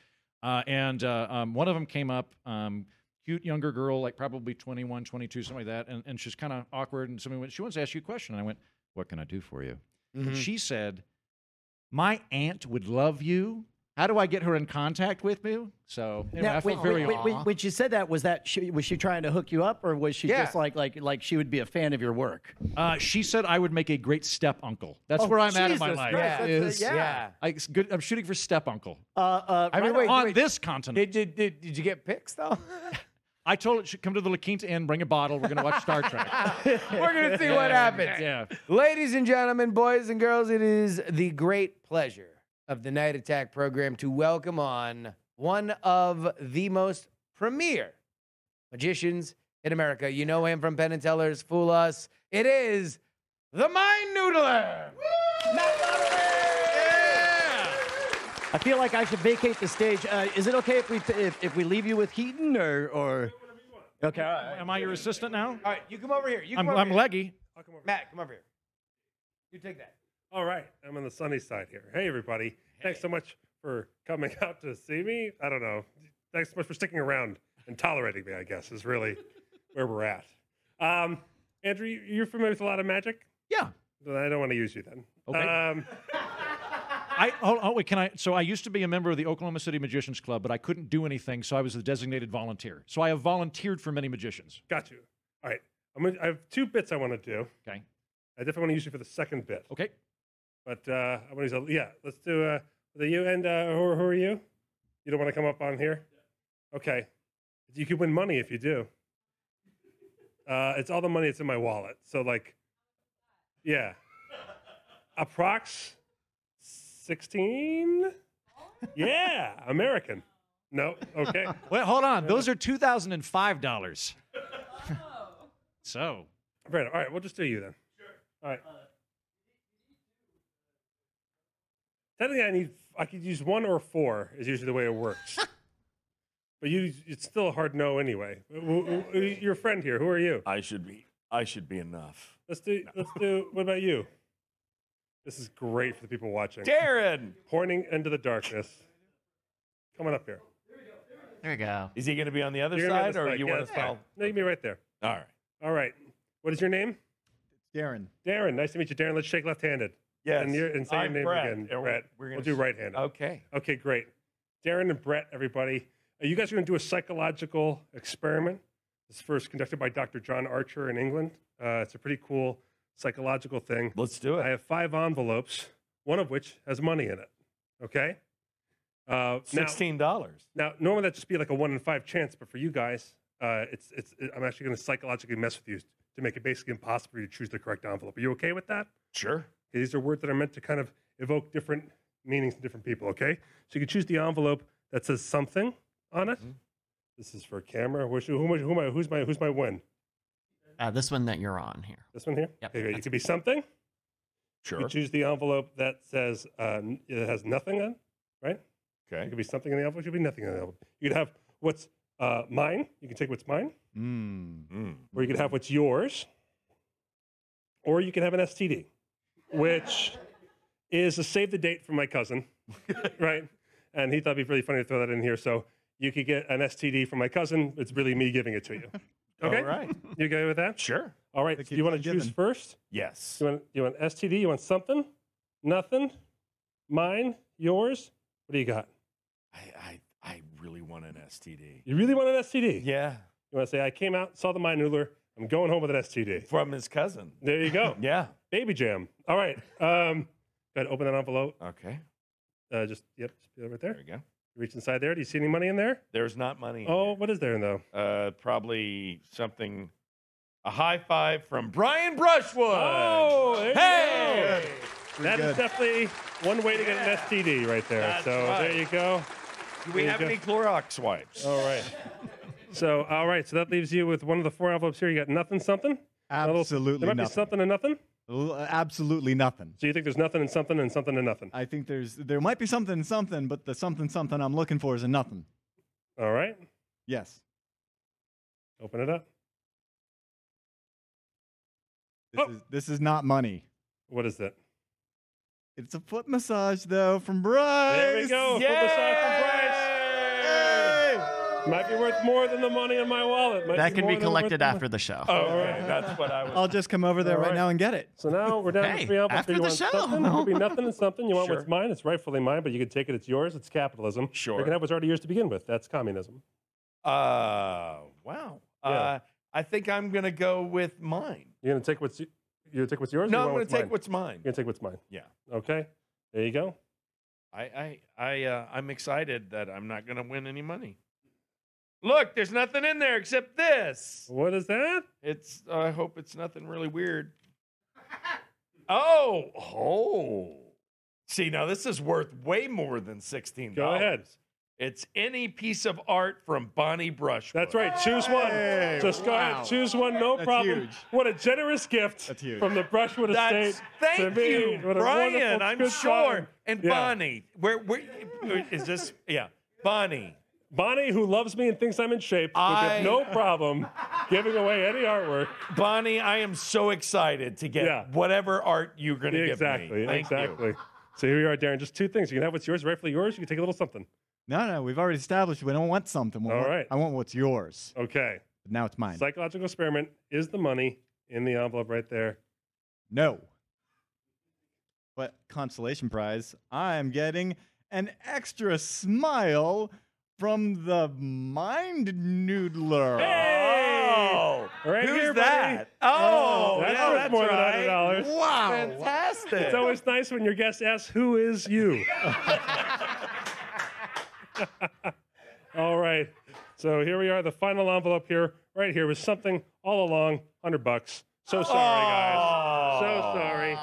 Speaker 9: uh, and uh, um, one of them came up, um, cute younger girl, like probably 21, 22, something like that, and and she's kind of awkward. And somebody went, she wants to ask you a question, and I went, what can I do for you? And she said, my aunt would love you. How do I get her in contact with you? So you know,
Speaker 3: Now,
Speaker 9: I
Speaker 3: wait,
Speaker 9: felt very
Speaker 3: wait, wait, wait,
Speaker 9: aw.
Speaker 3: when she said that, was that she, was she trying to hook you up, or was she
Speaker 2: Yeah.
Speaker 3: just like like like she would be a fan of your work?
Speaker 9: Uh, she said I would make a great step uncle. That's where I'm at in my
Speaker 2: Oh, Jesus
Speaker 9: life.
Speaker 2: Christ, that's a-
Speaker 9: Is-
Speaker 2: yeah.
Speaker 9: I, it's good, I'm shooting for step uncle
Speaker 3: Uh, uh,
Speaker 2: I mean,
Speaker 3: right
Speaker 2: wait,
Speaker 9: on
Speaker 2: wait.
Speaker 9: this continent.
Speaker 2: Did, did, did, did you get pics though?
Speaker 9: I told it should come to the La Quinta Inn, bring a bottle. We're gonna watch Star Trek.
Speaker 2: We're gonna see what happens.
Speaker 9: Yeah.
Speaker 2: Ladies and gentlemen, boys and girls, it is the great pleasure of the Night Attack program to welcome on one of the most premier magicians in America. You know him from Penn and Teller's Fool Us. It is the Mind Noodler. Matt Lauer.
Speaker 3: I feel like I should vacate the stage. Uh, is it okay if we if, if we leave you with Heaton or or? Okay, all right.
Speaker 9: Am I your assistant now?
Speaker 2: All right, you come over here. You come
Speaker 9: I'm,
Speaker 2: over
Speaker 9: I'm
Speaker 2: here.
Speaker 9: leggy.
Speaker 7: I'll come over.
Speaker 2: Matt, come over here. You take that.
Speaker 7: All right, I'm on the sunny side here. Hey, everybody. Thanks so much for coming out to see me. I don't know. Thanks so much for sticking around and tolerating me, I guess, is really where we're at. Um, Andrew, you- you're familiar with a lot of magic?
Speaker 9: Yeah.
Speaker 7: Then I don't want to use you then.
Speaker 9: Okay.
Speaker 7: Um,
Speaker 9: I oh, oh wait, can I? So I used to be a member of the Oklahoma City Magicians Club, but I couldn't do anything, so I was the designated volunteer. So I have volunteered for many magicians.
Speaker 7: got you. All right. I'm gonna, I have two bits I want to do.
Speaker 9: Okay.
Speaker 7: I definitely want to use you for the second bit.
Speaker 9: Okay.
Speaker 7: But uh, I want to use, a- yeah, let's do uh, the you and uh, who, who are you? You don't want to come up on here? Okay. You could win money if you do. Uh, it's all the money that's in my wallet. So, like, yeah. Approx 16? Yeah, American. No, okay.
Speaker 9: Wait, hold on. Those are two thousand and five dollars. so
Speaker 7: Fair enough. All right, we'll just do you then.
Speaker 1: Uh,
Speaker 7: Sure. All right. Technically, I need I could use one or four is usually the way it works. but you, it's still a hard no anyway. W- w- w- Your friend here, who are you?
Speaker 1: I should be. I should be enough.
Speaker 7: Let's do. Let's do. What about you? This is great for the people watching.
Speaker 1: Darren,
Speaker 7: Pointing into the darkness. Coming up here.
Speaker 3: There we go.
Speaker 1: is he going to be on the other
Speaker 7: You're gonna be on
Speaker 1: side,
Speaker 7: this
Speaker 1: or
Speaker 7: side.
Speaker 1: you
Speaker 7: Yeah,
Speaker 1: want to
Speaker 7: that's fine.
Speaker 1: spell?
Speaker 7: No, you can be right there.
Speaker 1: All right.
Speaker 7: All right. What is your name?
Speaker 2: Darren.
Speaker 7: Darren. Nice to meet you, Darren. Let's shake left-handed.
Speaker 1: Yes.
Speaker 7: And, you're, and say
Speaker 1: I'm
Speaker 7: your name
Speaker 1: Brett,
Speaker 7: again.
Speaker 1: and we're-
Speaker 7: Brett.
Speaker 1: we're
Speaker 7: We're
Speaker 1: gonna
Speaker 7: we'll do
Speaker 1: s-
Speaker 7: right-handed.
Speaker 1: Okay.
Speaker 7: Okay, great. Darren and Brett, everybody, uh, you guys are going to do a psychological experiment. This is first conducted by Dr. John Archer in England. Uh, it's a pretty cool psychological thing.
Speaker 1: Let's do
Speaker 7: I
Speaker 1: it.
Speaker 7: have five envelopes, one of which has money in it. Okay. Uh, now,
Speaker 1: Sixteen dollars.
Speaker 7: now, normally that'd just be like a one in five chance, but for you guys, uh, it's it's. I'm actually going to psychologically mess with you to make it basically impossible for you to choose the correct envelope. Are you okay with that?
Speaker 1: Sure.
Speaker 7: These are words that are meant to kind of evoke different meanings in different people, okay? So you can choose the envelope that says something on it. This is for camera. Which, who, am I- who am I, who's my who's my win?
Speaker 3: Uh, this one that you're on here.
Speaker 7: This one here?
Speaker 3: Yep,
Speaker 7: okay, you
Speaker 3: that's
Speaker 7: could be something. You
Speaker 1: Sure.
Speaker 7: choose the envelope that says uh, n- it has nothing on, right? It
Speaker 1: Okay.
Speaker 7: could be something in the envelope, it could be nothing in the envelope. You could have what's uh, mine, you can take what's mine,
Speaker 2: Mm.
Speaker 1: Mm.
Speaker 7: or you could have what's yours, or you can have an STD, which is a save the date from my cousin, right? And he thought it'd be really funny to throw that in here. So you could get an STD from my cousin. It's really me giving it to you. Okay,
Speaker 1: All right.
Speaker 7: you okay with that?
Speaker 1: Sure.
Speaker 7: All right.
Speaker 2: They
Speaker 7: Do
Speaker 2: keep
Speaker 7: you want to
Speaker 2: on
Speaker 7: choose
Speaker 2: giving.
Speaker 7: first?
Speaker 1: Yes.
Speaker 7: You want you want STD? You want something? Nothing? Mine? Yours? What do you got?
Speaker 1: I, I, I really want an STD.
Speaker 7: You really want an STD?
Speaker 1: Yeah.
Speaker 7: You want to say I came out, saw the mine ruler. I'm going home with an STD.
Speaker 1: From his cousin.
Speaker 7: There you go.
Speaker 1: Yeah.
Speaker 7: Baby Jam. All right. Um, go ahead, open that envelope.
Speaker 1: Okay.
Speaker 7: Uh, just yep, just put it right
Speaker 1: There
Speaker 7: there.
Speaker 1: we go.
Speaker 7: Reach inside there. Do you see any money in there?
Speaker 1: There's not money. in
Speaker 7: Oh, what is there though?
Speaker 1: there. Uh, probably something. A high five from Brian Brushwood.
Speaker 7: Oh, there you
Speaker 1: hey.
Speaker 7: go. That is
Speaker 2: good.
Speaker 7: definitely one way to get an STD right there.
Speaker 1: That's
Speaker 7: so there
Speaker 1: right.
Speaker 7: you go.
Speaker 1: Do we
Speaker 7: There you
Speaker 1: have
Speaker 7: go. Oh.
Speaker 1: any Clorox wipes?
Speaker 7: All right. so all right. So that leaves you with one of the four envelopes here. You got nothing, something. Another little-
Speaker 2: Absolutely
Speaker 7: There might be
Speaker 2: nothing.
Speaker 7: something and nothing.
Speaker 2: L- Absolutely nothing.
Speaker 7: So you think there's nothing and something and something and nothing.
Speaker 2: I think there's there might be something and something, but the something something I'm looking for is a nothing.
Speaker 7: All right.
Speaker 2: Yes.
Speaker 7: Open it up.
Speaker 2: This
Speaker 7: Oh.
Speaker 2: is this is not money.
Speaker 7: What is that?
Speaker 2: It's a foot massage though from Bryce.
Speaker 7: There we go. Put this on for Bryce. Might be worth more than the money in my wallet. Might
Speaker 3: That can
Speaker 7: more
Speaker 3: be
Speaker 7: than worth
Speaker 3: collected
Speaker 7: the money.
Speaker 3: after the show.
Speaker 1: Oh, okay. That's what I was.
Speaker 2: I'll just come over there
Speaker 7: All
Speaker 2: right,
Speaker 7: right.
Speaker 2: now and get it.
Speaker 7: So now we're down
Speaker 3: Hey,
Speaker 7: to three envelopes.
Speaker 3: after
Speaker 7: you
Speaker 3: the
Speaker 7: want
Speaker 3: show.
Speaker 7: something? It could be nothing and something. You want
Speaker 1: Sure.
Speaker 7: what's mine? It's rightfully mine, but you can take it. It's yours. It's capitalism. Or
Speaker 1: Sure.
Speaker 7: you can have what's already yours to begin with. That's communism.
Speaker 1: Uh, wow.
Speaker 7: Yeah.
Speaker 1: Uh, I think I'm gonna go with mine.
Speaker 7: You're gonna take what's you- you're gonna take what's yours.
Speaker 1: no,
Speaker 7: or
Speaker 1: I'm
Speaker 7: you
Speaker 1: gonna
Speaker 7: want
Speaker 1: take
Speaker 7: mine?
Speaker 1: what's mine.
Speaker 7: You're gonna take what's mine.
Speaker 1: Yeah.
Speaker 7: Okay. There you go.
Speaker 1: I, I, I, uh, I'm excited that I'm not gonna win any money. Look, there's nothing in there except this.
Speaker 7: What is that?
Speaker 1: It's. I hope it's nothing really weird. Oh, oh. See, now this is worth way more than sixteen.
Speaker 7: Go ahead.
Speaker 1: It's any piece of art from Bonnie Brush.
Speaker 7: That's right. Choose one.
Speaker 2: Hey,
Speaker 7: Just go ahead.
Speaker 2: wow.
Speaker 7: Choose one. No
Speaker 2: That's
Speaker 7: problem.
Speaker 2: huge.
Speaker 7: What a generous gift
Speaker 2: That's huge.
Speaker 7: from the Brushwood
Speaker 1: That's,
Speaker 7: Estate.
Speaker 1: thank
Speaker 7: to me.
Speaker 1: you,
Speaker 7: What a
Speaker 1: Brian.
Speaker 7: wonderful
Speaker 1: I'm
Speaker 7: good
Speaker 1: sure.
Speaker 7: time.
Speaker 1: And
Speaker 7: Yeah.
Speaker 1: Bonnie, where, where is this? Yeah, Bonnie.
Speaker 7: Bonnie, who loves me and thinks I'm in shape, would
Speaker 1: I-
Speaker 7: have no problem giving away any artwork.
Speaker 1: Bonnie, I am so excited to get
Speaker 7: Yeah.
Speaker 1: whatever art you're going to give
Speaker 7: Exactly.
Speaker 1: me. Thank
Speaker 7: exactly.
Speaker 1: You.
Speaker 7: So here you are, Darren. Just two things. You can have what's yours, rightfully yours. You can take a little something.
Speaker 2: No, no, we've already established we don't want something. We
Speaker 7: All
Speaker 2: want-
Speaker 7: right.
Speaker 2: I want what's yours.
Speaker 7: Okay.
Speaker 2: But now it's mine.
Speaker 7: Psychological experiment is the money in the envelope right there.
Speaker 2: No. But consolation prize, I'm getting an extra smile from the mind noodler.
Speaker 1: Oh,
Speaker 7: Right
Speaker 1: who's
Speaker 7: here, buddy.
Speaker 1: that? Oh,
Speaker 7: that's
Speaker 1: yeah,
Speaker 7: worth more than
Speaker 1: right.
Speaker 7: hundred dollars.
Speaker 2: Wow.
Speaker 1: Fantastic.
Speaker 7: It's always nice when your guest asks, "Who is you?" All right. So here we are. The final envelope here, right here, was something all along. Hundred bucks. So sorry, guys. So sorry.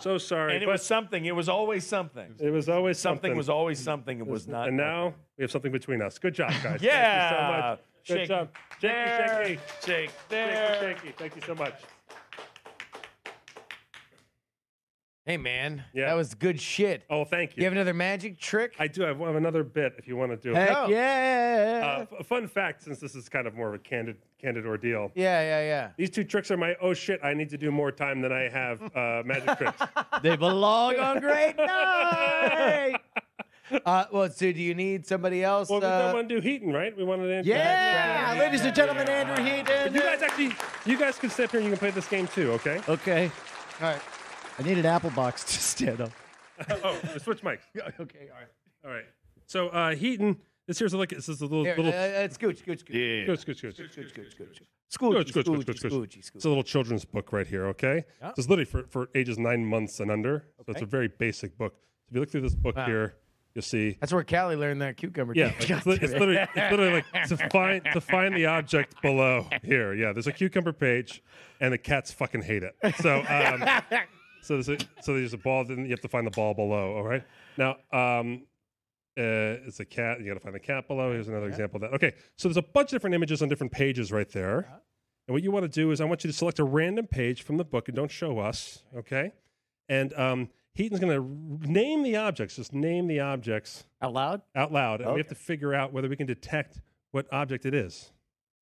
Speaker 7: So sorry.
Speaker 1: and it
Speaker 7: but
Speaker 1: was something. It was always something.
Speaker 7: it was always
Speaker 1: Something was always something. It was not.
Speaker 7: and now
Speaker 1: nothing.
Speaker 7: we have something between us. Good job, guys.
Speaker 1: Yeah.
Speaker 7: Thank you so much. Good
Speaker 1: Shake
Speaker 7: job.
Speaker 1: there,
Speaker 7: Shaky, shaky.
Speaker 1: shake there.
Speaker 7: Shaky, shaky. Thank you so much.
Speaker 2: Hey, man.
Speaker 7: Yeah.
Speaker 2: That was good shit.
Speaker 7: Oh, thank you.
Speaker 2: You have another magic trick?
Speaker 7: I do. I have another bit if you want to do it.
Speaker 2: Heck
Speaker 7: No.
Speaker 2: yeah.
Speaker 7: Uh, f- fun fact, since this is kind of more of a candid, candid ordeal.
Speaker 2: yeah, yeah, yeah.
Speaker 7: These two tricks are my oh shit! I need to do more time than I have uh, magic tricks.
Speaker 3: They belong on great.
Speaker 2: night. uh, well, so do you need somebody else?
Speaker 7: Well, we
Speaker 2: uh,
Speaker 7: don't want to do Heaton, right? We wanted to.
Speaker 2: yeah, ladies and gentlemen, Andrew
Speaker 7: If
Speaker 2: Heaton.
Speaker 7: you guys actually, you guys can sit here and you can play this game too. Okay.
Speaker 3: Okay.
Speaker 2: All right.
Speaker 3: I need an apple box to stand up.
Speaker 7: oh, switch mics.
Speaker 3: Okay, all right.
Speaker 7: All right. So uh, Heaton, this here's a look. This is a little
Speaker 2: Here, uh,
Speaker 7: little.
Speaker 2: uh, it's Gooch, Gooch, Gooch.
Speaker 13: Yeah.
Speaker 7: Good, good,
Speaker 2: Gooch,
Speaker 7: good.
Speaker 2: Gooch, Gooch.
Speaker 7: Good,
Speaker 2: Scoochie,
Speaker 7: good, good,
Speaker 2: Scoochie,
Speaker 7: good, good.
Speaker 2: Scoochie,
Speaker 7: It's a
Speaker 2: Scoochie.
Speaker 7: little children's book right here, okay? It's literally for, for ages nine months and under. So it's a very basic book. If you look through this book here, you'll see.
Speaker 2: That's where Callie learned that cucumber.
Speaker 7: Yeah,
Speaker 2: trick.
Speaker 7: like, it's, li- it's literally, it's literally like to find to find the object below here. Yeah, there's a cucumber page, and the cats fucking hate it. So, um, so there's a, so there's a ball. Then you have to find the ball below. All right. Now, um, uh, it's a cat. You got to find the cat below. Here's another example of that. Okay, so there's a bunch of different images on different pages right there. And what you want to do is I want you to select a random page from the book and don't show us, okay? And um, Heaton's going to name the objects. Just name the objects
Speaker 3: Out loud?
Speaker 7: out loud, and we have to figure out whether we can detect what object it is.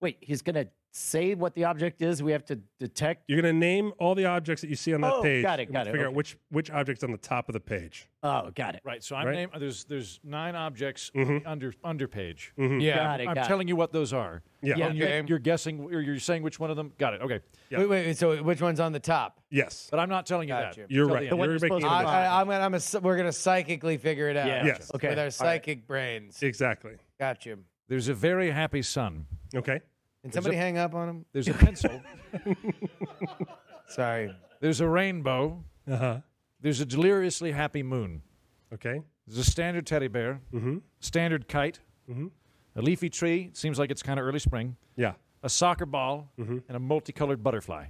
Speaker 3: Wait, he's gonna say what the object is. We have to detect.
Speaker 7: You're going to name all the objects that you see on that
Speaker 3: Oh,
Speaker 7: page.
Speaker 3: got it,
Speaker 7: and
Speaker 3: got
Speaker 7: we'll
Speaker 3: it,
Speaker 7: Figure out
Speaker 3: okay.
Speaker 7: which which object's on the top of the page.
Speaker 3: Oh, got it.
Speaker 9: Right. So I'm
Speaker 7: Right.
Speaker 9: name- there's there's nine objects
Speaker 7: Mhm.
Speaker 9: under under page.
Speaker 2: Yeah.
Speaker 3: Got it.
Speaker 9: I'm
Speaker 3: got it.
Speaker 9: telling you what those are.
Speaker 7: Mm-hmm. Yeah.
Speaker 9: And you're,
Speaker 2: Okay.
Speaker 9: you're guessing or you're saying which one of them. Got it. Okay.
Speaker 7: Yeah.
Speaker 2: Wait, wait, wait. So which one's on the top?
Speaker 7: Yes,
Speaker 9: But I'm not telling you
Speaker 2: Gotcha.
Speaker 9: that.
Speaker 7: you're
Speaker 9: Till the
Speaker 7: right.
Speaker 9: end.
Speaker 7: You're
Speaker 3: one you're
Speaker 7: making
Speaker 3: supposed to
Speaker 7: a
Speaker 2: I,
Speaker 7: mistake.
Speaker 2: I, I'm gonna, I'm a, we're gonna psychically figure it out.
Speaker 3: Yeah.
Speaker 7: Yes.
Speaker 3: Okay.
Speaker 2: With
Speaker 3: All
Speaker 2: our
Speaker 3: right.
Speaker 2: psychic brains.
Speaker 7: exactly.
Speaker 2: Gotcha. And
Speaker 9: There's a very happy sun.
Speaker 7: Okay.
Speaker 2: somebody hang up on him?
Speaker 9: There's a pencil.
Speaker 2: Sorry.
Speaker 9: there's a rainbow.
Speaker 7: Uh huh.
Speaker 9: There's a deliriously happy moon.
Speaker 7: Okay.
Speaker 9: There's a standard teddy bear.
Speaker 7: Mhm.
Speaker 9: Standard kite.
Speaker 7: Mm-hmm.
Speaker 9: A leafy tree. Seems like it's kind of early spring.
Speaker 7: Yeah.
Speaker 9: A soccer ball
Speaker 7: Mm-hmm.
Speaker 9: and a multicolored butterfly.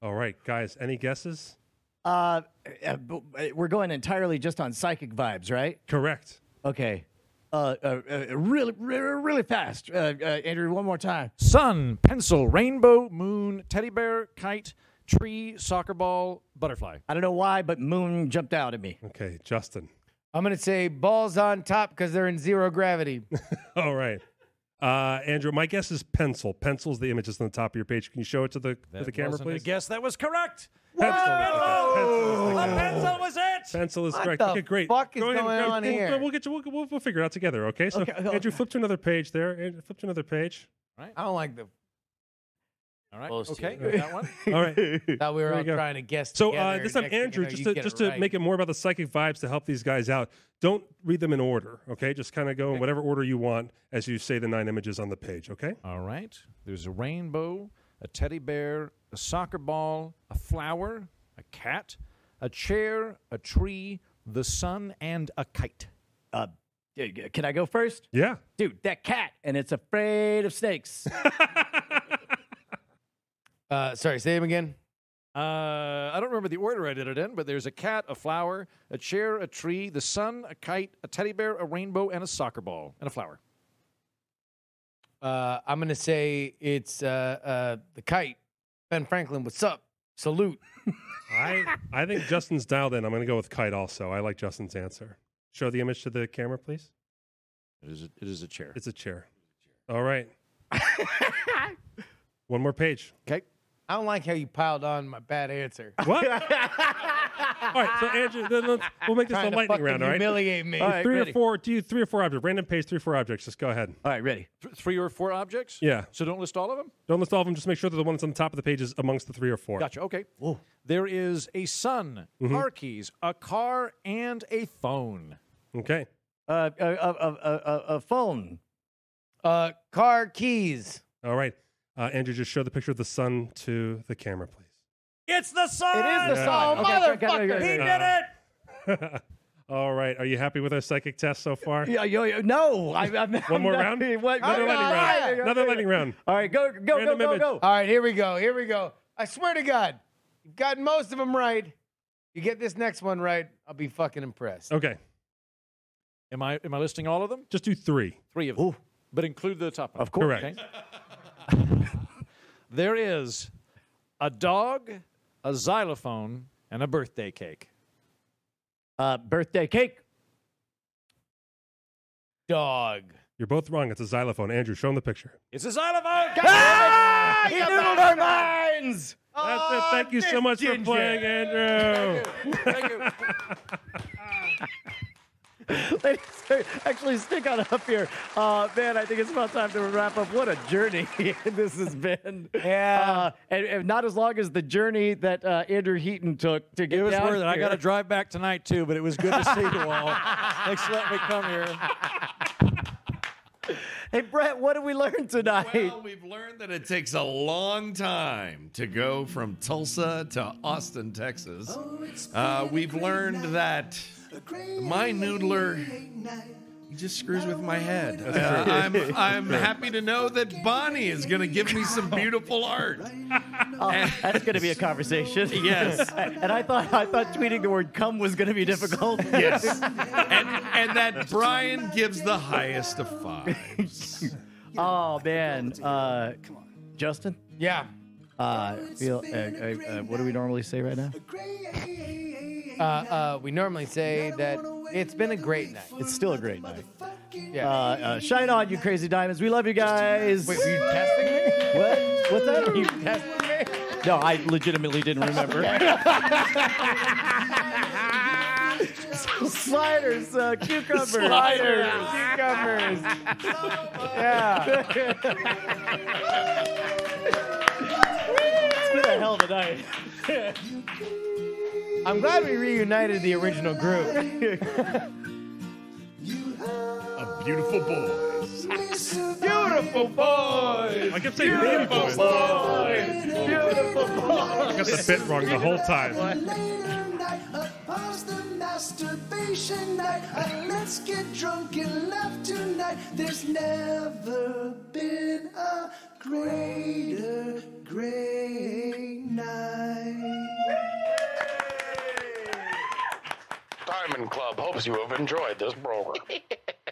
Speaker 7: All right, guys. Any guesses?
Speaker 3: Uh, uh, b- uh, we're going entirely just on psychic vibes, right?
Speaker 7: Correct.
Speaker 3: Okay. Uh, uh, uh really, really, really fast, uh, uh, Andrew. One more time.
Speaker 9: Sun, pencil, rainbow, moon, teddy bear, kite, tree, soccer ball, butterfly.
Speaker 3: I don't know why, but Moon jumped out at me.
Speaker 7: Okay, Justin.
Speaker 2: I'm gonna say balls on top because they're in zero gravity.
Speaker 7: All right. Uh, Andrew, my guess is pencil. Pencil's the image that's on the top of your page. Can you show it to the to the camera,
Speaker 9: wasn't a
Speaker 7: please?
Speaker 9: guess that was correct.
Speaker 7: Pencil. Pencil is the
Speaker 9: The pencil was it.
Speaker 7: Pencil is
Speaker 2: What
Speaker 7: correct.
Speaker 2: the
Speaker 7: okay, great.
Speaker 2: fuck is
Speaker 7: Go ahead,
Speaker 2: going
Speaker 7: go-
Speaker 2: on
Speaker 7: we'll-
Speaker 2: here?
Speaker 7: We'll, get you. We'll, we'll, we'll figure it out together. Okay. So
Speaker 3: Okay, okay.
Speaker 7: Andrew, flip to another page there. Andrew, flip to another page.
Speaker 2: I don't like the
Speaker 9: All right.
Speaker 11: Close to
Speaker 9: okay.
Speaker 11: it.
Speaker 9: you got that one.
Speaker 7: All right.
Speaker 2: thought we were
Speaker 7: There you
Speaker 2: all
Speaker 7: go.
Speaker 2: trying to guess.
Speaker 7: So
Speaker 2: together,
Speaker 7: uh,
Speaker 2: and
Speaker 7: this time,
Speaker 2: next thing you
Speaker 7: Andrew,
Speaker 2: know,
Speaker 7: just
Speaker 2: you
Speaker 7: to,
Speaker 2: get
Speaker 7: just to
Speaker 2: right.
Speaker 7: make it more about the psychic vibes to help these guys out. Don't read them in order. Okay. Just kind of go in whatever order you want as you say the nine images on the page. Okay.
Speaker 9: All right. There's a rainbow, a teddy bear, a soccer ball, a flower, a cat, a chair, a tree, the sun, and a kite.
Speaker 3: Uh, d- g- can I go first,
Speaker 7: Yeah.
Speaker 3: dude? That cat, and it's afraid of snakes.
Speaker 2: Uh, sorry, say him again.
Speaker 9: Uh, I don't remember the order I did it in, but there's a cat, a flower, a chair, a tree, the sun, a kite, a teddy bear, a rainbow, and a soccer ball, and a flower.
Speaker 2: Uh, I'm gonna say it's uh, uh, the kite. Ben Franklin, what's up? Salute.
Speaker 7: I I think Justin's dialed in. I'm going to go with kite. Also, I like Justin's answer. Show the image to the camera, please.
Speaker 9: It is a, it is a chair.
Speaker 7: It's a chair. All right. One more page.
Speaker 9: Okay.
Speaker 2: I don't like how you piled on my bad answer.
Speaker 7: What? all right, so Andrew, then let's, we'll make this a
Speaker 2: Trying to
Speaker 7: lightning
Speaker 2: fucking
Speaker 7: round. All right,
Speaker 2: humiliate me.
Speaker 3: right,
Speaker 7: three
Speaker 3: ready.
Speaker 7: or four. Do you three or four objects? Random page, three or four objects. Just go ahead.
Speaker 3: All right, ready.
Speaker 9: Th- three or four objects?
Speaker 7: Yeah.
Speaker 9: So don't list all of them?
Speaker 7: Don't list all of them. Just make sure that the one that's on the top of the page is amongst the three or four.
Speaker 9: Gotcha. Okay. There is a sun,
Speaker 3: Mm-hmm.
Speaker 9: car keys, a car, and a phone.
Speaker 7: Okay.
Speaker 3: Uh, a, a, a, a, a phone.
Speaker 2: Uh, car keys.
Speaker 7: All right, uh, Andrew, just show the picture of the sun to the camera, please.
Speaker 9: It's the sun.
Speaker 2: It is the
Speaker 7: Yeah.
Speaker 2: song,
Speaker 3: Okay, okay, okay, okay,
Speaker 2: motherfucker.
Speaker 3: okay.
Speaker 2: He
Speaker 7: Uh,
Speaker 2: did it.
Speaker 7: all right. Are you happy with our psychic test so far?
Speaker 3: Yeah, yo, yo, no. I, I'm,
Speaker 7: One more round.
Speaker 3: What,
Speaker 7: Another
Speaker 2: I'm
Speaker 7: lightning
Speaker 2: not-
Speaker 7: round.
Speaker 2: yeah, yeah,
Speaker 7: Another lightning round.
Speaker 3: All right, go, go,
Speaker 7: Random
Speaker 3: go,
Speaker 7: image.
Speaker 3: go, go.
Speaker 2: All right, here we go. Here we go. I swear to God, you've gotten most of them right. You get this next one right, I'll be fucking impressed.
Speaker 7: Okay.
Speaker 9: Am I am I listing all of them?
Speaker 7: Just do three.
Speaker 9: Three of them. But include the top one. Of
Speaker 7: course. Correct.
Speaker 9: there is a dog, a xylophone, and a birthday cake.
Speaker 3: Uh, birthday cake.
Speaker 13: Dog.
Speaker 7: You're both wrong. It's a xylophone. Andrew, show him the picture.
Speaker 13: It's a xylophone.
Speaker 3: Ah, he noodled our minds.
Speaker 7: That's it. Thank you so much for playing, Andrew.
Speaker 3: Ladies, actually, stick on up here. Uh, man, I think it's about time to wrap up. What a journey this has been.
Speaker 9: Yeah.
Speaker 3: Uh, and, and not as long as the journey that uh, Andrew Heaton took to get
Speaker 9: It was
Speaker 3: down
Speaker 9: worth it. I
Speaker 3: here.
Speaker 9: got to drive back tonight too, but it was good to see you all. Thanks for letting me come here.
Speaker 3: Hey, Brett, what did we learn tonight?
Speaker 1: Well, we've learned that it takes a long time to go from Tulsa to Austin, Texas. Uh, we've learned that my noodler just screws with my head. Uh, I'm, I'm happy to know that Bonnie is going to give me some beautiful art.
Speaker 3: That's going to be a conversation.
Speaker 1: Yes.
Speaker 3: and I thought I thought tweeting the word "cum" was going to be difficult.
Speaker 1: Yes. And, and that Brian gives the highest of fives.
Speaker 3: Oh man. Uh, Justin.
Speaker 2: Yeah.
Speaker 3: Uh, feel, uh, uh, uh, what do we normally say right now?
Speaker 6: Uh, uh, we normally say that it's been a great night.
Speaker 3: It's still a great night.
Speaker 6: Yeah.
Speaker 3: Uh, uh, shine on, you crazy diamonds. We love you guys.
Speaker 6: Wait, were you testing me?
Speaker 3: what? What's that?
Speaker 6: Were you testing me?
Speaker 3: No, I legitimately didn't remember. Sliders, uh, cucumbers.
Speaker 6: Sliders, cucumbers. yeah.
Speaker 3: It's been a hell of a night.
Speaker 6: I'm glad we reunited the original group.
Speaker 1: A beautiful boys.
Speaker 6: Beautiful boys.
Speaker 7: I kept saying baby boys.
Speaker 6: Beautiful boys.
Speaker 7: I got the bit wrong the whole time.
Speaker 14: Masturbation night, Uh, let's get drunk and laugh tonight. There's never been a greater, great night.
Speaker 15: Diamond Club hopes you have enjoyed this program.